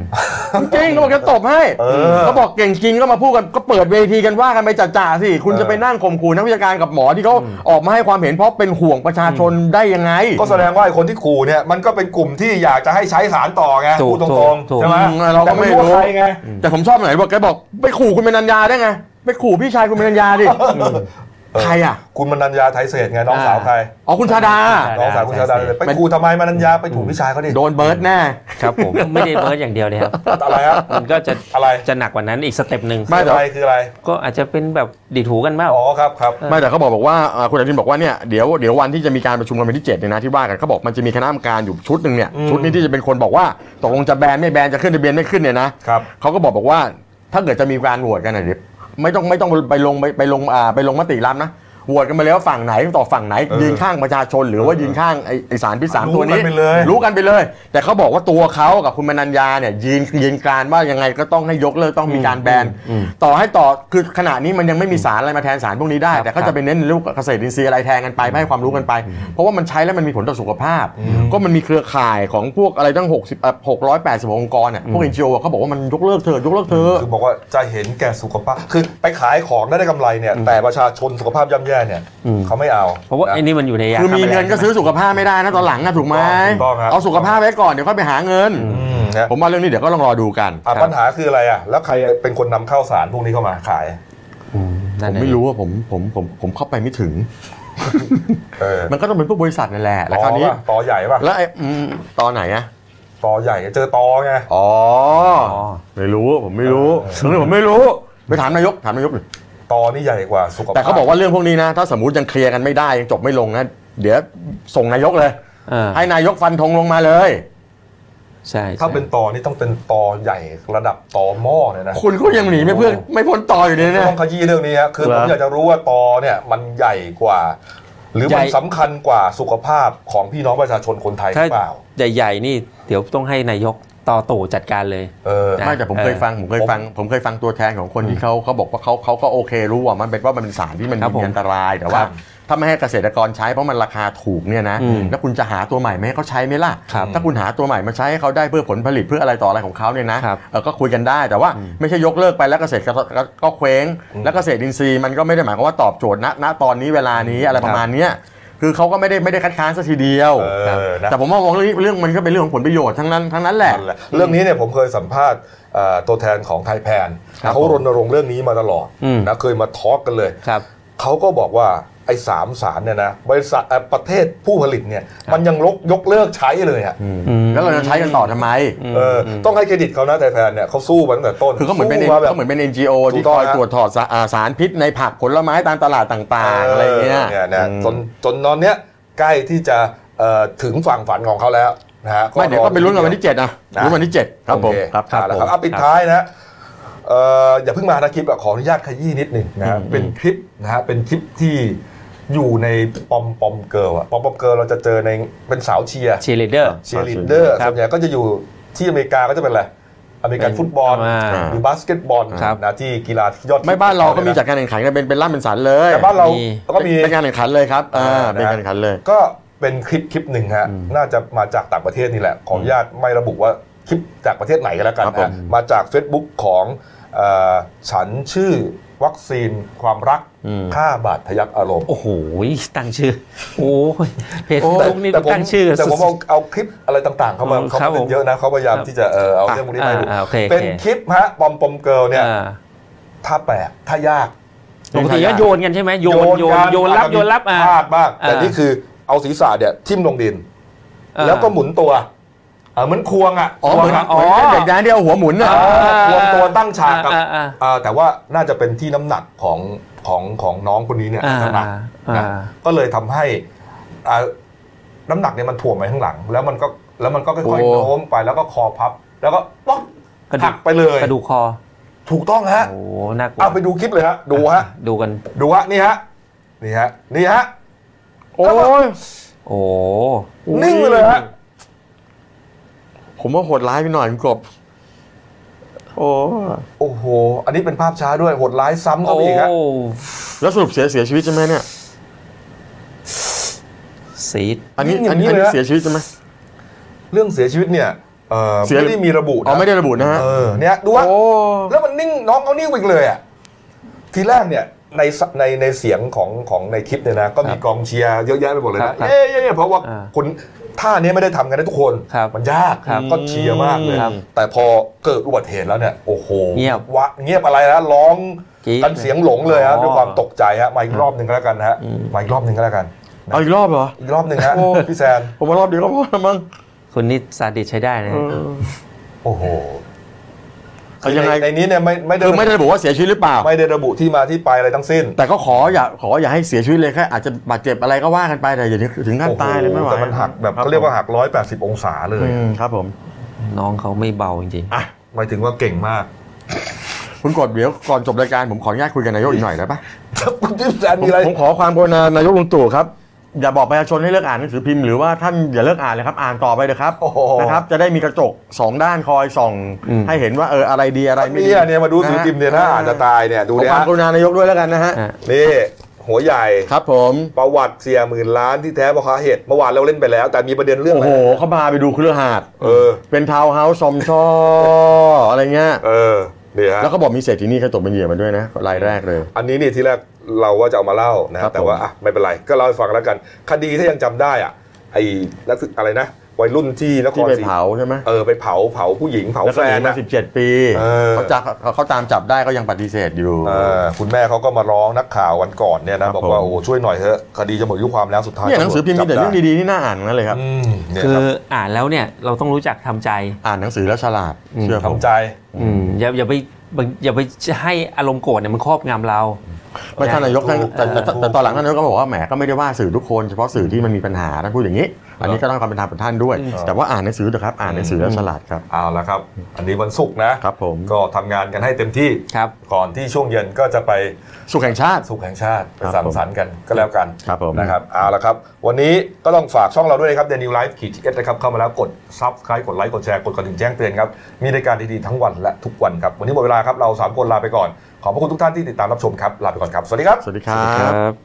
[SPEAKER 2] จริงๆเขาบอกจะตบให้
[SPEAKER 1] เออ
[SPEAKER 2] เขาบอกเก่งจริงก็มาพูดกันก็เปิดเวทีกันว่ากันไปจ่าๆสิคุณ
[SPEAKER 1] เออ
[SPEAKER 2] จะไปนั่งข่มขู่นักวิชาการกับหมอที่เขาออกมาให้ความเห็นเพราะเป็นห่วงประชาชนได้ยังไง
[SPEAKER 1] ก็แสดงว่าไอ้คนที่ขู่เนี่ยมันก็เป็นกลุ่มที่อยากจะให้ใช้สารต่อไง
[SPEAKER 6] ถูก
[SPEAKER 1] พูดตรง
[SPEAKER 6] ถู
[SPEAKER 1] ๆ
[SPEAKER 6] ก
[SPEAKER 1] ใช่ไหม
[SPEAKER 2] อืมเราก็
[SPEAKER 1] แต่ไม่
[SPEAKER 2] ไม่
[SPEAKER 1] รู้
[SPEAKER 2] รู้
[SPEAKER 1] ว่าใครไง
[SPEAKER 2] แต่ผมชอบไหนบอกแกบอกไปขู่คุณเมนัญญาได้ไงไปขู่พี่ชายคุณเมนัญญาดิใครอ่ะ
[SPEAKER 1] คุณมนัญญาไทยเศษไงน้องสาวใคร
[SPEAKER 2] อ๋อคุณชาดา
[SPEAKER 1] น้องสาวคุณชาดาเลยไปขู่ทำไมมนัญญาไปถูกพี่ชายเขาดิ
[SPEAKER 2] โดนเบิร์ดแน่
[SPEAKER 6] ครับผมไม่ได้เบิร์ดอย่างเดียวเลยครับ
[SPEAKER 1] อะไร ครับ
[SPEAKER 6] มันก็จะ
[SPEAKER 1] อะไร
[SPEAKER 6] จะหนักกว่านั้นอีกสเต็ปหนึ่ง
[SPEAKER 2] ไม่
[SPEAKER 1] อะไรคืออะไร
[SPEAKER 6] ก็อาจจะเป็นแบบดีดหูกันมาก
[SPEAKER 1] อ๋อครับครับ
[SPEAKER 2] ไม่แต่เขาบอกบอกว่าอ่าคุณอนุทินบอกว่าเนี่ยเดี๋ยวเดี๋ยววันที่จะมีการประชุมกันวันที่7เนี่ยนะที่ว่ากันเขาบอกมันจะมีคณะกรรมการอยู่ชุดหนึ่งเนี่ยชุดนี้ที่จะเป็นคนบอกว่าตกลงจะแบนไม่แบนจะขึ้นทะเบียนไม่ขึ้นเนี่ยนะครับ เขาก็บอกบอกว่าถ้าเกิดจะมีการโหวตกันนะเดี๋ยวไม่ต้องไม่ต้องไปลงไปไปลงอ่าไปลงมติรับนะ โหวตกันมาแล้วฝั่งไหนต่อฝั่งไหน ยืนข้างประชาชน หรือว่ายืนข้างไอ้ไอสารพิษสามตัวนี้
[SPEAKER 1] รู้กันไปเลย
[SPEAKER 2] รู้กันไปเลย แต่เขาบอกว่าตัวเขากับคุณมนัญญาเนี่ยยืนยืนกรานว่ายังไงก็ต้องให้ยกเลิกต้องมีการแบนต่อให้ต่อคือขณะนี้มันยังไม่มีสารอะไรมาแทนสารพวกนี้ได้
[SPEAKER 6] ครับ
[SPEAKER 2] แต่เขาจะไปเน้นลูกเกษตรอินทรีย์อะไรแทนกันไปไม่ให้ความรู้กันไป เพราะว่ามันใช้แล้วมันมีผลต่อสุขภาพ ก็มันมีเครือข่ายของพวกอะไรตั้ง60เอ่อ680องค์กรเนี่ยพวก NGO อะเขาบอกว่ามันยกเลิกเถอะยกเลิกเถอะ
[SPEAKER 1] คือบอกว่าจะเห็นแก่สุขภาพ คือไปขายของได้ได้กำไรเนี่ย แต่ประชาชนสุขภาพย่ำแย่เนี่ย
[SPEAKER 6] อืม
[SPEAKER 1] เขาไม่เอา
[SPEAKER 6] เพราะว่าไอ้นี่มันอยู่ในยา
[SPEAKER 2] คือมี
[SPEAKER 6] ฆ่าแมล
[SPEAKER 2] เงินก็ซื้อสุขภาพไม่ได้นะตอนหลังนะถูกไหม
[SPEAKER 1] ถูกต้องครับ
[SPEAKER 2] เอาสุขภาพไว้ก่อนเดี๋ยวค่อยไปหาเงิน
[SPEAKER 1] อืมนะ
[SPEAKER 2] ผมว่าเรื่องนี้เดี๋ยวก็ลองรอดูกัน
[SPEAKER 1] อ่ะปัญหาคืออะไรอ่ะ แล้วใครเป็นคนนำเข้าสารพวกนี้เข้ามาขาย
[SPEAKER 2] ผ
[SPEAKER 6] นั่น
[SPEAKER 2] ม
[SPEAKER 6] น่ะ
[SPEAKER 2] ไม่รู้ว่าผมผมผมผมเข้าไปไม่ถึง
[SPEAKER 1] เออ
[SPEAKER 2] มันก็ต้องเป็นพวกบริษัทนั่นแหละ
[SPEAKER 1] ต่
[SPEAKER 2] แล้ว
[SPEAKER 1] อ
[SPEAKER 2] คราวนี้
[SPEAKER 1] ป่ะต่อใหญ่ป่ะ
[SPEAKER 2] แล้วไอ้อืมตอนไหนอะ
[SPEAKER 1] ต่อใหญ่เจอตอไง
[SPEAKER 2] อ๋อไม่รู้ผมไม่รู้เรื่องนี้ผมไม่รู้ไปถามนายกถามนายกหน่อย
[SPEAKER 1] ตอนี่ใหญ่กว่าสุขภาพ
[SPEAKER 2] แต่เขาบอกว่าเรื่องพวกนี้นะ ถ้าสมมติยังเคลียร์กันไม่ได้ยังจบไม่ลงนะเดี๋ยวส่งนายกเลย
[SPEAKER 6] เออ
[SPEAKER 2] ให้นายกฟันธงลงมาเลย
[SPEAKER 6] ใช่
[SPEAKER 1] ถ้าเป็นตอนี่ต้องเป็นตอใหญ่ระดับตอหม้อเนี่ยนะ
[SPEAKER 2] คุณก็ยังหนีไม่เพื่อนไม่พ้นต่ออยู่ดีนะ
[SPEAKER 1] ต้องขยี้เรื่องนี้ครับคือ
[SPEAKER 2] เหร
[SPEAKER 1] ผ
[SPEAKER 2] อ
[SPEAKER 1] มอยากจะรู้ว่าตอเนี่ยมันใหญ่กว่า หรือมันสำคัญกว่าสุขภาพของพี่น้องประชาชนคนไทยห
[SPEAKER 6] ถ้า
[SPEAKER 1] รือเปล่า
[SPEAKER 6] ใหญ่ๆนี่เดี๋ยวต้องให้นายกต่อตู่จัดการเลย
[SPEAKER 1] เออ
[SPEAKER 6] นะ
[SPEAKER 2] ไม่แต่ผมเคย
[SPEAKER 6] เออ
[SPEAKER 2] ฟังผมเคยฟังผมเคยฟังตัวแทนของคนที่เขาเขาบอกว่าเขาเขาก็โอเครู้ว่ามันเป็นว่ามันเป็นสารที่มัน
[SPEAKER 6] ครับผม
[SPEAKER 2] มีอันตรายแต่ว่า
[SPEAKER 6] ครับ
[SPEAKER 2] ถ้าไม่ให้เกษตรกรใช้เพราะมันราคาถูกเนี่ยนะ
[SPEAKER 6] อืม
[SPEAKER 2] แล้วคุณจะหาตัวใหม่ไหมให้เขาใช้ไหมล่ะ
[SPEAKER 6] ครับ
[SPEAKER 2] ถ้าคุณหาตัวใหม่มาใช้ให้เขาได้เพื่อผลผลิตเพื่ออะไรต่ออะไรของเขาเนี่ยนะครับ เออก็คุยกันได้แต่ว่าไม่ใช่ยกเลิกไปแล้วเกษตรก็ก็ก็เคว้ง แล้วเกษตรอินทรีย์มันก็ไม่ได้หมายความว่าตอบโจทย์ณณตอนนี้เวลานี้อะไรประมาณเนี้ยคือเขาก็ไม่ได้ไม่ได้คัดค้านซะทีเดียว
[SPEAKER 1] เออนะ
[SPEAKER 2] แต่ผมว่ามองเรื่องนี้เรื่องมันก็เป็นเรื่องของผลประโยชน์ทั้งนั้นทั้งนั้นแหละ
[SPEAKER 1] นั่นแหละเรื่องนี้เนี่ยผมเคยสัมภาษณ์เอ่อตัวแทนของไทยแพน
[SPEAKER 2] ครับ
[SPEAKER 1] เขา
[SPEAKER 2] ผม
[SPEAKER 1] รณรงค์เรื่องนี้มาตลอด
[SPEAKER 6] อืม
[SPEAKER 1] นะเคยมาทอล์กกันเลย
[SPEAKER 6] ครับ
[SPEAKER 1] เขาก็บอกว่าไอ้สามสารเนี่ยนะบริษัทเอ่อประเทศผู้ผลิตเนี่ยมันยังลกยกเลิกใช้เลยอ่ะ
[SPEAKER 2] แล้วเราจะใช้กันต่อทำไม
[SPEAKER 1] เอออต้องให้เครดิตเขานะไทยแพนเนี่ยเขาสู้มาตั้งแต่ต้น
[SPEAKER 2] คือเขาเหมือนเป็น
[SPEAKER 1] สู้มาแบบ
[SPEAKER 2] เขาเหมือนเป็น NGO
[SPEAKER 1] ถู
[SPEAKER 2] ที่
[SPEAKER 1] กต้
[SPEAKER 2] ค
[SPEAKER 1] อง
[SPEAKER 2] อย
[SPEAKER 1] ฮะ
[SPEAKER 2] ตรวจถอดสาอ่าสารพิษในผักผลไม้ตามตลาดต่างๆ อะไรเงี้ย
[SPEAKER 1] นะจนจนตอนเนี้ยใกล้ที่จะเอ่อถึงฝั่งฝันของเขาแล้วนะฮะ
[SPEAKER 2] ไม่เดี๋ยวก็ไปลุ้นกันวันที่
[SPEAKER 1] เจ็ด
[SPEAKER 2] เจ็ดนะ
[SPEAKER 1] นะ
[SPEAKER 2] ลุ้นวันที่เจ็ดครับผมครับ
[SPEAKER 1] ครับ
[SPEAKER 2] ผม
[SPEAKER 1] เอาปิดท้ายนะเอ่ออย่าเพิ่งมานะคลิปอะขออนุญาตขยี้นิดหนึ่งนะฮะเป็นคลิปนะฮะเป็นคลิปที่อยู่ในปอมปอมเกิร์ลอะปอมปอมเกิร์ลเราจะเจอในเป็นสาวเชียร์
[SPEAKER 6] เชียร์ลีเดอร์
[SPEAKER 1] เชียร์ลีดเดอร์
[SPEAKER 6] ครับ
[SPEAKER 1] ส่วนใหญ่ก็จะอยู่ที่อเมริกาก็จะเป็นอะไรอเมริกัน
[SPEAKER 6] เป็น
[SPEAKER 1] ฟุตบอล
[SPEAKER 6] อ่า
[SPEAKER 1] หรือบาสเกตบอล
[SPEAKER 6] ครับ
[SPEAKER 1] นะที่กีฬาที่ยอดฮิต
[SPEAKER 2] ไม่บ้านเราก็มีจัดการแข่งขันกันเป็นเป็นล่ามเป็นสันเลย
[SPEAKER 1] แต่บ้านเราก็มี
[SPEAKER 2] เป็นการแข่งขันเลยครับอ่า
[SPEAKER 1] อ่า
[SPEAKER 2] เป็นการแข่งขันเลย
[SPEAKER 1] ก็เป็นคลิปคลิปหนึ่งฮะ น่าจะมาจากต่างประเทศนี่แหละ ขออนุญาตไม่ระบุว่าคลิปจากประเทศไหนก็แล้วกัน
[SPEAKER 2] ครับผม
[SPEAKER 1] นะมาจาก Facebook ของเอ่อฉันชื่อวัคซีนความรักค่าบาดทะยักอารมณ์
[SPEAKER 6] โอ้โหตั้งชื่อ โอ้ยเพจ
[SPEAKER 1] โอ้
[SPEAKER 6] เฟซบุ๊กนี่ตั้งชื่อ
[SPEAKER 1] แต่ผมเอาเอาคลิปอะไรต่างๆ เข้ามา
[SPEAKER 6] อืม
[SPEAKER 1] เขา
[SPEAKER 6] ครับ
[SPEAKER 1] เป็
[SPEAKER 6] ผ
[SPEAKER 1] น
[SPEAKER 6] ม
[SPEAKER 1] เยอะนะเขาพยายามที่จะเออเอาเรื่องพวกนี้มาให้ดู
[SPEAKER 6] อ่าโอเคโอเค
[SPEAKER 1] เป็นคลิปฮะปอมปอมเกิลเนี่ย
[SPEAKER 6] อ่า
[SPEAKER 1] ถ้าแปลกถ้ายาก
[SPEAKER 6] ปกติก็โยนกันใช่ไหมโยนโยน
[SPEAKER 1] กั
[SPEAKER 6] โยนรับ
[SPEAKER 1] อาจจะมี
[SPEAKER 6] โยนรับอ่า
[SPEAKER 1] พลาดบ้างแต่
[SPEAKER 6] อ่านี่
[SPEAKER 1] นี่คือเอาศีรษะเนี่ยทิ่มลงดิน
[SPEAKER 6] อ่า
[SPEAKER 1] แล้วก็หมุนตัวเอ่อเหมือนควงอ่ะ
[SPEAKER 2] อ๋อ
[SPEAKER 1] คว
[SPEAKER 2] เหมื
[SPEAKER 1] ง
[SPEAKER 2] อน
[SPEAKER 1] อะ
[SPEAKER 2] เหมือนเด็กแดนที่เอาหัวหมุนอ่ะ
[SPEAKER 1] เออควงตัว
[SPEAKER 6] อ่า
[SPEAKER 1] ตั้งฉากกับ
[SPEAKER 6] อ่าอ่า
[SPEAKER 1] อ่าแต่ว่าน่าจะเป็นที่น้ำหนักของของของน้องคนนี้เนี่ย
[SPEAKER 6] อ่า
[SPEAKER 1] น้ำหนักนะ
[SPEAKER 6] อ่า
[SPEAKER 1] ก็เลยทำให้อ่าน้ำหนักเนี่ยมันถ่วงไปข้างหลัง แล้วมันก็แล้วมันก็ค่อย
[SPEAKER 2] โอ้
[SPEAKER 1] ๆโน้มไปแล้วก็คอพับ แล้วก็ป๊อก
[SPEAKER 6] กระดูก
[SPEAKER 1] หักไปเลย
[SPEAKER 6] กระดูกคอ
[SPEAKER 1] ถูกต้องฮะ
[SPEAKER 6] โอ้โหน่ากลัว
[SPEAKER 1] เอาไปดูคลิปเลยฮะดูฮะ
[SPEAKER 6] ดูกัน
[SPEAKER 1] ดูฮะนี่ฮะนี่ฮะนี่ฮะ
[SPEAKER 2] โอ้ย
[SPEAKER 6] โอ้
[SPEAKER 1] นิ่งไปเลยฮะ
[SPEAKER 2] ผมว่าโหดร้ายไปหน่อยคุณกบโอ้
[SPEAKER 1] โอ้โห อันนี้เป็นภาพช้าด้วย โหดร้ายซ้ำเข้า
[SPEAKER 6] โอ้
[SPEAKER 1] ไปอีกฮะ
[SPEAKER 2] แล้วสรุปเสียเสียชีวิตใช่ไหมเนี่ย
[SPEAKER 6] สีด
[SPEAKER 2] อันนี้อันนี้อันนี้เสียชีวิตใช่ไหม
[SPEAKER 1] เรื่องเสียชีวิตเนี่ยเอ่อ
[SPEAKER 2] เสีย
[SPEAKER 1] ไม่ได้มีระบุนะ
[SPEAKER 2] อ๋อไม่ได้ระบุนะฮะ
[SPEAKER 1] เออเนี่ยดูว่า
[SPEAKER 2] โอ้
[SPEAKER 1] แล้วมันนิ่งน้องเขานิ่งไปอีกเลยอ่ะทีแรกเนี่ยในสในในเสียงของของในคลิปเนี่ยนะ ก็มีกองเชียร์เยอะแยะไปหมดเลย
[SPEAKER 6] ครั
[SPEAKER 1] นะ
[SPEAKER 6] บครับ
[SPEAKER 1] เย้เย้เย้เพราะว่า
[SPEAKER 6] อ่า
[SPEAKER 1] คนท่าเนี้ยไม่ได้ทำกันได้ทุกคน
[SPEAKER 6] ครับ
[SPEAKER 1] มันยาก
[SPEAKER 6] ครับ
[SPEAKER 1] ก็เชียร์มากเลย
[SPEAKER 6] ครับ
[SPEAKER 1] แต่พอเกิดอุบัติเหตุแล้วเนี่ยโอ้โห
[SPEAKER 6] เงียบ
[SPEAKER 1] วะเงียบอะไรนะร้อง
[SPEAKER 6] กรี๊ด
[SPEAKER 1] กันเสียงหลงเลยฮะ
[SPEAKER 6] อ๋อ
[SPEAKER 1] ด้วยความตกใจฮะมาอีกรอบหนึ่งก็แล้วกันนะฮะมาอีกรอบหนึ่งก็แล้วกัน
[SPEAKER 2] เอาอีกรอบเหรอ
[SPEAKER 1] อีกรอบหนึ่งฮะ
[SPEAKER 2] โอ้
[SPEAKER 1] พี่แซน
[SPEAKER 2] ผมว่ารอบเดียวก็พอแล้วมั้ง
[SPEAKER 6] คนนี้ซาดิสใช้ได้นะ
[SPEAKER 2] เออ
[SPEAKER 1] โอ้โห
[SPEAKER 2] เอายังไง
[SPEAKER 1] ในในนี้เนี่ยไม่ไม่ได้
[SPEAKER 2] คือไม่ได้ระบุว่าเสียชีวิตหรือเปล่า
[SPEAKER 1] ไม่ได้ระบุที่มาที่ไปอะไรทั้งสิ้น
[SPEAKER 2] แต่ก็ขออย่าขออย่าให้เสียชีวิตเลยแค่อาจจะบาดเจ็บอะไรก็ว่ากันไปแต่อย่าถึงขั้นตายเลยไม่ไหว
[SPEAKER 1] โอ้โหแต่มันหักแบบเขาเรียกว่าหัก 180 องศาเลย
[SPEAKER 2] อืมครับผม
[SPEAKER 6] น้องเขาไม่เบาจริง
[SPEAKER 1] หมายถึงว่าเก่งมาก
[SPEAKER 2] คุณกดเดี๋ยวก่อนจบรายการผมขออนุญาตคุยกับนายกอีกหน่อยได้ปะ
[SPEAKER 1] คุณทิพย์แสน
[SPEAKER 2] ผม
[SPEAKER 1] มีอะไร
[SPEAKER 2] ผมขอความกรุณานายกลุงตู่ครับ อย่าบอกประชาชนให้เลิกอ่านหนังสือพิมพ์หรือว่าท่านอย่าเลิกอ่านเลยครับ อ่านต่อไปเถอะครับ
[SPEAKER 1] โอ้โห
[SPEAKER 2] นะครับจะได้มีกระจกสองด้านคอยส่อง
[SPEAKER 6] อืม
[SPEAKER 2] ให้เห็นว่าเอออะไรดีอะไรไม่ดี
[SPEAKER 1] เนี่ยเนี่ยมาดูสือพิมพ์เนี่ยนะอ่านจะตายเนี่ย
[SPEAKER 2] ข
[SPEAKER 1] ดู
[SPEAKER 2] อ
[SPEAKER 1] เนี่ย
[SPEAKER 2] ความกรุณานายกด้วยแล้วกันนะฮะ
[SPEAKER 6] อ่ะ
[SPEAKER 1] นี่หัวใหญ่
[SPEAKER 2] ครับผม
[SPEAKER 1] ประวัติเสียหมื่นล้านที่แท้เพราะค้าเห็ดเมื่อวานเราเล่นไปแล้ว แต่มีประเด็นเรื่องอะ
[SPEAKER 2] โอ้
[SPEAKER 1] ไร
[SPEAKER 2] โหเขาพาไปดูเครือหาด
[SPEAKER 1] เออ
[SPEAKER 2] เป็นทาวน์เฮาส์ซอมช่ออะไรเงี้ย
[SPEAKER 1] เออนี่ฮะ
[SPEAKER 2] แล้วเขาบอกมีเศรษฐีนี่เคยตกเป็นเหยื่อมาด้วยนะ รายแรกเลย
[SPEAKER 1] อันนี้นี่ที่แรกเราว่าจะเอามาเล่านะครับ แต่ว่า
[SPEAKER 2] ผม
[SPEAKER 1] อ่ะไม่เป็นไรก็เล่าให้ฟังแล้วกัน คดีถ้ายังจำได้อ่ะไอ้นักศึกอะไรนะวัยรุ่นที่นค
[SPEAKER 2] ที่
[SPEAKER 1] ร
[SPEAKER 2] ไป
[SPEAKER 1] ศรี
[SPEAKER 2] เผาใช่ไหม
[SPEAKER 1] เออไปเผาเผาผู้หญิงเผา
[SPEAKER 2] แล้ว
[SPEAKER 1] แฟ
[SPEAKER 2] ก็ห
[SPEAKER 1] น
[SPEAKER 2] นีมา
[SPEAKER 1] นะ
[SPEAKER 2] สิบเจ็ดปี
[SPEAKER 1] เออ
[SPEAKER 2] เขาจะเขาเขาตามจับได้ก็ยังปฏิเสธอยู่
[SPEAKER 1] เออคุณแม่เขาก็มาร้องนักข่าววันก่อนเนี่ย
[SPEAKER 2] ค
[SPEAKER 1] นะ
[SPEAKER 2] รับ
[SPEAKER 1] บอกว่า
[SPEAKER 2] ผม
[SPEAKER 1] โอ้ช่วยหน่อยเถอะคดีจะหมดอายุความแล้วสุดท้าย
[SPEAKER 2] เนี่ยหนังสือพิมพ์มีแต่เรื่อง
[SPEAKER 1] จับไ
[SPEAKER 2] ดีๆที่น่าอ่านทั้งนั้นเลยครับ
[SPEAKER 1] อืมเนี่ย
[SPEAKER 6] คือ
[SPEAKER 1] ครับ
[SPEAKER 6] อ่านแล้วเนี่ยเราต้องรู้จักทำใจ
[SPEAKER 2] อ่านหนังสือแล้วฉลาด
[SPEAKER 6] อืม
[SPEAKER 2] เชื่อผม
[SPEAKER 1] ทำใจ
[SPEAKER 6] อืมอย่าอย่าไปอย่าไปให้อารมณ์โกรธเนี่ยมันครอบงำเรา
[SPEAKER 2] ไม่ท่านนายกท่าน
[SPEAKER 1] ถูก
[SPEAKER 2] แต่แต่แต่
[SPEAKER 1] ถูก
[SPEAKER 2] แต่ตอนหลังท่านนายกก็บอกว่าแหมก็ไม่ได้ว่าสื่อทุกคนเฉพาะสื่อที่มันมีปัญหาท่านพูดอย่างนี้ อันนี้ก็ต้องให้ความเป็นธรรมกับท่านด้วย
[SPEAKER 6] อืม
[SPEAKER 2] แต่ว่าอ่านหนังสือเถอะครับอ่านหนังสือแล้วฉลาดครับ
[SPEAKER 1] เอาละครับ อันนี้วันศุกร์นะครับ
[SPEAKER 2] ผม
[SPEAKER 1] ก็ทำงานกันให้เต็มที่
[SPEAKER 6] ครับ
[SPEAKER 1] ก่อนที่ช่วงเย็นก็จะไป
[SPEAKER 2] สุขแห่งชาติ
[SPEAKER 1] สุขแห่งชาติไป
[SPEAKER 2] ครับ
[SPEAKER 1] สังสรรค์กันก็แล้วกัน
[SPEAKER 2] ครับผม
[SPEAKER 1] นะครับเอาละครับ วันนี้ก็ต้องฝากช่องเราด้วยนะครับเดนิวไลฟ์ขีดทีเอสนะครับ เข้ามาแล้วกดซับสไครต์กดไลค์กดแชร์กดกระดิ่งแจ้งเตือนครับ มีรายการดี ๆ ทั้งวันและทุกวันครับ วันนี้หมดเวลาครับ เรา 3 คนลาไปก่อน ขอบพระคุณทุกท่านที่ติดตามรับชมครับ ลาไปก่อนครับ สวัสดีครับ
[SPEAKER 2] สวัสดีครับ